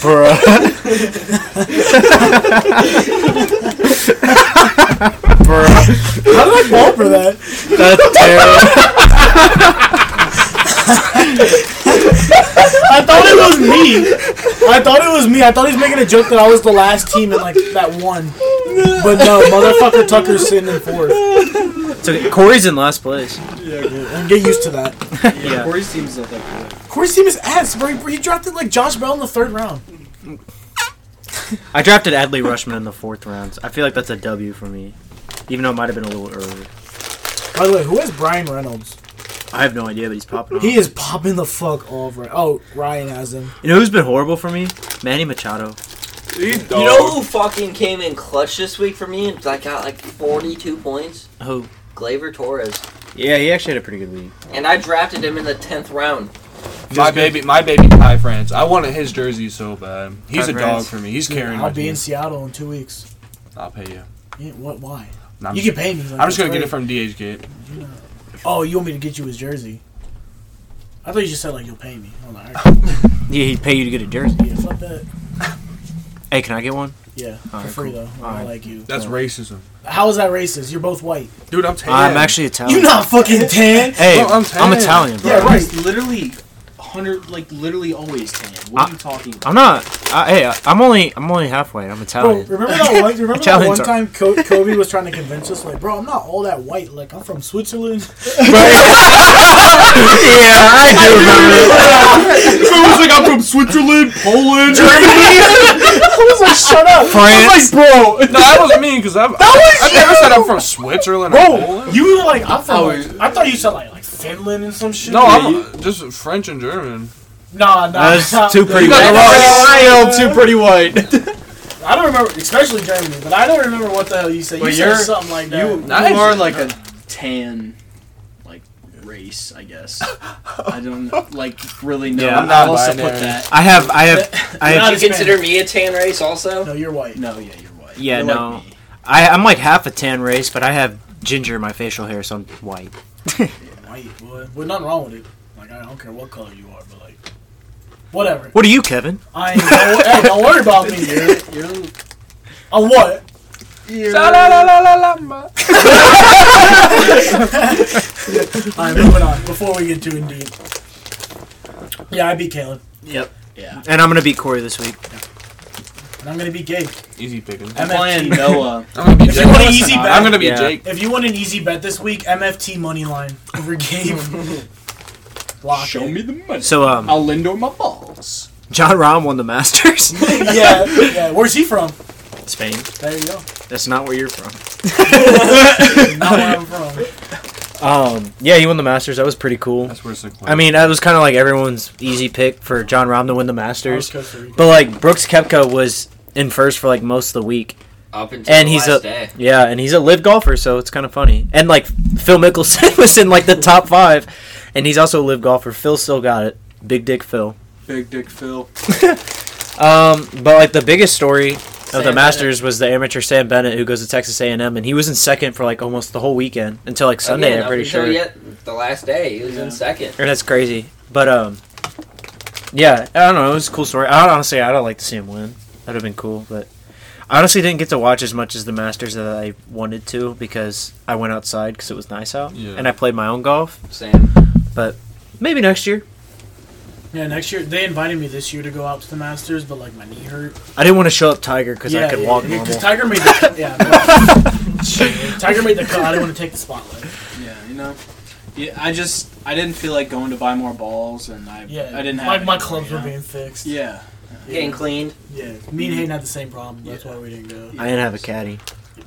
Speaker 1: Bruh. Bruh.
Speaker 5: How did I fall for that?
Speaker 1: That's terrible.
Speaker 5: I thought it was me. I thought it was me. I thought he was making a joke that I was the last team in like that one. But no, motherfucker Tucker's sitting in fourth.
Speaker 1: So Corey's in last place.
Speaker 5: And get used to that.
Speaker 3: Yeah,
Speaker 1: Yeah.
Speaker 3: Corey's team's not that good.
Speaker 5: Corey's team is ass. Bro, he, he drafted like Josh Bell in the third round.
Speaker 1: I drafted Adley Rushman in the fourth round. I feel like that's a W for me. Even though it might have been a little early.
Speaker 5: By the way, who is Brian Reynolds?
Speaker 1: I have no idea, but he's popping off.
Speaker 5: He is popping the fuck off right. Oh, Ryan has him.
Speaker 1: You know who's been horrible for me? Manny Machado.
Speaker 4: You know who fucking came in clutch this week for me and like, got like 42 points?
Speaker 1: Who?
Speaker 4: Glaver Torres.
Speaker 1: Yeah, he actually had a pretty good league.
Speaker 4: And I drafted him in the 10th round.
Speaker 2: my baby, my baby Ty France. I wanted his jersey so bad. He's
Speaker 1: Ty
Speaker 2: a dog
Speaker 1: France.
Speaker 2: for me. He's carrying my
Speaker 5: I'll be
Speaker 2: team.
Speaker 5: in Seattle in two weeks.
Speaker 2: I'll pay you.
Speaker 5: Yeah, what? Why?
Speaker 2: No, I'm
Speaker 5: you
Speaker 2: just,
Speaker 5: can pay me. like,
Speaker 2: I'm just
Speaker 5: that's
Speaker 2: gonna get it
Speaker 5: great.
Speaker 2: from DHgate.
Speaker 5: Oh, you want me to get you his jersey? I thought you just said like you'll pay me. I'm like, all right.
Speaker 1: Yeah, he'd pay you to get a jersey.
Speaker 5: yeah, fuck that.
Speaker 1: Hey, can I get one?
Speaker 5: Yeah,
Speaker 1: All
Speaker 5: for
Speaker 1: right,
Speaker 5: free
Speaker 1: cool.
Speaker 5: though.
Speaker 1: All
Speaker 5: I
Speaker 1: right.
Speaker 5: like you.
Speaker 2: That's racism,
Speaker 5: How is that racist? You're both white.
Speaker 2: dude. I'm tan.
Speaker 1: I'm actually Italian.
Speaker 5: You not fucking tan.
Speaker 1: Hey,
Speaker 2: Bro, I'm
Speaker 1: I'm,
Speaker 2: Italian.
Speaker 1: Italian, bro.
Speaker 5: Yeah, right.
Speaker 3: He's literally hundred, like literally always tan. What are you talking? about?
Speaker 1: I'm not. I, hey, I'm only. I'm only halfway. I'm
Speaker 5: Bro,
Speaker 1: Italian.
Speaker 5: remember that one? Remember that one
Speaker 1: Italians are-
Speaker 5: time Co- Kobe was trying to convince us, like, bro, I'm not all that white. Like, I'm from Switzerland.
Speaker 1: yeah, I do remember.
Speaker 2: was like, I'm from Switzerland, Poland,
Speaker 5: I was like, shut up.
Speaker 1: France.
Speaker 2: bro. No, that wasn't me because I've, I've never said I'm from Switzerland. or
Speaker 5: Bro,
Speaker 2: Poland.
Speaker 5: you were like, I'm from,
Speaker 2: I
Speaker 5: like-
Speaker 2: was-
Speaker 5: I thought you said like, like Finland and some shit.
Speaker 2: No, I'm just French and German.
Speaker 5: nah, nah.
Speaker 1: That's too pretty.
Speaker 2: got
Speaker 1: white.
Speaker 2: I am too pretty white.
Speaker 5: I don't remember, especially Germany, but I don't remember what the hell you said.
Speaker 3: But
Speaker 5: you said
Speaker 3: you're-
Speaker 5: something like that.
Speaker 3: You,
Speaker 2: Nice.
Speaker 3: you are like a tan, like race, I guess. I don't like really know
Speaker 1: Yeah, I'm
Speaker 3: how
Speaker 2: not
Speaker 3: else to
Speaker 2: binary.
Speaker 3: put that.
Speaker 1: I have. I have. I
Speaker 5: Not
Speaker 1: have.
Speaker 5: as
Speaker 4: you consider me a tan race also?
Speaker 5: No, you're white.
Speaker 3: No, yeah, you're white.
Speaker 1: Yeah,
Speaker 3: You're
Speaker 1: no.
Speaker 3: Like me.
Speaker 1: I, I'm like half a tan race, but I have ginger in my facial hair, so I'm white.
Speaker 5: white, boy. With nothing wrong with it. Like I don't care what color you are, but like whatever.
Speaker 1: What are you, Kevin?
Speaker 5: I ain't, don't, hey, don't worry about me. You're, you're on what? Alright, moving on. Before we get too in deep. Yeah, I beat Caleb.
Speaker 3: Yep.
Speaker 1: And I'm gonna beat Corey this week.
Speaker 5: And I'm gonna beat Gabe.
Speaker 2: Easy picking.
Speaker 3: I'm
Speaker 5: MFT.
Speaker 3: playing Noah.
Speaker 2: I'm gonna be
Speaker 5: If you want an
Speaker 2: Jake.
Speaker 5: easy
Speaker 2: I'm
Speaker 5: bet,
Speaker 2: gonna be
Speaker 1: Yeah.
Speaker 2: Jake.
Speaker 5: if you want an easy bet this week, MFT money line over Gabe. Lock
Speaker 3: Show
Speaker 5: it.
Speaker 3: me the money.
Speaker 1: So um,
Speaker 3: I'll Lindor my balls.
Speaker 1: John Rahm won the Masters.
Speaker 5: yeah, yeah. Where's he from?
Speaker 1: Spain.
Speaker 5: There you go.
Speaker 1: That's not where you're from.
Speaker 5: Not where I'm from.
Speaker 1: Um, yeah, he won the Masters. That was pretty cool.
Speaker 2: That's where it's like.
Speaker 1: I mean, that was kind of like everyone's easy pick for John Rahm to win the
Speaker 5: I was
Speaker 1: Masters.
Speaker 5: Costa Rica.
Speaker 1: But like Brooks Kepka was in first for like most of the week.
Speaker 4: Up until
Speaker 1: And
Speaker 4: the
Speaker 1: he's
Speaker 4: last
Speaker 1: a Oh,
Speaker 4: day.
Speaker 1: yeah, and he's a live golfer, so it's kind of funny. And like Phil Mickelson was in like the top five, and he's also a live golfer. Phil still got it. Big Dick Phil.
Speaker 3: Big Dick Phil.
Speaker 1: Um, but like the biggest story
Speaker 4: Sam
Speaker 1: of the
Speaker 4: Bennett.
Speaker 1: Masters was the amateur Sam Bennett who goes to Texas A and M, and he was in second for like almost the whole weekend until like Sunday.
Speaker 4: Again,
Speaker 1: I'm
Speaker 4: up
Speaker 1: pretty
Speaker 4: until
Speaker 1: sure.
Speaker 4: Yet, the last day, he was
Speaker 5: Yeah.
Speaker 4: in second.
Speaker 1: And that's crazy. But um, yeah, I don't know. It was a cool story. I honestly, I don't like to see him win. That'd have been cool, but I honestly didn't get to watch as much as the Masters that I wanted to because I went outside because it was nice out,
Speaker 2: Yeah.
Speaker 1: and I played my own golf.
Speaker 4: Sam.
Speaker 1: Maybe next year.
Speaker 5: Yeah, next year they invited me this year to go out to the Masters, but like my knee hurt.
Speaker 1: I didn't want to show up Tiger because I could walk normal.
Speaker 5: Because Tiger made the cut. Yeah, no. Shit, Tiger made the cut. I didn't want to take the spotlight.
Speaker 3: Yeah, you know. Yeah, I just I didn't feel like going to buy more balls, and I
Speaker 5: Yeah,
Speaker 3: I didn't have
Speaker 5: my, my
Speaker 3: any,
Speaker 5: clubs
Speaker 3: you
Speaker 5: were
Speaker 3: know?
Speaker 5: being fixed.
Speaker 3: Yeah,
Speaker 4: Getting cleaned.
Speaker 5: yeah. Me and Hayden had the same problem. That's why we didn't go.
Speaker 1: I didn't have a caddy.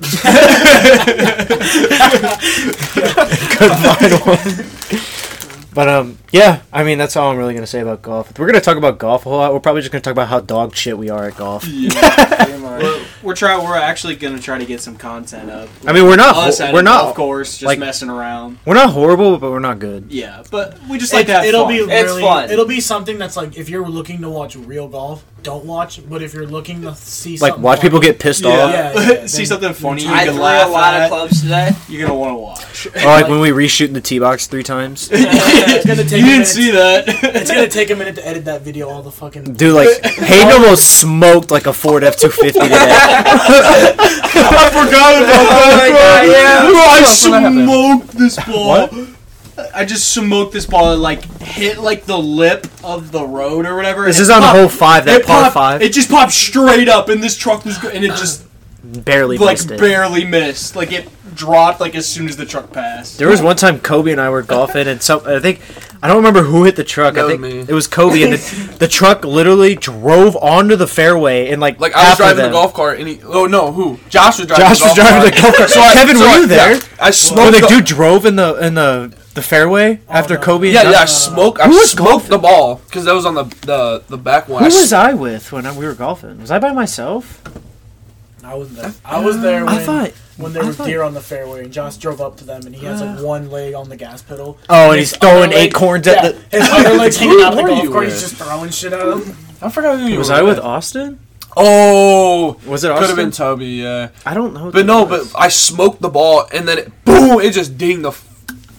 Speaker 1: But um, yeah. I mean, that's all I'm really gonna say about golf. If we're gonna talk about golf a whole lot. We're probably just gonna talk about how dog shit we are at golf.
Speaker 3: we're, we're trying. We're actually gonna try to get some content up.
Speaker 1: I mean, we're not.
Speaker 3: Us at
Speaker 1: we're
Speaker 3: a
Speaker 1: not.
Speaker 3: golf course, just
Speaker 1: like-
Speaker 3: messing around.
Speaker 1: We're not horrible, but we're not good.
Speaker 3: Yeah, but we just like to have
Speaker 5: it'll
Speaker 3: fun.
Speaker 5: be
Speaker 4: It's
Speaker 5: really,
Speaker 4: fun.
Speaker 5: It'll be something that's like if you're looking to watch real golf, don't watch. But if you're looking to see
Speaker 1: Like,
Speaker 5: something
Speaker 1: watch people get pissed off.
Speaker 5: Yeah, yeah, yeah.
Speaker 3: See something funny you
Speaker 4: I
Speaker 3: can
Speaker 4: threw
Speaker 3: laugh
Speaker 4: a lot
Speaker 3: at.
Speaker 4: of clubs today.
Speaker 3: You're gonna want to watch.
Speaker 1: Or like when we reshoot in the tee box three times.
Speaker 5: it's gonna take.
Speaker 3: you
Speaker 5: a
Speaker 3: didn't
Speaker 5: minute-
Speaker 3: see that.
Speaker 5: It's gonna take a minute to edit that video. All the fucking.
Speaker 1: Dude, like Hayden almost smoked like a Ford F two fifty today. Oh
Speaker 2: I forgot
Speaker 3: I
Speaker 2: about that.
Speaker 3: smoked this ball. I just smoked this ball. It like hit like the lip of the road or whatever.
Speaker 1: This
Speaker 3: and
Speaker 1: is
Speaker 3: it
Speaker 1: on
Speaker 3: popped-
Speaker 1: hole five, that
Speaker 3: it
Speaker 1: par
Speaker 3: popped-
Speaker 1: five.
Speaker 3: It just popped straight up, and this truck was go- and it just
Speaker 1: Barely
Speaker 3: like
Speaker 1: missed it.
Speaker 3: barely missed. Like it dropped like as soon as the truck passed.
Speaker 1: There was one time Kobe and I were golfing, and some I think I don't remember who hit the truck.
Speaker 2: That
Speaker 1: I
Speaker 2: was
Speaker 1: think
Speaker 2: me.
Speaker 1: it was Kobe, and the, the truck literally drove onto the fairway and like
Speaker 2: Like I was
Speaker 1: after
Speaker 2: driving
Speaker 1: them.
Speaker 2: the golf cart, and he. Oh no, who? Josh was driving.
Speaker 1: Josh
Speaker 2: the
Speaker 1: was
Speaker 2: golf
Speaker 1: driving
Speaker 2: cart.
Speaker 1: the golf cart.
Speaker 2: So I-
Speaker 1: Kevin,
Speaker 2: so
Speaker 1: were
Speaker 2: I-
Speaker 1: you there?
Speaker 2: yeah, I
Speaker 1: Where
Speaker 2: smoked.
Speaker 1: the
Speaker 2: the-
Speaker 1: dude drove in the in the the fairway after
Speaker 5: no.
Speaker 1: Kobe.
Speaker 2: Oh, Yeah,
Speaker 1: and
Speaker 2: yeah,
Speaker 1: I-
Speaker 2: I smoke. I
Speaker 1: Who was
Speaker 2: smoked the ball because that was on the the, the back one.
Speaker 1: Who
Speaker 2: I s-
Speaker 1: was I with when I, we were golfing? Was I by myself?
Speaker 5: I was there. I was there. When,
Speaker 1: I thought.
Speaker 5: when there
Speaker 1: I
Speaker 5: were
Speaker 1: thought-
Speaker 5: deer on the fairway, and Josh drove up to them, and he has like one leg on the gas pedal.
Speaker 1: Oh, and
Speaker 5: His
Speaker 1: he's throwing
Speaker 5: other leg-
Speaker 1: acorns at
Speaker 5: Yeah, his other leg's hanging out the
Speaker 2: Who were
Speaker 5: golf
Speaker 2: you
Speaker 5: cart. He's
Speaker 2: with?
Speaker 5: just throwing shit at him.
Speaker 2: I forgot who you
Speaker 1: the. Was
Speaker 2: were
Speaker 1: I with Austin?
Speaker 2: Oh,
Speaker 1: Was it
Speaker 2: could
Speaker 1: Austin?
Speaker 2: have been Toby. Yeah,
Speaker 1: I don't know.
Speaker 2: but no, but I smoked the ball, and then it, boom, it just dinged the. F-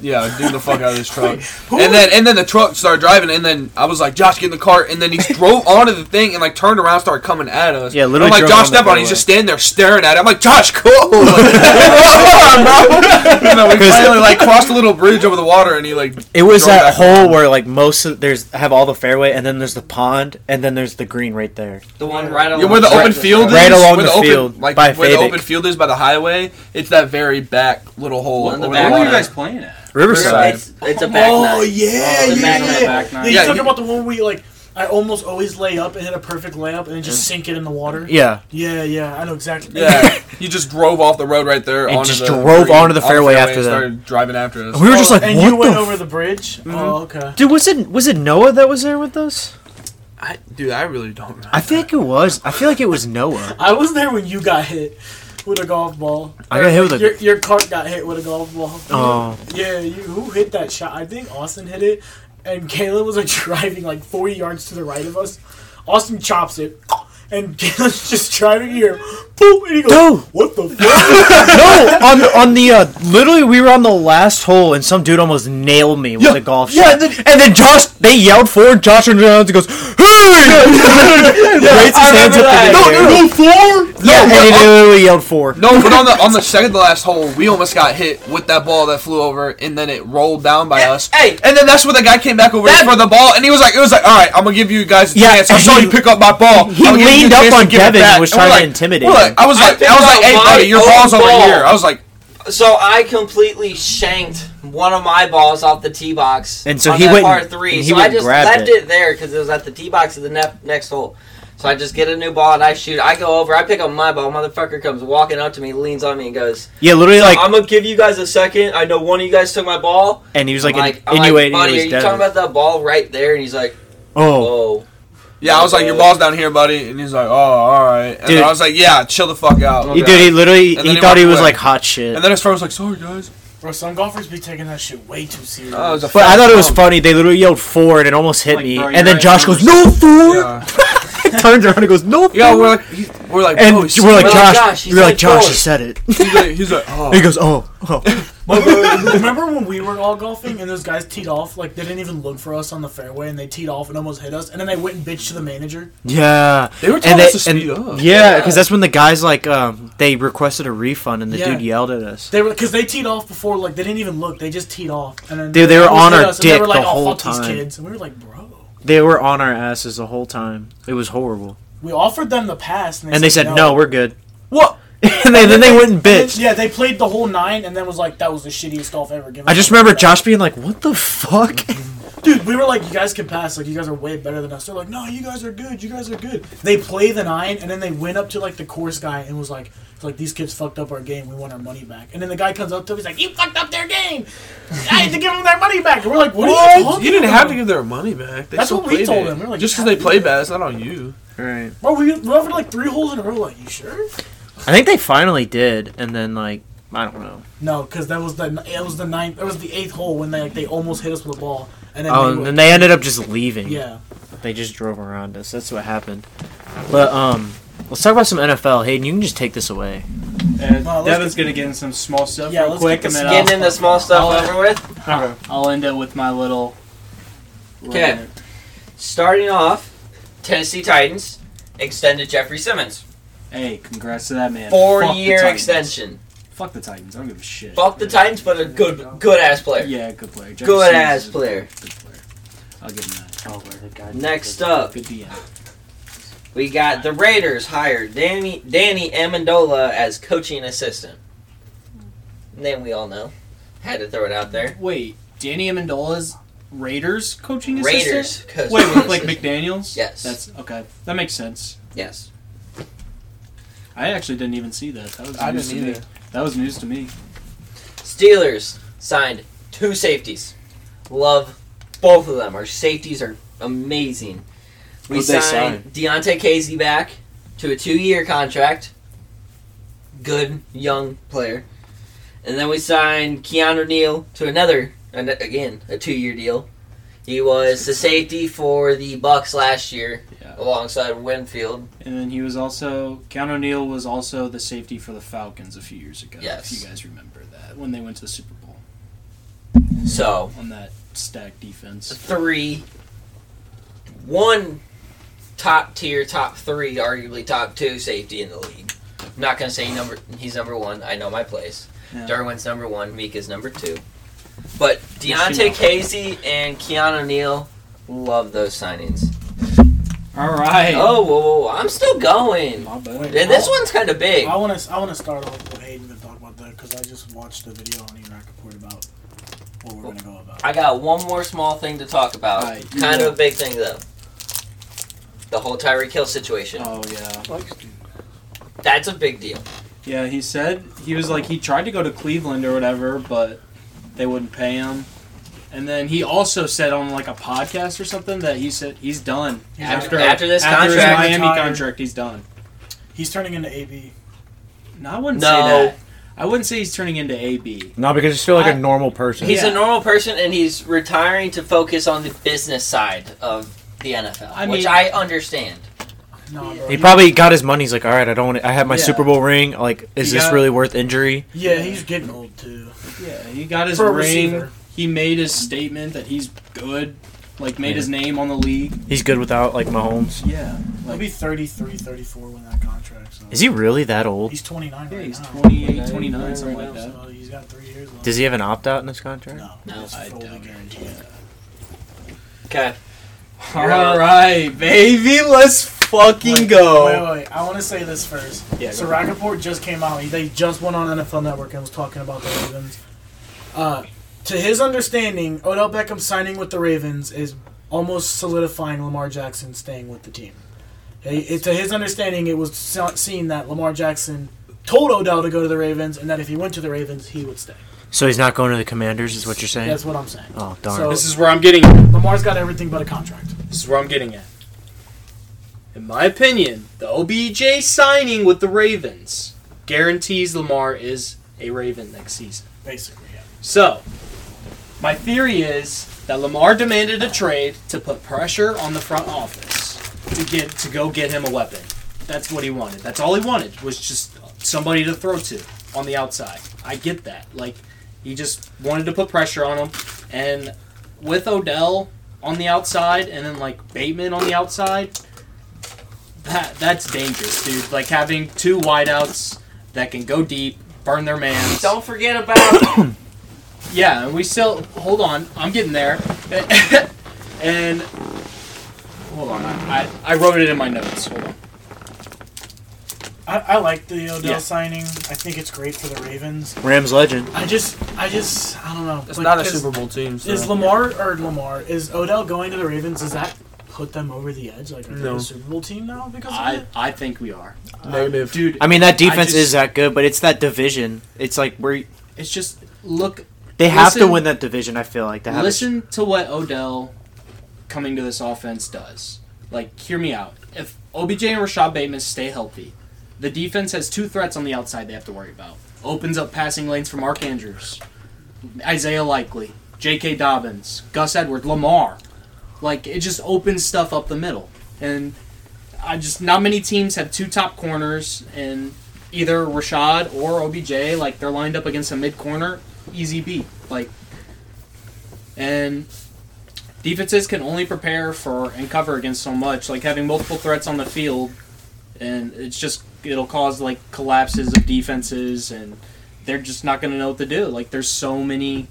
Speaker 2: yeah, dinged the fuck out of this truck, and then and then the truck started driving, and then I was like, Josh, get in the cart, and then he drove onto the thing and like turned around, started coming at us.
Speaker 1: Yeah, literally
Speaker 2: I'm like,
Speaker 1: drove
Speaker 2: Josh,
Speaker 1: on the
Speaker 2: step on. it."
Speaker 1: fairway.
Speaker 2: He's just standing there staring at it. I'm like, Josh, cool. and then we finally like crossed a little bridge over the water, and he like
Speaker 1: It was
Speaker 2: drove
Speaker 1: that
Speaker 2: back
Speaker 1: hole
Speaker 2: around.
Speaker 1: where like most of there's have all the fairway, and then there's the pond, and then there's the green right there.
Speaker 4: The one right on
Speaker 2: Yeah, where the open field is,
Speaker 1: Right along
Speaker 2: where
Speaker 1: the
Speaker 2: open-
Speaker 1: field,
Speaker 2: like
Speaker 1: by
Speaker 2: where the
Speaker 1: Fabic.
Speaker 2: open field is by the highway. It's that very back little hole.
Speaker 4: One in the
Speaker 2: over
Speaker 4: back
Speaker 3: Where were
Speaker 2: water.
Speaker 3: you guys playing at?
Speaker 1: Riverside.
Speaker 4: It's, it's a back nine.
Speaker 5: yeah,
Speaker 4: the back nine,
Speaker 3: back nine.
Speaker 5: He's
Speaker 2: Yeah,
Speaker 5: talking
Speaker 2: you-
Speaker 5: about the one where you, like I almost always lay up and hit a perfect layup and then just sink it in the water.
Speaker 1: Yeah,
Speaker 5: yeah, yeah, I know exactly.
Speaker 2: Yeah, you just drove off the road right there.
Speaker 1: And
Speaker 2: onto
Speaker 1: just
Speaker 2: the
Speaker 1: drove
Speaker 2: green-
Speaker 1: onto the fairway
Speaker 2: and
Speaker 1: after that.
Speaker 2: started driving after us.
Speaker 1: we were just like,
Speaker 5: Oh, and
Speaker 1: what
Speaker 5: you went
Speaker 1: the? Mm-hmm.
Speaker 5: over the bridge. Oh, okay.
Speaker 1: Dude, was it was it Noah that was there with us?
Speaker 2: I, dude, I really don't. Remember.
Speaker 1: I think it was. I feel like it was Noah.
Speaker 5: I was there when you got hit with a golf ball.
Speaker 1: I got hit with a-
Speaker 5: Your, your cart got hit with a golf ball.
Speaker 1: Oh.
Speaker 5: Yeah, you who hit that shot? I think Austin hit it, and Caleb was like driving like forty yards to the right of us. Austin chops it, and Caleb's just driving here. boom, and he goes,
Speaker 1: No.
Speaker 5: what the fuck?
Speaker 1: no, on on the uh, literally we were on the last hole and some dude almost nailed me with
Speaker 5: Yeah,
Speaker 1: a golf
Speaker 5: yeah,
Speaker 1: shot.
Speaker 5: and
Speaker 1: And
Speaker 5: then-
Speaker 1: then, Josh they yelled for it, Josh turns around and goes, Hey! Raised
Speaker 4: I
Speaker 1: his hands
Speaker 4: remember
Speaker 1: up in the
Speaker 4: that. No,
Speaker 1: air.
Speaker 5: four?
Speaker 1: Yeah, and he literally yelled four.
Speaker 2: No, but on the on the second to last hole, we almost got hit with that ball that flew over, and then it rolled down by
Speaker 4: Yeah,
Speaker 2: us.
Speaker 4: hey.
Speaker 2: and then that's when the guy came back over
Speaker 4: That-
Speaker 2: for the ball, and he was like, "It was like, all right, I'm gonna give you guys a
Speaker 1: Yeah,
Speaker 2: chance. I
Speaker 1: and
Speaker 2: saw
Speaker 1: he-
Speaker 2: you pick up my ball.
Speaker 1: he
Speaker 2: I'm gonna give you
Speaker 1: leaned
Speaker 2: a
Speaker 1: up
Speaker 2: chance
Speaker 1: on
Speaker 2: give it
Speaker 1: Devin
Speaker 2: back."
Speaker 1: and was
Speaker 2: and we're
Speaker 1: trying to
Speaker 2: like-
Speaker 1: intimidate
Speaker 2: we're
Speaker 1: him.
Speaker 2: like, I was
Speaker 4: I
Speaker 2: like, I,
Speaker 4: picked
Speaker 2: was
Speaker 4: up
Speaker 2: like, hey
Speaker 4: my
Speaker 2: buddy, your
Speaker 4: own
Speaker 2: ball's over
Speaker 4: ball.
Speaker 2: here. I was like,
Speaker 4: So I completely shanked one of my balls off the tee box.
Speaker 1: And so
Speaker 4: on
Speaker 1: he
Speaker 4: that
Speaker 1: went
Speaker 4: par
Speaker 1: and-
Speaker 4: three.
Speaker 1: and he
Speaker 4: so
Speaker 1: went
Speaker 4: I
Speaker 1: and
Speaker 4: just
Speaker 1: grabbed
Speaker 4: left
Speaker 1: it.
Speaker 4: it, there because it was at the tee box of the ne- next hole. So I just get a new ball and I shoot. I go over. I pick up my ball. Motherfucker comes walking up to me, leans on me, and goes,
Speaker 1: Yeah, literally like
Speaker 4: "I'm gonna give you guys a second. I know one of you guys took my ball."
Speaker 1: and he was
Speaker 4: I'm
Speaker 1: like,
Speaker 4: like, I'm like
Speaker 1: insinuating
Speaker 4: buddy, are
Speaker 1: he
Speaker 4: you
Speaker 1: was Devin.
Speaker 4: talking about that ball right there? And he's like,
Speaker 1: oh.
Speaker 4: "Oh,
Speaker 2: yeah, I was like, your ball's down here, buddy, and he's like, oh, all right. And
Speaker 1: Dude.
Speaker 2: I was like, yeah, chill the fuck out.
Speaker 1: He, dude, he literally
Speaker 2: Oh, And
Speaker 1: he,
Speaker 2: then he
Speaker 1: thought he
Speaker 2: walked
Speaker 1: was
Speaker 2: away.
Speaker 1: like hot shit.
Speaker 2: And then his friend was like, sorry guys.
Speaker 5: Bro, some golfers be taking that shit way too serious.
Speaker 2: Oh, it was a
Speaker 1: but I thought it was
Speaker 2: Oh.
Speaker 1: funny. They literally yelled four and it almost hit
Speaker 3: Like,
Speaker 1: me.
Speaker 3: bro, you're
Speaker 1: and then
Speaker 3: right,
Speaker 1: Josh goes,
Speaker 3: numbers.
Speaker 1: "No four!"
Speaker 2: Yeah,
Speaker 1: Turns around and goes, "No four!"
Speaker 2: yeah, we're like, he- we're like,
Speaker 1: and
Speaker 2: "Bro,
Speaker 1: we're
Speaker 2: he's-
Speaker 1: like,
Speaker 4: We're like,
Speaker 1: "Josh,
Speaker 4: "Josh, he
Speaker 1: we're like,
Speaker 4: said four."
Speaker 1: Josh, he said it."
Speaker 2: he's like, he's like, oh.
Speaker 1: he goes, "Oh, oh."
Speaker 5: But remember- remember when we were all golfing and those guys teed off? Like they didn't even look for us on the fairway, and they teed off and almost hit us. And then they went and bitched to the manager.
Speaker 1: Yeah,
Speaker 2: They were telling us to speed up.
Speaker 1: Yeah, because that's when the guys like um they requested a refund and the
Speaker 5: Yeah.
Speaker 1: dude yelled at us.
Speaker 5: They were because they teed off before. Like they didn't even look. They just teed off. And then
Speaker 1: Dude, they were
Speaker 5: almost
Speaker 1: on
Speaker 5: hit
Speaker 1: our
Speaker 5: us, and they
Speaker 1: dick
Speaker 5: were like,
Speaker 1: the
Speaker 5: "Oh,
Speaker 1: whole
Speaker 5: fuck These
Speaker 1: time."
Speaker 5: kids. And we were like, bro.
Speaker 1: They were on our asses the whole time. It was horrible.
Speaker 5: We offered them the pass, and they,
Speaker 1: And they said, "No, we're good."
Speaker 5: What?
Speaker 1: and they, then they went and bitched.
Speaker 5: Yeah, they played the whole nine, and then was like, "That was the shittiest golf ever." Give
Speaker 1: I
Speaker 5: us
Speaker 1: just
Speaker 5: the
Speaker 1: remember
Speaker 5: ball back."
Speaker 1: Josh being like, "What the fuck?"
Speaker 5: Dude, we were like, "You guys can pass. Like, you guys are way better than us." They're like, "No, you guys are good. You guys are good." They play the nine, and then they went up to like the course guy and was like, it's "Like these kids fucked up our game. We want our money back." And then the guy comes up to him, he's like, "You fucked up their game. I had to give them their money back." And we're like, "What? Are you, talking
Speaker 2: You didn't
Speaker 5: about?
Speaker 2: have to give their money back. They
Speaker 5: That's
Speaker 2: still
Speaker 5: what we
Speaker 2: played
Speaker 5: told
Speaker 2: it.
Speaker 5: them. We were like,
Speaker 2: just because they play bad, it's not on you.
Speaker 1: Right.
Speaker 5: Bro, we we offered like three holes in a row. Like, you sure?
Speaker 1: I think they finally did, and then like I don't know.
Speaker 5: No, because that was the it was the ninth. It was the eighth hole when they like they almost hit us with a ball, and then
Speaker 1: Oh,
Speaker 5: they
Speaker 1: and
Speaker 5: were,
Speaker 1: then they ended up just leaving.
Speaker 5: yeah.
Speaker 1: They just drove around us. That's what happened. But um, let's talk about some NFL. Hayden, you can just take this away.
Speaker 3: And
Speaker 5: Well, let's
Speaker 3: Devin's
Speaker 5: get-
Speaker 3: gonna get in some small stuff
Speaker 5: Yeah,
Speaker 3: real
Speaker 5: let's
Speaker 3: quick,
Speaker 5: get
Speaker 3: and
Speaker 5: this
Speaker 3: then
Speaker 4: getting
Speaker 3: I'll,
Speaker 4: into small stuff over with."
Speaker 3: okay, I'll end it with my little.
Speaker 4: 'Kay.
Speaker 3: rant.
Speaker 4: Starting off, Tennessee Titans extended Jeffrey Simmons.
Speaker 3: Hey, congrats to that man.
Speaker 4: Four
Speaker 3: Fuck the
Speaker 4: year
Speaker 3: Titans.
Speaker 4: extension.
Speaker 3: Fuck the Titans. I don't give a shit.
Speaker 4: Fuck the Titans, but a good good ass player.
Speaker 3: Yeah, good player. Jefferson
Speaker 4: Good
Speaker 3: is
Speaker 4: ass
Speaker 3: a
Speaker 4: player.
Speaker 3: Good player. I'll give him that.
Speaker 1: Oh, where the guy?
Speaker 4: Next up,
Speaker 3: Good DM.
Speaker 4: we got the Raiders hired Danny Danny Amendola as coaching assistant. Name we all know. Had to throw it out there.
Speaker 3: Wait, Danny Amendola's Raiders coaching assistant?
Speaker 4: Raiders coaching
Speaker 3: Wait, with, like
Speaker 4: assistant.
Speaker 3: McDaniels?
Speaker 4: Yes.
Speaker 3: That's okay. That makes sense.
Speaker 4: Yes.
Speaker 3: I actually didn't even see that. That was
Speaker 2: I
Speaker 3: news
Speaker 2: didn't
Speaker 3: to
Speaker 2: either.
Speaker 3: me. That was news to me.
Speaker 4: Steelers signed two safeties. Love both of them. Our safeties are amazing. We
Speaker 1: Who'd they
Speaker 4: signed Deontay Casey back to a two-year contract. Good young player, and then we signed Keanu Neal to another, and again a two-year deal. He was the safety for the Bucks last year,
Speaker 3: Yeah.
Speaker 4: alongside Winfield.
Speaker 3: And then he was also Count O'Neill was also the safety for the Falcons a few years ago.
Speaker 4: Yes.
Speaker 3: If you guys remember that when they went to the Super Bowl
Speaker 4: So
Speaker 3: on that stack defense.
Speaker 4: three, one top tier, top three, arguably top two safety in the league. I'm not gonna say number. He's number one. I know my place.
Speaker 3: Yeah.
Speaker 4: Derwin's number one. Mika's number two. But
Speaker 3: Yes, you
Speaker 4: Deontay
Speaker 3: know.
Speaker 4: Casey and Keanu Neal, love those signings.
Speaker 3: All right.
Speaker 4: Oh, whoa, whoa, whoa, I'm still going.
Speaker 3: My bad.
Speaker 5: Wait,
Speaker 4: And this one's kind of big.
Speaker 5: I want to I want to start off with Hayden and talk about that because I just watched a video on Ian Rappaport about what we're gonna go about.
Speaker 4: I got one more small thing to talk about.
Speaker 3: Alright, you
Speaker 4: kind
Speaker 3: go.
Speaker 4: of a big thing though. The whole Tyreek Hill situation.
Speaker 3: Oh yeah.
Speaker 4: That's a big deal.
Speaker 3: Yeah, he said he was like he tried to go to Cleveland or whatever, but they wouldn't pay him. And then he also said on like a podcast or something that he said he's done
Speaker 5: He's
Speaker 4: After- after this
Speaker 3: after
Speaker 4: contract.
Speaker 3: his Miami
Speaker 5: Retired.
Speaker 3: contract, he's done.
Speaker 5: He's turning into AB.
Speaker 3: No, I wouldn't
Speaker 4: No.
Speaker 3: say that. I wouldn't say he's turning into AB.
Speaker 1: No, because he's still like
Speaker 4: I-
Speaker 1: a normal person.
Speaker 4: He's
Speaker 3: Yeah.
Speaker 4: a normal person, and he's retiring to focus on the business side of the NFL,
Speaker 3: I
Speaker 4: which
Speaker 3: mean-
Speaker 4: I understand.
Speaker 5: Nah, bro.
Speaker 1: He probably got his money. He's like, all right, I don't. Wanna, I have my
Speaker 3: Yeah.
Speaker 1: Super Bowl ring. Like, is
Speaker 3: He
Speaker 1: this
Speaker 3: got-
Speaker 1: really worth injury?
Speaker 5: Yeah, he's getting old too.
Speaker 3: Yeah, he got his
Speaker 5: For a
Speaker 3: ring.
Speaker 5: receiver.
Speaker 3: He made his statement that he's good. Like made his name on the league.
Speaker 1: He's good without like Mahomes.
Speaker 3: Yeah,
Speaker 5: He'll
Speaker 3: like
Speaker 5: be 33, 34 when that contract's up.
Speaker 1: Is he really that old?
Speaker 5: He's 29
Speaker 3: yeah,
Speaker 5: right
Speaker 3: he's
Speaker 5: now.
Speaker 3: 28,
Speaker 4: Right
Speaker 3: 29,
Speaker 4: now,
Speaker 3: something like
Speaker 5: Right now,
Speaker 3: that.
Speaker 5: so he's got three years left.
Speaker 1: Does he have an opt out in this contract?
Speaker 5: No,
Speaker 4: No,
Speaker 5: it's
Speaker 3: I
Speaker 5: fully
Speaker 3: doubt it.
Speaker 5: guaranteed.
Speaker 4: Okay.
Speaker 3: All right, baby, let's fucking
Speaker 5: Wait,
Speaker 3: go.
Speaker 5: Wait, wait, wait. I want to say this first.
Speaker 3: Yeah,
Speaker 5: so
Speaker 3: go ahead.
Speaker 5: Rappaport just came out. They just went on NFL Network and was talking about the Ravens. Uh, to his understanding, Odell Beckham signing with the Ravens is almost solidifying Lamar Jackson staying with the team. He- it- to his understanding, it was so- seen that Lamar Jackson told Odell to go to the Ravens, and that if he went to the Ravens, he would stay.
Speaker 1: So he's not going to the Commanders, is what you're saying?
Speaker 5: That's what I'm saying.
Speaker 1: Oh darn!
Speaker 5: So-
Speaker 3: This is where I'm getting. At.
Speaker 5: Lamar's got everything but a contract.
Speaker 3: This is where I'm getting at. In my opinion, the OBJ signing with the Ravens guarantees Lamar is a Raven next season.
Speaker 5: Basically, yeah.
Speaker 3: So, my theory is that Lamar demanded a trade to put pressure on the front office to get to go get him a weapon. That's what he wanted. That's all he wanted was just somebody to throw to on the outside. I get that. Like he just wanted to put pressure on him and with Odell on the outside and then like Bateman on the outside that that's dangerous, dude. Like having two wideouts that can go deep, burn their man.
Speaker 4: Don't forget about
Speaker 3: Yeah, and we still hold on. I'm getting there. and hold on, I, I I wrote it in my notes. Hold on.
Speaker 5: I, I like the Odell
Speaker 3: Yeah.
Speaker 5: signing. I think it's great for the Ravens.
Speaker 1: Rams legend.
Speaker 5: I just, I just, I don't know.
Speaker 2: It's
Speaker 5: Like,
Speaker 2: not a
Speaker 5: is-
Speaker 2: Super Bowl team. So.
Speaker 5: Is Lamar or Lamar is Odell going to the Ravens? Does that put them over the edge? Like are they
Speaker 2: No.
Speaker 5: a Super Bowl team now because of
Speaker 3: I
Speaker 5: it?
Speaker 3: I think we are,
Speaker 2: negative?
Speaker 3: dude.
Speaker 1: I mean, that defense
Speaker 3: just-
Speaker 1: is that good, but it's that division. It's like where
Speaker 3: It's just look,
Speaker 1: they have to
Speaker 3: Listen-
Speaker 1: win that division. I feel like they have. to
Speaker 3: listen to what Odell coming to this offense does. Like, hear me out. If OBJ and Rashad Bateman stay healthy, the defense has two threats on the outside they have to worry about. Opens up passing lanes for Mark Andrews, Isaiah Likely, J.K. Dobbins, Gus Edward, Lamar. Like, it just opens stuff up the middle. And I just, not many teams have two top corners, and either Rashad or OBJ, like, they're lined up against a mid corner, easy beat. Like, and defenses can only prepare for and cover against so much. Like having multiple threats on the field, and it's just it'll cause like collapses of defenses, and they're just not going to know what to do. Like there's so many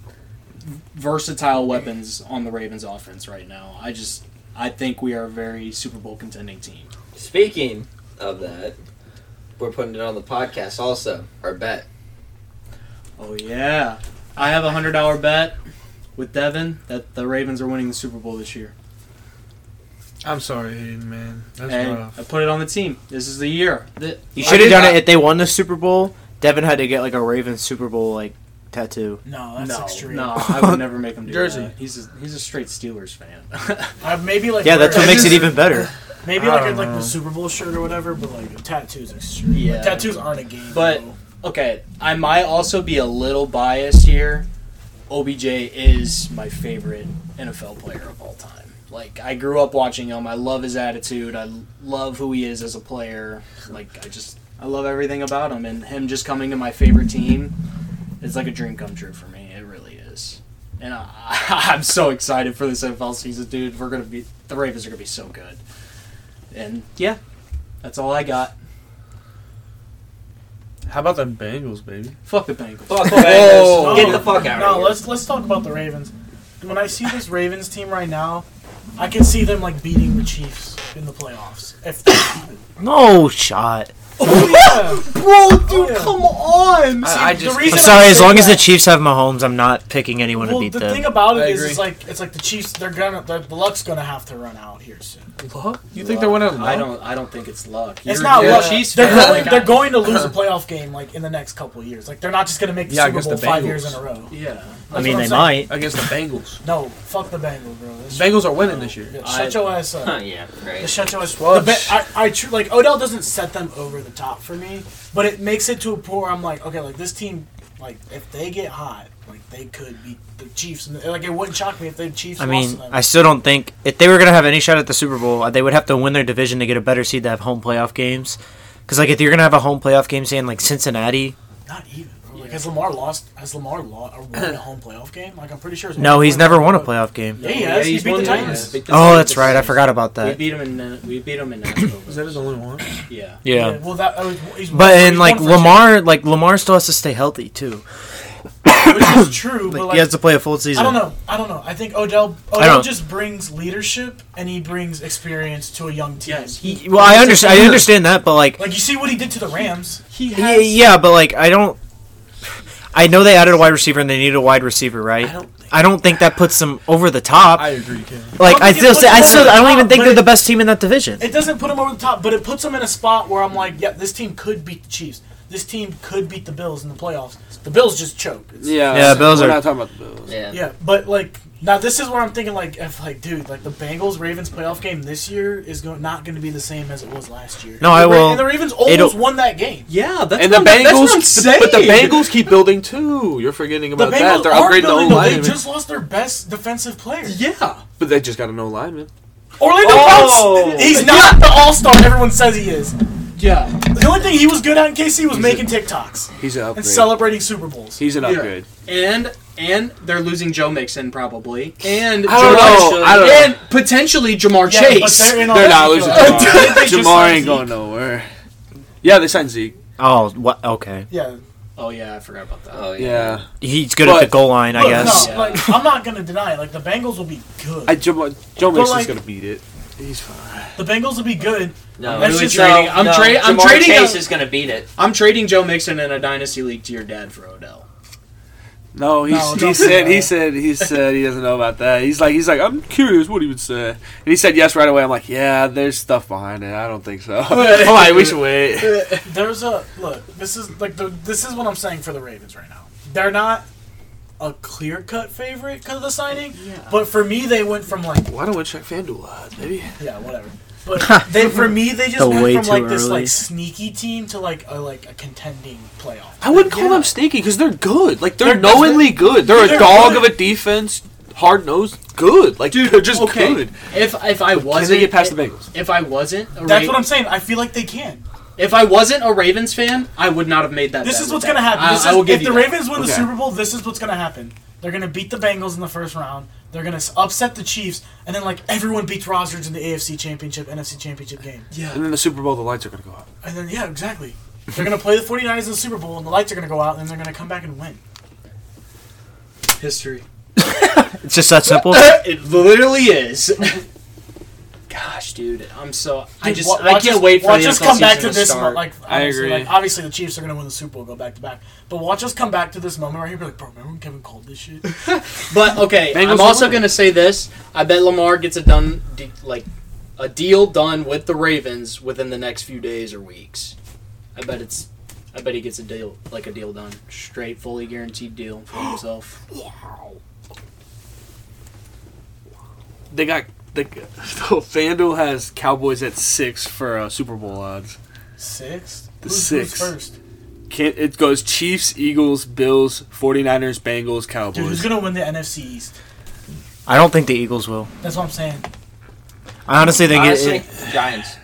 Speaker 3: versatile weapons on the Ravens' offense right now. I just I think we are a very Super Bowl contending team.
Speaker 4: Speaking of that, we're putting it on the podcast also. Our bet.
Speaker 3: Oh yeah, I have a hundred dollar bet with Devin that the Ravens are winning the Super Bowl this year.
Speaker 2: I'm sorry, Hayden, man. That's
Speaker 3: and
Speaker 2: rough.
Speaker 3: I put it on the team. This is the year. The-
Speaker 1: You
Speaker 3: I
Speaker 1: should have
Speaker 3: did
Speaker 1: done
Speaker 3: not-
Speaker 1: it if they won the Super Bowl. Devin had to get like a Ravens Super Bowl like tattoo.
Speaker 5: no, that's
Speaker 3: no,
Speaker 5: extreme.
Speaker 3: No, I would never make him do
Speaker 2: Jersey.
Speaker 3: that. He's a, he's a straight Steelers fan.
Speaker 5: Uh, maybe like
Speaker 1: Yeah, that's
Speaker 5: wear-
Speaker 1: what makes it even better.
Speaker 5: Maybe
Speaker 2: I
Speaker 5: like a,
Speaker 2: don't
Speaker 5: like
Speaker 2: know.
Speaker 5: the Super Bowl shirt or whatever, but like a tattoos extreme. Like,
Speaker 3: Yeah.
Speaker 5: tattoos aren't a game.
Speaker 3: But-
Speaker 5: bro.
Speaker 3: okay, I might also be a little biased here. OBJ is my favorite NFL player of all time. Like I grew up watching him. I love his attitude. I love who he is as a player. Like I just I love everything about him and him just coming to my favorite team. It's like a dream come true for me. It really is. And I, I'm so excited for this NFL season, dude. We're gonna be the Ravens are gonna be so good. And yeah, that's all I got.
Speaker 2: How about the Bengals, baby? Oh.
Speaker 3: Fuck the Bengals.
Speaker 4: Fuck the
Speaker 2: Whoa.
Speaker 4: Bengals. Get the fuck out.
Speaker 5: No,
Speaker 4: of here.
Speaker 5: let's let's talk about the Ravens. When I see this Ravens team right now, I can see them like beating the Chiefs in the playoffs. If
Speaker 1: No shot.
Speaker 5: oh, yeah.
Speaker 3: Bro, dude,
Speaker 5: Oh, yeah.
Speaker 3: come on.
Speaker 2: I, I
Speaker 5: the
Speaker 2: just
Speaker 1: I'm
Speaker 5: reason- He's
Speaker 1: sorry.
Speaker 5: gonna
Speaker 1: As
Speaker 5: say
Speaker 1: long as the
Speaker 5: that.
Speaker 1: Chiefs have Mahomes, I'm not picking anyone
Speaker 5: well,
Speaker 1: to beat
Speaker 5: the
Speaker 1: them.
Speaker 5: thing about
Speaker 2: I
Speaker 5: it is,
Speaker 2: agree.
Speaker 5: it's like it's like the Chiefs. They're gonna the, the luck's gonna have to run out here soon.
Speaker 2: luck. You think they're winning?
Speaker 3: I don't. I don't think it's luck.
Speaker 5: It's not
Speaker 2: you're a
Speaker 5: luck.
Speaker 3: Chiefs
Speaker 5: They're,
Speaker 3: fan,
Speaker 5: going,
Speaker 3: like, I-
Speaker 5: they're going to lose a playoff game like in the next couple of years. Like they're not just going to make the
Speaker 2: Yeah,
Speaker 5: Super
Speaker 2: against
Speaker 5: Bowl
Speaker 2: the
Speaker 5: five
Speaker 2: Bengals.
Speaker 5: years in a row.
Speaker 3: Yeah.
Speaker 1: I mean,
Speaker 5: what
Speaker 1: they
Speaker 5: I'm saying.
Speaker 1: might.
Speaker 2: against the Bengals.
Speaker 5: No, fuck the Bengals, bro. This Oh,
Speaker 2: Bengals are winning this year.
Speaker 5: Yeah,
Speaker 3: I-
Speaker 5: shut your ass
Speaker 4: Huh,
Speaker 5: up.
Speaker 4: yeah,
Speaker 5: Yeah,
Speaker 4: right.
Speaker 5: Shut your ass
Speaker 2: Well,
Speaker 5: up. I, I tr- like Odell doesn't set them over the top for me, but it makes it to a point where I'm like, okay, like this team Like if they get hot, like they could beat the Chiefs. And like it wouldn't shock me if the Chiefs.
Speaker 1: I
Speaker 5: lost to
Speaker 1: mean,
Speaker 5: them.
Speaker 1: I still don't think if they were gonna have any shot at the Super Bowl, they would have to win their division to get a better seed to have home playoff games. Because like if you're gonna have a home playoff game, saying like Cincinnati,
Speaker 5: Not even. bro. Like has Lamar lost? Has Lamar lost or won a home playoff game? Like I'm pretty sure. it's
Speaker 1: no,
Speaker 5: one
Speaker 1: he's
Speaker 5: playoff
Speaker 1: never
Speaker 5: game,
Speaker 1: won a
Speaker 5: but-
Speaker 1: playoff game.
Speaker 5: Yeah, he has. He beat
Speaker 3: won
Speaker 5: the
Speaker 3: yeah,
Speaker 5: Titans.
Speaker 3: beat the
Speaker 1: Oh,
Speaker 3: Titans.
Speaker 1: that's right. I forgot about
Speaker 3: We
Speaker 1: that.
Speaker 3: beat him in Nan- we beat him in Nashville.
Speaker 2: Is that his only one?
Speaker 3: yeah.
Speaker 5: Yeah. Well, that uh, he's
Speaker 1: But
Speaker 5: he's
Speaker 1: and
Speaker 5: won
Speaker 1: like
Speaker 5: for
Speaker 1: Lamar, like Lamar still has to stay healthy too.
Speaker 5: two, which is true.
Speaker 1: Like,
Speaker 5: but like,
Speaker 1: he has to play a full season.
Speaker 5: I don't know. I don't know. I think Odell
Speaker 1: I
Speaker 5: Odell
Speaker 1: don't-
Speaker 5: just brings leadership and he brings experience to a young team.
Speaker 3: Yes, he.
Speaker 1: Well, I understand. I understand that, but like,
Speaker 5: Like you see what he did to the Rams.
Speaker 3: He
Speaker 1: yeah,
Speaker 3: has.
Speaker 1: yeah, but like, I don't. I know they added a wide receiver and they needed a wide receiver, right? I don't. Think, that puts them over the top.
Speaker 2: I agree, Ken.
Speaker 1: like,
Speaker 5: don't
Speaker 1: I
Speaker 5: think it
Speaker 1: still
Speaker 5: puts
Speaker 1: say, I
Speaker 5: them
Speaker 1: still,
Speaker 5: over the
Speaker 1: I don't
Speaker 5: top,
Speaker 1: even think
Speaker 5: but
Speaker 1: they're the
Speaker 5: it-
Speaker 1: best team in that division.
Speaker 5: It doesn't put him over the top, but it puts him in a spot where I'm like, yeah, this team could beat the Chiefs. This team could beat the Bills in the playoffs. The Bills just choke. It's-
Speaker 2: Yeah,
Speaker 1: Yeah, Bills
Speaker 2: we're
Speaker 1: are-
Speaker 2: not talking about the Bills.
Speaker 4: Yeah.
Speaker 5: Yeah, but like now this is where I'm thinking like if like dude like the Bengals Ravens playoff game this year is go- not going to be the same as it was last year.
Speaker 1: No, I
Speaker 5: The Ra-
Speaker 1: will-
Speaker 5: And the Ravens almost
Speaker 1: it'll-
Speaker 5: won that game.
Speaker 3: Yeah, that's
Speaker 2: And the
Speaker 3: what I'm- that's what I'm
Speaker 2: Bengals, but the
Speaker 3: saying.
Speaker 2: Bengals keep building too. You're forgetting
Speaker 5: The
Speaker 2: about
Speaker 5: Bengals
Speaker 2: that. They're
Speaker 5: are
Speaker 2: upgrading the whole
Speaker 5: building. though. They
Speaker 2: line,
Speaker 5: just lost their best defensive player.
Speaker 3: Yeah.
Speaker 2: but they just got a no lineman.
Speaker 5: Orlando
Speaker 3: Oh.
Speaker 5: Bounce. He's not the All Star everyone says he is.
Speaker 3: Yeah.
Speaker 5: The only thing he was good at in KC was
Speaker 2: a-
Speaker 5: making TikToks
Speaker 2: He's an upgrade.
Speaker 5: and celebrating Super Bowls.
Speaker 2: He's an
Speaker 3: Yeah.
Speaker 2: upgrade.
Speaker 3: And and they're losing Joe Mixon probably. And
Speaker 2: I
Speaker 1: Oh.
Speaker 2: don't
Speaker 3: Jamar-
Speaker 2: know, I don't know.
Speaker 3: and potentially Jamar
Speaker 5: Yeah, but
Speaker 3: Chase.
Speaker 5: in
Speaker 2: They're
Speaker 5: Orlando.
Speaker 2: not losing
Speaker 5: Didn't
Speaker 2: Jamar.
Speaker 5: they just
Speaker 2: Jamar
Speaker 5: sign
Speaker 2: ain't
Speaker 5: Zeke?
Speaker 2: going nowhere. Yeah, they signed Zeke.
Speaker 1: Oh, what? Okay,
Speaker 5: Yeah,
Speaker 3: oh yeah, I forgot about that.
Speaker 4: Oh yeah.
Speaker 2: Yeah,
Speaker 1: he's good
Speaker 2: But-
Speaker 1: at the goal line, I
Speaker 5: Look,
Speaker 1: guess.
Speaker 5: No, like, I'm not gonna deny it. Like the Bengals will be good.
Speaker 2: I, Jamar, Joe Mixon's
Speaker 5: like-
Speaker 2: gonna beat it. He's fine.
Speaker 5: the Bengals will be good.
Speaker 4: No.
Speaker 5: That's
Speaker 4: really
Speaker 5: just-
Speaker 4: trading-
Speaker 3: I'm tra- I'm
Speaker 4: Jamar
Speaker 3: trading
Speaker 4: Chase
Speaker 3: a-
Speaker 4: is gonna beat it.
Speaker 3: I'm trading Joe Mixon in a dynasty league to your dad for Odell.
Speaker 2: No, he,
Speaker 5: No,
Speaker 2: he
Speaker 5: don't
Speaker 2: said
Speaker 5: do
Speaker 2: he
Speaker 5: that.
Speaker 2: said he said he doesn't know about that. He's like he's like I'm curious what he would say, and he said yes right away. I'm like yeah, there's stuff behind it. I don't think so. I'm like we should wait.
Speaker 5: There's a look. This is like the, this is what I'm saying for the Ravens right now. They're not a clear cut favorite because of the signing, but for me they went from like
Speaker 2: Why don't we check FanDuel odds, maybe?
Speaker 5: yeah whatever. But they for me they just
Speaker 1: The way
Speaker 5: went from
Speaker 1: too
Speaker 5: like this
Speaker 1: early.
Speaker 5: like sneaky team to like a like a contending playoff.
Speaker 2: I wouldn't call
Speaker 5: Yeah.
Speaker 2: them sneaky because they're good. Like they're,
Speaker 5: They're-
Speaker 2: knowingly good. They're,
Speaker 5: They're
Speaker 2: a dog
Speaker 5: good.
Speaker 2: of a defense, hard nosed, good. Like
Speaker 3: Dude,
Speaker 2: they're just
Speaker 3: okay.
Speaker 2: good.
Speaker 3: If if I
Speaker 2: Can
Speaker 3: wasn't
Speaker 2: they get past the Bengals?
Speaker 3: if I wasn't a
Speaker 5: That's
Speaker 3: Ra-
Speaker 5: what I'm saying. I feel like they can.
Speaker 3: if I wasn't a Ravens fan, I would not have made that.
Speaker 5: This
Speaker 3: bet
Speaker 5: is
Speaker 3: with
Speaker 5: what's
Speaker 3: that.
Speaker 5: gonna happen.
Speaker 3: I,
Speaker 5: This
Speaker 3: I
Speaker 5: is-
Speaker 3: will give
Speaker 5: if
Speaker 3: you
Speaker 5: the
Speaker 3: that.
Speaker 5: Ravens win the
Speaker 2: Okay.
Speaker 5: Super Bowl, this is what's gonna happen. They're gonna beat the Bengals in the first round. They're gonna s- upset the Chiefs, and then like everyone beats Rodgers in the AFC Championship, NFC Championship game.
Speaker 2: And then the Super Bowl, the lights are gonna go out.
Speaker 5: And then yeah, exactly. They're gonna play the 49ers in the Super Bowl, and the lights are gonna go out, and they're gonna come back and win.
Speaker 3: history.
Speaker 1: It's just that simple.
Speaker 3: it literally is. Gosh, dude, I'm so I
Speaker 5: Dude,
Speaker 3: just
Speaker 5: wa-
Speaker 3: I
Speaker 5: watch
Speaker 3: can't
Speaker 5: us-
Speaker 3: wait for
Speaker 5: watch
Speaker 3: the
Speaker 5: us
Speaker 3: NFL
Speaker 5: come back
Speaker 3: season
Speaker 5: to this.
Speaker 3: start.
Speaker 5: Mo- like,
Speaker 2: I
Speaker 5: honestly,
Speaker 2: agree.
Speaker 5: Like, obviously, the Chiefs are gonna win the Super Bowl, go back to back. But watch us come back to this moment right here. Be like, bro, remember when Kevin called this shit?
Speaker 3: But okay,
Speaker 2: Bengals
Speaker 3: I'm
Speaker 2: are
Speaker 3: also
Speaker 2: winning.
Speaker 3: gonna say this. I bet Lamar gets a done de- like a deal done with the Ravens within the next few days or weeks. I bet it's. I bet he gets a deal like a deal done, straight, fully guaranteed deal for himself.
Speaker 2: They got the, so FanDuel has Cowboys at six for uh, Super Bowl odds.
Speaker 5: Sixth.
Speaker 2: The
Speaker 5: Who's-
Speaker 2: sixth.
Speaker 5: Who's first?
Speaker 2: Can't, it goes Chiefs, Eagles, Bills, 49ers, Bengals,
Speaker 5: Dude, who's
Speaker 2: Cowboys.
Speaker 5: gonna win the NFC East?
Speaker 1: I don't think the Eagles will.
Speaker 5: That's what I'm saying.
Speaker 1: I honestly think it,
Speaker 4: Honestly,
Speaker 1: it-
Speaker 4: Giants.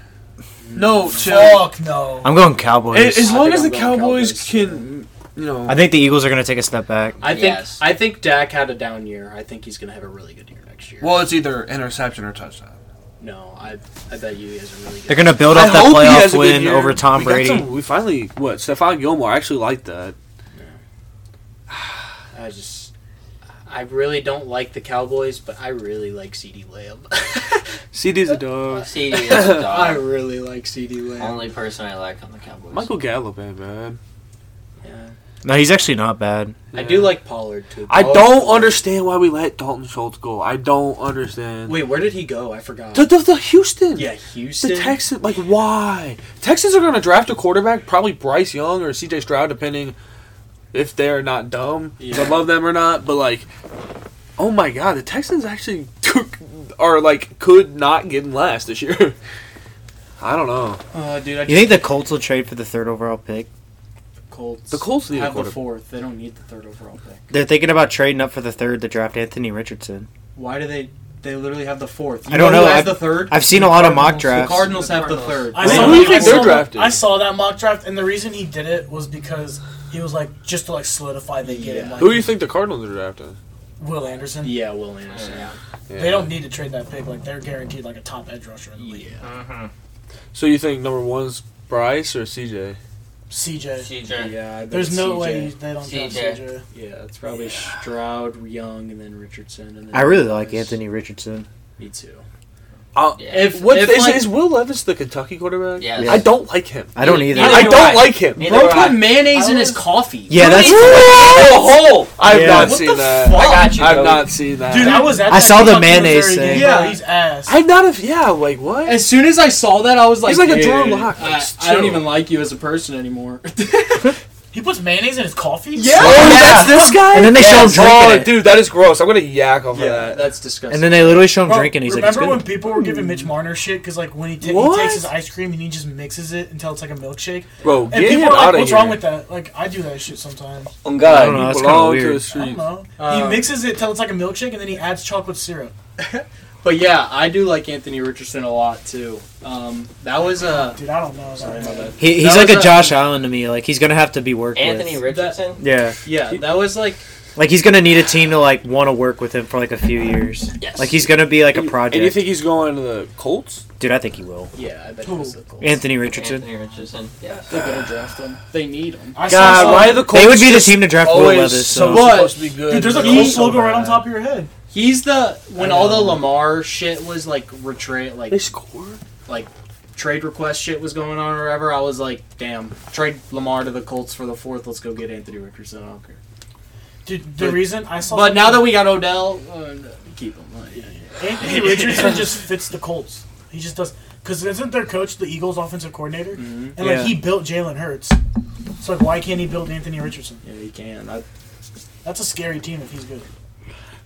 Speaker 2: no, chill.
Speaker 5: Fuck no.
Speaker 1: I'm going Cowboys.
Speaker 2: as
Speaker 3: I
Speaker 2: long
Speaker 3: think
Speaker 2: as the
Speaker 3: I'm going
Speaker 2: Cowboys,
Speaker 3: Cowboys.
Speaker 2: can, you know,
Speaker 1: I think the Eagles are going to take a step back.
Speaker 3: I think.
Speaker 4: Yes.
Speaker 3: I think Dak had a down year. I think he's gonna have a really good year next year.
Speaker 2: well, it's either interception or touchdown.
Speaker 3: No, I. I bet you he has a really good.
Speaker 1: They're going to build
Speaker 2: I
Speaker 1: off that
Speaker 2: hope he has a
Speaker 1: playoff
Speaker 2: good
Speaker 1: win
Speaker 2: year.
Speaker 1: over Tom
Speaker 2: we got
Speaker 1: Brady.
Speaker 2: some- we finally what? Stephon Gilmore. I actually like that.
Speaker 3: I just. I really don't like the Cowboys, but I really like CD Lamb.
Speaker 2: CD's a dog.
Speaker 4: CD E is a
Speaker 3: I
Speaker 4: dog.
Speaker 3: really like CD Lamb.
Speaker 4: Only person I like on the Cowboys.
Speaker 2: Michael Gallup, eh, man.
Speaker 3: Yeah.
Speaker 1: No, he's actually not bad.
Speaker 3: I
Speaker 2: Yeah.
Speaker 3: do like Pollard too.
Speaker 1: Oh.
Speaker 2: I
Speaker 3: Pollard's
Speaker 2: don't
Speaker 3: cool.
Speaker 2: understand why we let Dalton Schultz go. I don't understand.
Speaker 3: Wait, where did he go? I forgot.
Speaker 2: the, the, the Houston.
Speaker 3: yeah,
Speaker 2: The
Speaker 3: Houston.
Speaker 2: Texans, like, why? Texans are going to draft a quarterback, probably Bryce Young or CJ Stroud, depending if they're not dumb.
Speaker 3: Yeah.
Speaker 2: if I love them or not. But, like, oh my God, the Texans actually took, are, like, could not get in last this year. I don't know.
Speaker 3: Oh, dude, I
Speaker 1: You think the Colts will trade for the third overall pick?
Speaker 3: Colts.
Speaker 2: The Colts need a
Speaker 3: have the
Speaker 2: quarterback.
Speaker 3: fourth. They don't need the third overall pick.
Speaker 1: They're thinking about trading up for the third to draft Anthony Richardson.
Speaker 3: Why do they? They literally have the fourth. You
Speaker 1: I don't
Speaker 3: who
Speaker 1: know.
Speaker 3: Has
Speaker 1: I've-
Speaker 3: the third.
Speaker 1: I've seen a lot of mock
Speaker 3: The
Speaker 1: drafts.
Speaker 3: Cardinals have the third.
Speaker 5: I
Speaker 2: Wait,
Speaker 5: saw,
Speaker 2: who do you think
Speaker 5: I
Speaker 2: they're
Speaker 5: saw that-
Speaker 2: drafted?
Speaker 5: I saw that mock draft, and the reason he did it was because he was like just to like solidify they get him.
Speaker 3: Yeah.
Speaker 5: Like,
Speaker 2: Who do you think the Cardinals are drafting?
Speaker 5: Will Anderson.
Speaker 3: yeah, Will Anderson. Yeah.
Speaker 5: They don't need to trade that pick. Like they're guaranteed like a top edge rusher in the league.
Speaker 4: Mm-hmm.
Speaker 2: So you think number one's Bryce or CJ?
Speaker 5: CJ.
Speaker 3: Yeah.
Speaker 6: CJ.
Speaker 3: I bet
Speaker 5: There's no
Speaker 3: CJ.
Speaker 5: way they don't draft
Speaker 6: CJ.
Speaker 5: CJ.
Speaker 3: Yeah, it's probably Stroud, Young, and then Richardson. And then
Speaker 1: I really like
Speaker 3: Davis.
Speaker 1: Anthony Richardson.
Speaker 3: Me too.
Speaker 2: Uh,
Speaker 6: Yeah.
Speaker 3: If
Speaker 2: what
Speaker 3: if
Speaker 2: is,
Speaker 3: like,
Speaker 2: is Will Levis the Kentucky quarterback?
Speaker 6: Yeah.
Speaker 1: Yeah.
Speaker 2: I don't like him.
Speaker 1: I don't either.
Speaker 6: Neither
Speaker 2: I
Speaker 6: do
Speaker 2: don't
Speaker 6: I.
Speaker 2: like him.
Speaker 6: Neither do
Speaker 3: bro put
Speaker 6: I.
Speaker 3: mayonnaise
Speaker 5: I
Speaker 3: in his
Speaker 5: was-
Speaker 3: coffee.
Speaker 1: yeah, that's.
Speaker 2: Whoa, hole. I've
Speaker 1: Yeah.
Speaker 2: not
Speaker 1: What
Speaker 2: seen
Speaker 3: the
Speaker 2: that.
Speaker 3: fuck?
Speaker 6: I got you,
Speaker 2: I've
Speaker 6: Cody.
Speaker 2: not seen that.
Speaker 5: Dude, I was at
Speaker 1: I
Speaker 5: that
Speaker 1: saw the
Speaker 5: Kentucky
Speaker 1: mayonnaise
Speaker 5: Missouri
Speaker 1: thing.
Speaker 5: game,
Speaker 3: Yeah.
Speaker 5: bro. he's ass.
Speaker 2: I'm not a yeah. Like what?
Speaker 3: As soon as I saw that, I was like,
Speaker 2: He's like a Drew
Speaker 3: "Dude,
Speaker 2: Lock,
Speaker 3: I,
Speaker 2: like,
Speaker 3: I don't
Speaker 2: chill."
Speaker 3: even like you as a person anymore.
Speaker 5: He puts mayonnaise in his coffee.
Speaker 2: oh, that's this guy.
Speaker 1: And then they show him
Speaker 2: oh,
Speaker 1: drinking it.
Speaker 2: dude, that is gross. I'm gonna yak off
Speaker 3: yeah,
Speaker 2: of that.
Speaker 3: that's disgusting.
Speaker 1: And then they literally show him
Speaker 5: Bro,
Speaker 1: drinking. He's like, it's
Speaker 5: remember
Speaker 1: good.
Speaker 5: when people were giving Mitch Marner shit because like when he, ta- he
Speaker 2: What?
Speaker 5: takes his ice cream and he just mixes it until it's like a milkshake.
Speaker 2: Bro,
Speaker 5: And
Speaker 2: get him
Speaker 5: people are like,
Speaker 2: out of
Speaker 5: "What's
Speaker 2: here.
Speaker 5: wrong with that?" Like I do that shit sometimes.
Speaker 2: Oh
Speaker 1: I
Speaker 2: God,
Speaker 1: don't know,
Speaker 2: you
Speaker 1: that's kinda
Speaker 2: belong to
Speaker 1: weird.
Speaker 2: the
Speaker 5: I don't
Speaker 2: street.
Speaker 5: know.
Speaker 3: Uh,
Speaker 5: he mixes it till it's like a milkshake and then he adds chocolate syrup.
Speaker 3: But yeah, I do like Anthony Richardson a lot too. Um, that was a
Speaker 5: Dude, I don't know.
Speaker 3: sorry about that.
Speaker 1: He,
Speaker 3: That
Speaker 1: he's like
Speaker 3: was
Speaker 1: a
Speaker 3: a-
Speaker 1: Josh Allen to me. Like he's gonna have to be worked
Speaker 6: Anthony
Speaker 1: with.
Speaker 6: Richardson.
Speaker 1: Yeah,
Speaker 3: Yeah, that was like
Speaker 1: like he's gonna need a team to like want to work with him for like a few years.
Speaker 6: Yes.
Speaker 1: Like he's gonna be like a
Speaker 2: And you- And you
Speaker 1: project,
Speaker 2: think he's going to the Colts?
Speaker 1: dude. I think he will.
Speaker 3: yeah, I bet it was the Colts.
Speaker 1: Anthony Richardson.
Speaker 6: Anthony Richardson. Yeah.
Speaker 3: They're gonna draft him. They need him.
Speaker 5: I saw
Speaker 2: God,
Speaker 5: some-
Speaker 2: why are the Colts?
Speaker 1: They would be the
Speaker 2: just
Speaker 1: team to draft Will
Speaker 2: always
Speaker 1: Levis. So.
Speaker 2: So
Speaker 3: But-
Speaker 2: supposed to be good.
Speaker 5: Dude, there's a
Speaker 2: They're
Speaker 5: Colts
Speaker 2: so
Speaker 5: logo right on
Speaker 2: bad.
Speaker 5: top of your head.
Speaker 3: He's the when
Speaker 5: I
Speaker 3: all the
Speaker 5: know.
Speaker 3: Lamar shit was like retrade like
Speaker 2: They scored.
Speaker 3: trade request shit was going on or whatever. I was like, damn, trade Lamar to the Colts for the fourth. Let's go get Anthony Richardson. I don't care.
Speaker 5: Dude, the
Speaker 3: But-
Speaker 5: reason I saw.
Speaker 3: But now that we got Odell, uh, keep him. Uh, yeah, yeah.
Speaker 5: Anthony Richardson just fits the Colts. He just does. Because isn't their coach the Eagles' offensive coordinator?
Speaker 3: Mm-hmm.
Speaker 5: And like
Speaker 1: Yeah.
Speaker 5: he built Jalen Hurts. So like, why can't he build Anthony Richardson?
Speaker 3: Yeah, he can. I,
Speaker 5: That's a scary team if he's good.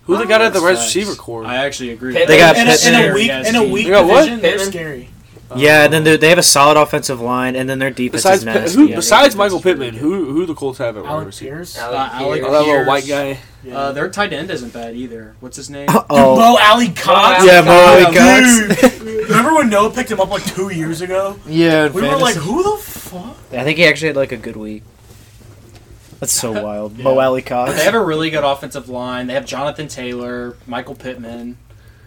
Speaker 2: Who they got at the
Speaker 3: that's
Speaker 2: wide
Speaker 3: facts.
Speaker 2: receiver core?
Speaker 3: I actually agree.
Speaker 6: Pittman.
Speaker 1: They got
Speaker 5: In a, in a
Speaker 1: Pittman.
Speaker 5: weak, in a weak
Speaker 3: Uh,
Speaker 2: You got what?
Speaker 5: division, they're
Speaker 6: Pittman?
Speaker 5: scary.
Speaker 1: Yeah, and then they- they have a solid offensive line, and then their defense
Speaker 2: Besides,
Speaker 1: is
Speaker 2: Pitt-
Speaker 1: nasty.
Speaker 2: who,
Speaker 3: Yeah,
Speaker 2: besides
Speaker 3: yeah,
Speaker 2: Michael
Speaker 3: that's
Speaker 2: Pittman,
Speaker 3: pretty
Speaker 2: who who the Colts have at wide
Speaker 5: Alec
Speaker 2: receiver?
Speaker 5: Pierce.
Speaker 6: Alec
Speaker 3: Uh, Alec
Speaker 6: Pierce.
Speaker 2: Oh, that little
Speaker 3: Pierce.
Speaker 2: white guy.
Speaker 5: Yeah.
Speaker 3: Uh, their tight end isn't bad either. What's his name?
Speaker 1: Oh,
Speaker 5: Bo Alley Cox.
Speaker 1: yeah, Mo
Speaker 5: Dude,
Speaker 1: Cox.
Speaker 5: remember when Noah picked him up like two years ago?
Speaker 1: Yeah, in
Speaker 5: We were like,
Speaker 1: fantasy.
Speaker 5: who the fuck?
Speaker 1: I think he actually had like a good week. That's so wild, Mo
Speaker 3: Yeah.
Speaker 1: Alley Cox.
Speaker 3: They have a really good offensive line. They have Jonathan Taylor, Michael Pittman.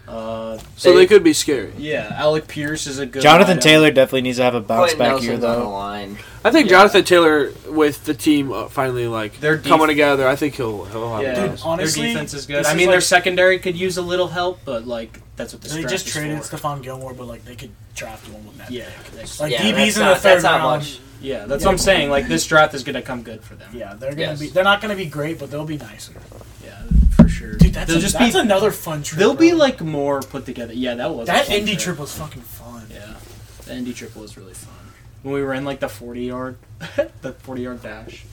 Speaker 3: Uh,
Speaker 2: So
Speaker 6: They-
Speaker 2: they could be scary.
Speaker 3: yeah, Alec Pierce is a good.
Speaker 1: Jonathan
Speaker 3: wideout.
Speaker 1: Taylor definitely needs to have a bounce
Speaker 6: Quentin
Speaker 1: back
Speaker 6: Nelson's
Speaker 1: year
Speaker 6: on the
Speaker 1: though.
Speaker 6: line.
Speaker 2: I think
Speaker 3: Yeah.
Speaker 2: Jonathan Taylor with the team uh, finally like
Speaker 3: Their def-
Speaker 2: coming together. I think he'll he'll have.
Speaker 3: Yeah,
Speaker 2: a
Speaker 5: Dude,
Speaker 2: chance.
Speaker 5: honestly,
Speaker 3: their defense is good.
Speaker 5: this
Speaker 3: I
Speaker 5: is
Speaker 3: mean, their
Speaker 5: like-
Speaker 3: secondary could use a little help, but like that's what the
Speaker 5: They
Speaker 3: draft
Speaker 5: just
Speaker 3: is
Speaker 5: traded
Speaker 3: for.
Speaker 5: Stephon Gilmore, but like they could draft one with that.
Speaker 3: Yeah, that's-
Speaker 5: Like
Speaker 6: Yeah,
Speaker 5: DBs
Speaker 6: that's
Speaker 5: in
Speaker 6: not-
Speaker 5: the third
Speaker 6: that's not
Speaker 5: round.
Speaker 6: much.
Speaker 3: yeah, that's what I'm saying. Like this draft is gonna come good for them. Yeah,
Speaker 5: Yeah, they're gonna
Speaker 6: Yes.
Speaker 5: be. They're not gonna be great, but they'll be nicer.
Speaker 3: for sure.
Speaker 5: Dude, that's,
Speaker 3: they'll
Speaker 5: a,
Speaker 3: just
Speaker 5: that's
Speaker 3: be
Speaker 5: another fun trip.
Speaker 3: they'll be
Speaker 5: bro.
Speaker 3: like more put together. Yeah, that was a
Speaker 5: that
Speaker 3: fun
Speaker 5: indie
Speaker 3: trip.
Speaker 5: trip was fucking fun.
Speaker 3: Yeah, the Indy trip was really fun. When we were in like the 40 yard, the 40 yard dash.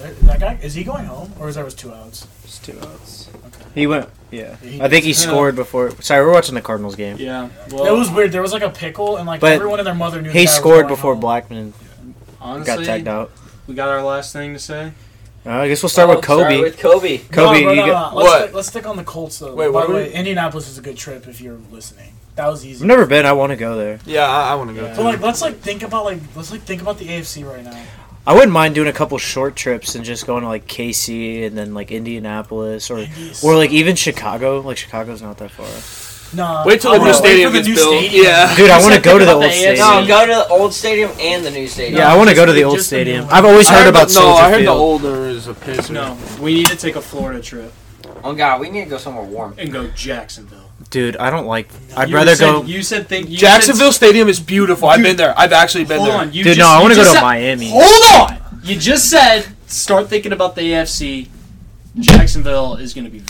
Speaker 5: That, that guy is he going home or is there was two outs?
Speaker 1: It's two outs.
Speaker 5: Okay.
Speaker 1: He went. Yeah,
Speaker 5: He-
Speaker 1: I think he
Speaker 3: Yeah.
Speaker 1: scored before. Sorry, we're watching the Cardinals game.
Speaker 3: Yeah,
Speaker 5: That
Speaker 3: well,
Speaker 5: was weird. There was like a pickle, and like
Speaker 1: But
Speaker 5: everyone and their mother knew. the guy
Speaker 1: He
Speaker 5: was
Speaker 1: scored
Speaker 5: going
Speaker 1: before
Speaker 5: home.
Speaker 1: Blackman
Speaker 3: honestly,
Speaker 1: got tagged out.
Speaker 3: we got our last thing to say.
Speaker 1: Uh, I guess we'll start
Speaker 6: Oh,
Speaker 1: with Kobe.
Speaker 6: with Kobe.
Speaker 1: Kobe,
Speaker 5: no, bro,
Speaker 1: you
Speaker 5: no,
Speaker 1: get-
Speaker 5: no, no. Let's,
Speaker 2: What?
Speaker 5: stick- let's stick on the Colts though.
Speaker 2: Wait,
Speaker 5: By
Speaker 2: what
Speaker 5: the
Speaker 2: were
Speaker 5: way,
Speaker 2: we-
Speaker 5: Indianapolis is a good trip if you're listening. That was
Speaker 1: I've
Speaker 5: easy.
Speaker 1: never been. I want to go there.
Speaker 2: Yeah, I, I want to go.
Speaker 5: But
Speaker 2: too.
Speaker 5: like, let's like think about like let's like think about the AFC right now.
Speaker 1: I wouldn't mind doing a couple short trips and just going to like KC and then like Indianapolis or or like even Chicago. Like Chicago's not that far.
Speaker 5: Nah.
Speaker 2: Wait till
Speaker 5: I
Speaker 2: the new
Speaker 5: wanna- wait
Speaker 2: stadium
Speaker 5: for the
Speaker 2: gets
Speaker 5: new
Speaker 2: built.
Speaker 5: stadium.
Speaker 2: Yeah.
Speaker 1: Dude, I
Speaker 3: Just
Speaker 1: want to
Speaker 3: have
Speaker 1: go
Speaker 3: to
Speaker 1: to
Speaker 3: think
Speaker 1: the
Speaker 3: about
Speaker 1: old
Speaker 3: the AFC.
Speaker 6: No,
Speaker 1: stadium.
Speaker 6: go to the old stadium and the new stadium.
Speaker 1: Yeah, I want to
Speaker 5: just
Speaker 1: go to
Speaker 5: the-
Speaker 1: the old
Speaker 5: just the new
Speaker 1: stadium.
Speaker 5: one.
Speaker 1: I've always
Speaker 2: I
Speaker 1: heard about
Speaker 2: the, no. I
Speaker 1: Soldier
Speaker 2: heard the
Speaker 1: Field.
Speaker 2: older is a pisser.
Speaker 3: No, we need to take a Florida trip
Speaker 6: Oh God, we need to go somewhere warm.
Speaker 3: and go Jacksonville.
Speaker 1: Dude, I don't like. I'd
Speaker 3: You
Speaker 1: rather
Speaker 3: said-
Speaker 1: go.
Speaker 3: You said think you
Speaker 2: Jacksonville Stadium is beautiful. I've been there. I've actually
Speaker 3: Said,
Speaker 2: been
Speaker 3: hold
Speaker 2: there.
Speaker 3: on, you
Speaker 1: Dude,
Speaker 3: just,
Speaker 1: no, I
Speaker 3: you
Speaker 1: want to go
Speaker 3: just
Speaker 1: to
Speaker 3: said-
Speaker 1: Miami.
Speaker 3: Hold on, you just said start thinking about the AFC. Jacksonville is gonna be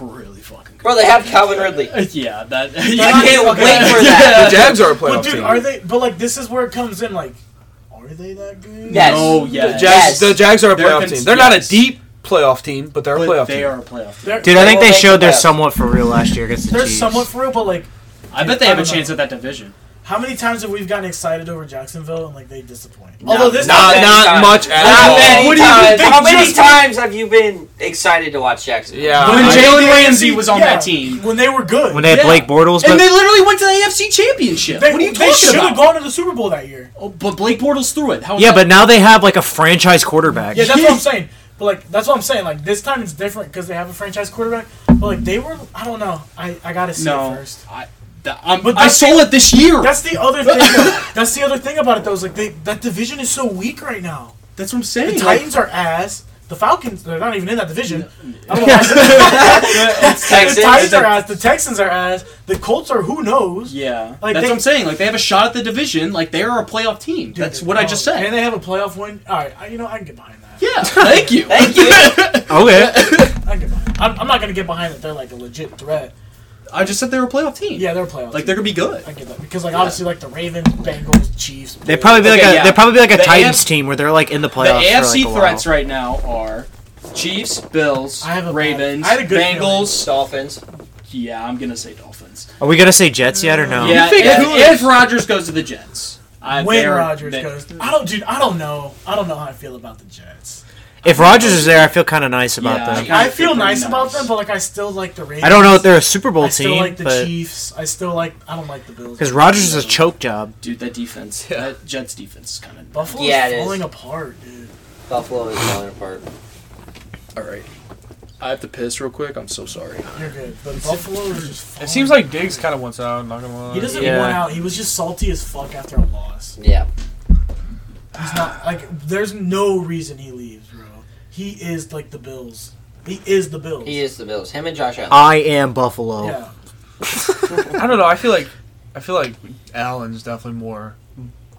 Speaker 3: really fucking good.
Speaker 6: Bro, they have Calvin Ridley.
Speaker 3: Yeah, that.
Speaker 6: I can't wait for that.
Speaker 2: The Jags are a playoff
Speaker 5: But dude,
Speaker 2: team.
Speaker 5: are they? But like, this is where it comes in. Like, are they that good?
Speaker 6: Yes.
Speaker 3: No,
Speaker 6: The
Speaker 3: yes.
Speaker 2: Jags,
Speaker 6: Yes.
Speaker 2: The Jags are a
Speaker 3: They're
Speaker 2: playoff
Speaker 3: cons-
Speaker 2: team. They're not a
Speaker 3: yes.
Speaker 2: deep playoff team, but they're a
Speaker 3: But
Speaker 2: playoff
Speaker 3: they
Speaker 2: team.
Speaker 3: are a playoff team.
Speaker 5: They're,
Speaker 1: Dude, I think
Speaker 6: They won't
Speaker 1: they
Speaker 6: make
Speaker 1: showed
Speaker 6: the
Speaker 1: they're
Speaker 6: playoffs.
Speaker 1: somewhat for real last year against the
Speaker 5: they're
Speaker 1: Chiefs.
Speaker 5: somewhat for real, but like,
Speaker 3: I bet they have a
Speaker 5: I don't
Speaker 3: chance
Speaker 5: know.
Speaker 3: at that division.
Speaker 5: How many times have we gotten excited over Jacksonville and like they disappoint?
Speaker 6: Not-
Speaker 5: Although this
Speaker 2: not
Speaker 6: many
Speaker 2: not
Speaker 6: times.
Speaker 2: much at
Speaker 6: Not
Speaker 2: all.
Speaker 6: many
Speaker 5: What do you
Speaker 6: times.
Speaker 5: think
Speaker 6: How many
Speaker 5: just-
Speaker 6: times have you been excited to watch Jackson?
Speaker 2: Yeah.
Speaker 3: When
Speaker 2: I-
Speaker 5: Like,
Speaker 3: Jalen
Speaker 5: the
Speaker 3: Ramsey
Speaker 5: AFC
Speaker 3: was on that team.
Speaker 5: when they were good,
Speaker 1: When they had
Speaker 3: Yeah.
Speaker 1: Blake Bortles, but
Speaker 3: and they literally went to the AFC Championship.
Speaker 5: they,
Speaker 3: what are you
Speaker 5: they
Speaker 3: talking
Speaker 5: should have
Speaker 3: about?
Speaker 5: gone to the Super Bowl that year.
Speaker 3: oh, but Blake Bortles threw it. How is
Speaker 1: yeah,
Speaker 3: that-
Speaker 1: but now they have like a franchise quarterback.
Speaker 5: Yeah, that's what I'm saying. But like, that's what I'm saying. Like this time it's different because they have a franchise quarterback. But like they were, I don't know. I, I gotta see
Speaker 3: no,
Speaker 5: it first.
Speaker 3: I, th- I'm,
Speaker 5: But
Speaker 3: I
Speaker 5: that's-
Speaker 3: sold it this year. That's,
Speaker 5: That's the other thing. though. that's the other thing about it though. Is like they that division is so weak right now.
Speaker 3: what I'm
Speaker 5: The
Speaker 3: saying.
Speaker 5: Titans are ass. The Falcons, they're not even in that division. I don't know.
Speaker 6: It's
Speaker 5: the
Speaker 6: Texans.
Speaker 5: Titans are ass. The Texans are ass. The Colts are who knows.
Speaker 3: yeah,
Speaker 5: Like,
Speaker 3: that's
Speaker 5: they-
Speaker 3: what I'm saying. Like they have a shot at the division. Like they are a playoff team.
Speaker 5: Dude,
Speaker 3: that's what I
Speaker 5: oh,
Speaker 3: just said.
Speaker 5: And they have a playoff win. All right, I, you know I can get behind that.
Speaker 3: yeah, thank you.
Speaker 6: Thank you.
Speaker 1: Okay.
Speaker 5: I can get behind. I'm, I'm not gonna get behind that they're like a legit threat.
Speaker 3: I just said they're a playoff team.
Speaker 5: Yeah, they're a
Speaker 3: like
Speaker 5: playoff. team.
Speaker 3: they're gonna be good.
Speaker 5: I get that because like obviously like the Ravens, Bengals, Chiefs.
Speaker 1: They'd probably be like
Speaker 3: Okay,
Speaker 1: a
Speaker 3: yeah.
Speaker 1: they'd probably be like a
Speaker 3: The
Speaker 1: Titans
Speaker 3: AF
Speaker 1: team where they're like in the
Speaker 3: The
Speaker 1: playoffs.
Speaker 3: AFC
Speaker 1: for, like, a
Speaker 3: threats
Speaker 1: while.
Speaker 3: right now are Chiefs, Bills,
Speaker 5: I have a bad-
Speaker 3: Ravens,
Speaker 5: I had a good
Speaker 3: Bengals.
Speaker 6: Dolphins.
Speaker 3: Yeah, I'm gonna say Dolphins.
Speaker 1: Are we gonna say Jets yet or no?
Speaker 3: Yeah,
Speaker 5: figure who it
Speaker 3: if,
Speaker 5: is.
Speaker 3: if Rodgers goes to the Jets, I
Speaker 5: when
Speaker 3: they're-
Speaker 5: Rodgers
Speaker 3: they-
Speaker 5: goes, I don't, dude. I don't know. I don't know how I feel about the Jets.
Speaker 1: If Rogers is there, I feel kind of nice about
Speaker 3: Yeah,
Speaker 1: them.
Speaker 3: kinda
Speaker 5: I feel
Speaker 3: pretty
Speaker 5: nice, about
Speaker 3: nice.
Speaker 5: them, but like I still like the Ravens.
Speaker 1: I don't know if they're a Super Bowl
Speaker 5: I still
Speaker 1: team,
Speaker 5: like the
Speaker 1: but
Speaker 5: Chiefs. I still like. I don't like the Bills.
Speaker 1: because Rogers is a choke job.
Speaker 3: Dude, that defense, that Jets defense, is kind of
Speaker 5: Buffalo's
Speaker 6: Yeah, it is.
Speaker 5: falling apart, dude.
Speaker 6: Buffalo is falling apart.
Speaker 3: All right, I have to piss real quick. I'm so sorry.
Speaker 5: You're good, but Buffalo is just. Falling
Speaker 2: It seems like Diggs kind of wants out. I'm not gonna lie.
Speaker 5: he doesn't
Speaker 1: Yeah.
Speaker 5: want out. He was just salty as fuck after a loss.
Speaker 6: Yeah.
Speaker 5: He's not like. There's no reason he leaves, bro. He is like the Bills. He is the Bills.
Speaker 6: He is Oh, the Bills. Him and Josh Allen.
Speaker 1: I am Buffalo.
Speaker 5: Yeah.
Speaker 2: I don't know. I feel like I feel like Allen's definitely more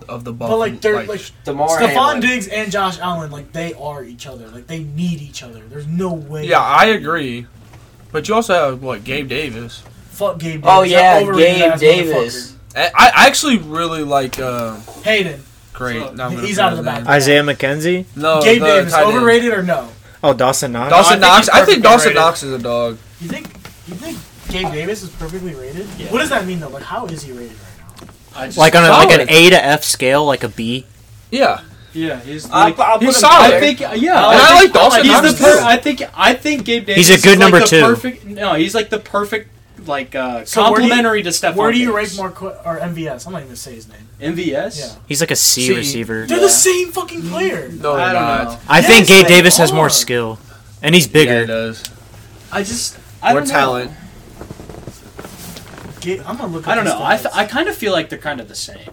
Speaker 2: of the buff.
Speaker 5: But like they're like
Speaker 6: DeMar
Speaker 5: Stephon
Speaker 6: Hamlin.
Speaker 5: Diggs and Josh Allen, like they are each other. Like they need each other. There's no way.
Speaker 2: yeah, I agree. But you also have like Gabe Davis.
Speaker 5: Fuck Gabe. Davis.
Speaker 6: Oh yeah,
Speaker 5: That overrated
Speaker 6: Gabe
Speaker 5: ass
Speaker 6: Davis.
Speaker 2: I, I actually really like uh
Speaker 5: motherfucker. Hayden.
Speaker 2: great.
Speaker 5: So,
Speaker 2: now I'm gonna
Speaker 5: he's
Speaker 2: forget
Speaker 5: out of
Speaker 2: his
Speaker 5: the
Speaker 2: name.
Speaker 5: back.
Speaker 1: Isaiah McKenzie.
Speaker 2: No,
Speaker 5: Gabe
Speaker 2: the
Speaker 5: Davis.
Speaker 2: tight end.
Speaker 5: Overrated or no?
Speaker 1: Oh, Dawson Knox.
Speaker 2: Dawson
Speaker 5: No, I
Speaker 2: Knox.
Speaker 5: think he's
Speaker 2: I think
Speaker 5: perfectly
Speaker 2: Dawson
Speaker 5: rated.
Speaker 2: Knox is a dog.
Speaker 5: You think? You think Gabe Davis is perfectly rated?
Speaker 3: Yeah.
Speaker 5: What does that mean though? Like how is he rated right now?
Speaker 3: I just,
Speaker 1: like on a, like an
Speaker 2: solid.
Speaker 1: A to F scale, like a B.
Speaker 2: Yeah,
Speaker 3: yeah, he's
Speaker 6: I'll,
Speaker 3: like,
Speaker 6: I'll put
Speaker 2: he's
Speaker 6: him
Speaker 2: solid.
Speaker 6: there.
Speaker 3: I think
Speaker 5: Oh,
Speaker 3: yeah,
Speaker 2: And I like Dawson
Speaker 3: He's
Speaker 2: Knox,
Speaker 3: the per-
Speaker 2: too.
Speaker 3: I think I think Gabe Davis.
Speaker 1: He's a good
Speaker 3: is
Speaker 1: number
Speaker 3: like the
Speaker 1: two.
Speaker 3: Perfect, no, he's like the perfect like uh,
Speaker 5: So where do you-
Speaker 3: complimentary to Stephon.
Speaker 5: Where do you rank
Speaker 3: Diggs.
Speaker 5: Marco or MVS? I'm not even gonna say his name.
Speaker 3: MVS?
Speaker 5: Yeah.
Speaker 1: He's like a C
Speaker 2: C.
Speaker 1: receiver.
Speaker 5: They're the same fucking player.
Speaker 2: no,
Speaker 3: I
Speaker 2: they're
Speaker 3: don't
Speaker 2: not.
Speaker 3: know.
Speaker 1: I think
Speaker 5: Yes,
Speaker 1: Gabe
Speaker 5: they
Speaker 1: Davis has
Speaker 5: are.
Speaker 1: more skill, and he's
Speaker 2: Yeah,
Speaker 1: bigger.
Speaker 2: he does.
Speaker 3: I just I
Speaker 2: More
Speaker 3: don't
Speaker 2: talent.
Speaker 3: Know.
Speaker 5: Gabe, I'm gonna look. Up
Speaker 3: I don't
Speaker 5: his
Speaker 3: know. I,
Speaker 5: stats.
Speaker 3: th- I kind of feel like they're kind of the same.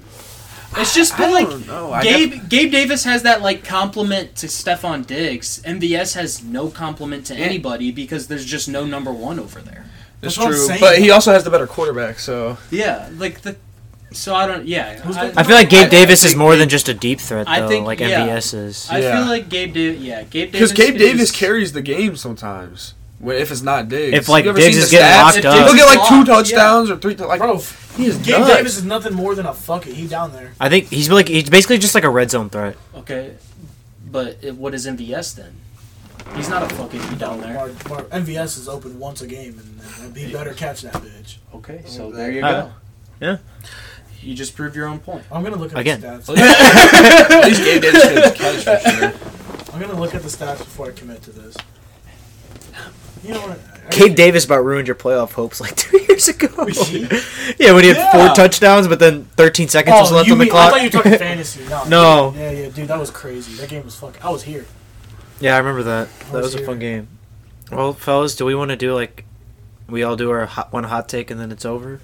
Speaker 3: It's just been
Speaker 2: I
Speaker 3: like
Speaker 2: don't know. I
Speaker 3: Gabe Gabe Davis has that like compliment to Stefan Diggs. MVS has no compliment to anybody because there's just no number one over there.
Speaker 2: It's
Speaker 5: That's what I'm
Speaker 2: true,
Speaker 5: saying.
Speaker 2: but he also has the better quarterback. So
Speaker 3: Yeah, like the. So I don't. Yeah,
Speaker 5: Who's
Speaker 3: I,
Speaker 5: the-
Speaker 1: I feel like
Speaker 2: I
Speaker 1: Gabe
Speaker 2: think-
Speaker 1: Davis
Speaker 2: I
Speaker 1: is
Speaker 2: think
Speaker 1: more
Speaker 2: Gabe-
Speaker 1: than just a deep threat, though.
Speaker 3: I think-
Speaker 1: like
Speaker 3: yeah.
Speaker 1: MVS is.
Speaker 3: I
Speaker 2: Yeah.
Speaker 3: feel like Gabe. Da- yeah, Gabe Davis.
Speaker 2: because Gabe
Speaker 3: is-
Speaker 2: Davis carries the game sometimes. When, if it's not Diggs,
Speaker 1: If, like,
Speaker 2: You ever
Speaker 1: Diggs
Speaker 2: seen
Speaker 1: is
Speaker 2: the
Speaker 1: getting
Speaker 2: stats?
Speaker 1: locked
Speaker 2: If
Speaker 1: up.
Speaker 2: Diggs will get like two
Speaker 3: Locked, yeah.
Speaker 2: touchdowns or three. tou- Like
Speaker 5: Bro,
Speaker 2: he is
Speaker 5: Gabe
Speaker 2: nuts.
Speaker 5: Davis is nothing more than a fuck it. He down there.
Speaker 1: I think he's like he's basically just like a red zone threat.
Speaker 3: Okay, but it, what is MVS then? He's not a fucking down there.
Speaker 5: Mar- Mar- MVS is open once a game, and, and he better catch that bitch.
Speaker 3: Okay, so there you
Speaker 1: Uh,
Speaker 3: go.
Speaker 1: yeah.
Speaker 3: You just proved your own point.
Speaker 5: I'm gonna look at
Speaker 1: Again.
Speaker 5: the stats.
Speaker 2: At least Gabe Davis can catch for sure.
Speaker 5: I'm gonna look at the stats before I commit to this. You know what? I-
Speaker 1: Gabe Davis about ruined your playoff hopes like two years ago.
Speaker 5: Really?
Speaker 1: yeah, when he had
Speaker 3: Yeah.
Speaker 1: four touchdowns, but then 13 seconds was
Speaker 5: Oh,
Speaker 1: left
Speaker 5: you
Speaker 1: on the
Speaker 5: mean, I
Speaker 1: clock.
Speaker 5: thought you were talking fantasy. No.
Speaker 1: No.
Speaker 5: Yeah, yeah, dude, that was crazy. That game was fuck. I was here.
Speaker 1: yeah, I remember that. That was a
Speaker 5: here.
Speaker 1: fun game. Well, fellas, do we want to do like we all do our hot, one hot take and then it's over?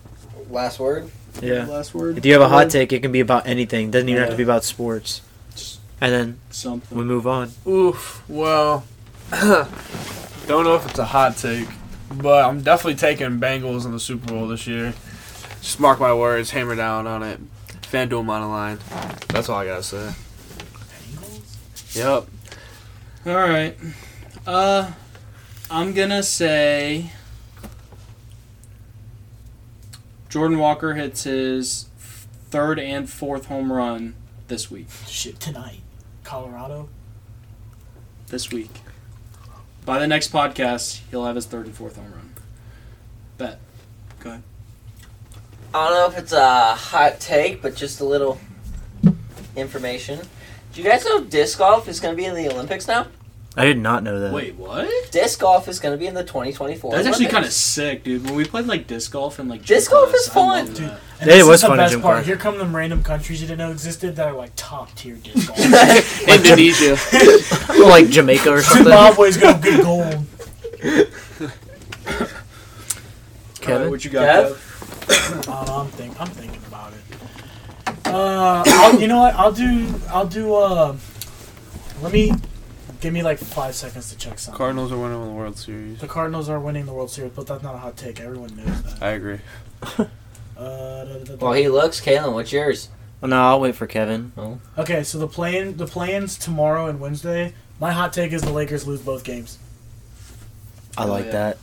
Speaker 6: Last word.
Speaker 1: Yeah.
Speaker 3: Last word.
Speaker 1: If you have a hot take, it can be about anything. Doesn't even have to be about sports. And then
Speaker 3: Something.
Speaker 1: we move on.
Speaker 2: Oof. Well, don't know if it's a hot take, but I'm definitely taking Bengals in the Super Bowl this year. Just mark my words, hammer down on it. FanDuel monoline. That's all I gotta say. Yep.
Speaker 3: All right. Uh, I'm gonna say Jordan Walker hits his f- third and fourth home run this week.
Speaker 5: Shit, tonight, Colorado.
Speaker 3: This week. By the next podcast, he'll have his third and fourth home run. Bet. Go ahead.
Speaker 6: I don't know if it's a hot take, but just a little information. Do you guys know disc golf is going to be in the Olympics now?
Speaker 1: I did not know that.
Speaker 3: Wait, what?
Speaker 6: Disc golf is going to be in the 2024.
Speaker 3: That's actually kind of
Speaker 6: Olympics.
Speaker 3: sick, dude. When we played like disc golf and like
Speaker 6: Disc golf is fun.
Speaker 3: dude.
Speaker 5: And
Speaker 1: Yeah, it
Speaker 5: this
Speaker 1: was
Speaker 5: is the
Speaker 1: fun in
Speaker 5: best
Speaker 1: gym
Speaker 5: part.
Speaker 1: class.
Speaker 5: Here come them random countries you didn't know existed that are like top tier disc golf.
Speaker 2: Indonesia.
Speaker 1: Or, like Jamaica or something.
Speaker 5: Zimbabwe's gonna get gold.
Speaker 1: Kevin?
Speaker 3: what you got?
Speaker 6: Kev?
Speaker 3: Kev?
Speaker 5: Uh, I'm think I'm thinking about it. Uh, I'll, you know what? I'll do. I'll do. Uh, let me give me like five seconds to check something.
Speaker 2: Cardinals are winning the World Series.
Speaker 5: the Cardinals are winning the World Series, but that's not a hot take. Everyone knows that.
Speaker 2: I agree.
Speaker 5: Uh, da, da, da, da.
Speaker 4: Well, he looks. Kalen, what's yours?
Speaker 1: Oh, no, I'll wait for Kevin.
Speaker 5: Okay, so the plan the plans tomorrow and Wednesday. My hot take is the Lakers lose both games.
Speaker 1: I
Speaker 3: Oh,
Speaker 1: like
Speaker 3: yeah.
Speaker 1: that.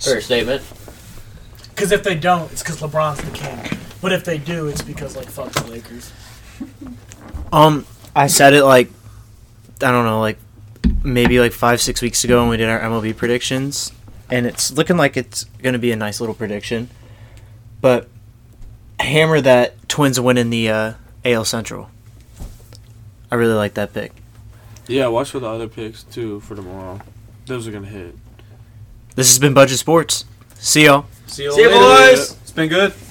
Speaker 4: First statement.
Speaker 5: Because if they don't, it's because LeBron's the king. But if they do, it's because like fuck the Lakers.
Speaker 1: Um, I said it like, I don't know, like maybe like five, six weeks ago when we did our MLB predictions, and it's looking like it's going to be a nice little prediction. But hammer that Twins win in the uh, AL Central. I really like that pick.
Speaker 2: Yeah, watch for the other picks too for tomorrow. Those are gonna hit.
Speaker 1: This has been Budget Sports. See y'all.
Speaker 3: See you
Speaker 4: See ya,
Speaker 3: later.
Speaker 4: boys.
Speaker 3: It's been good.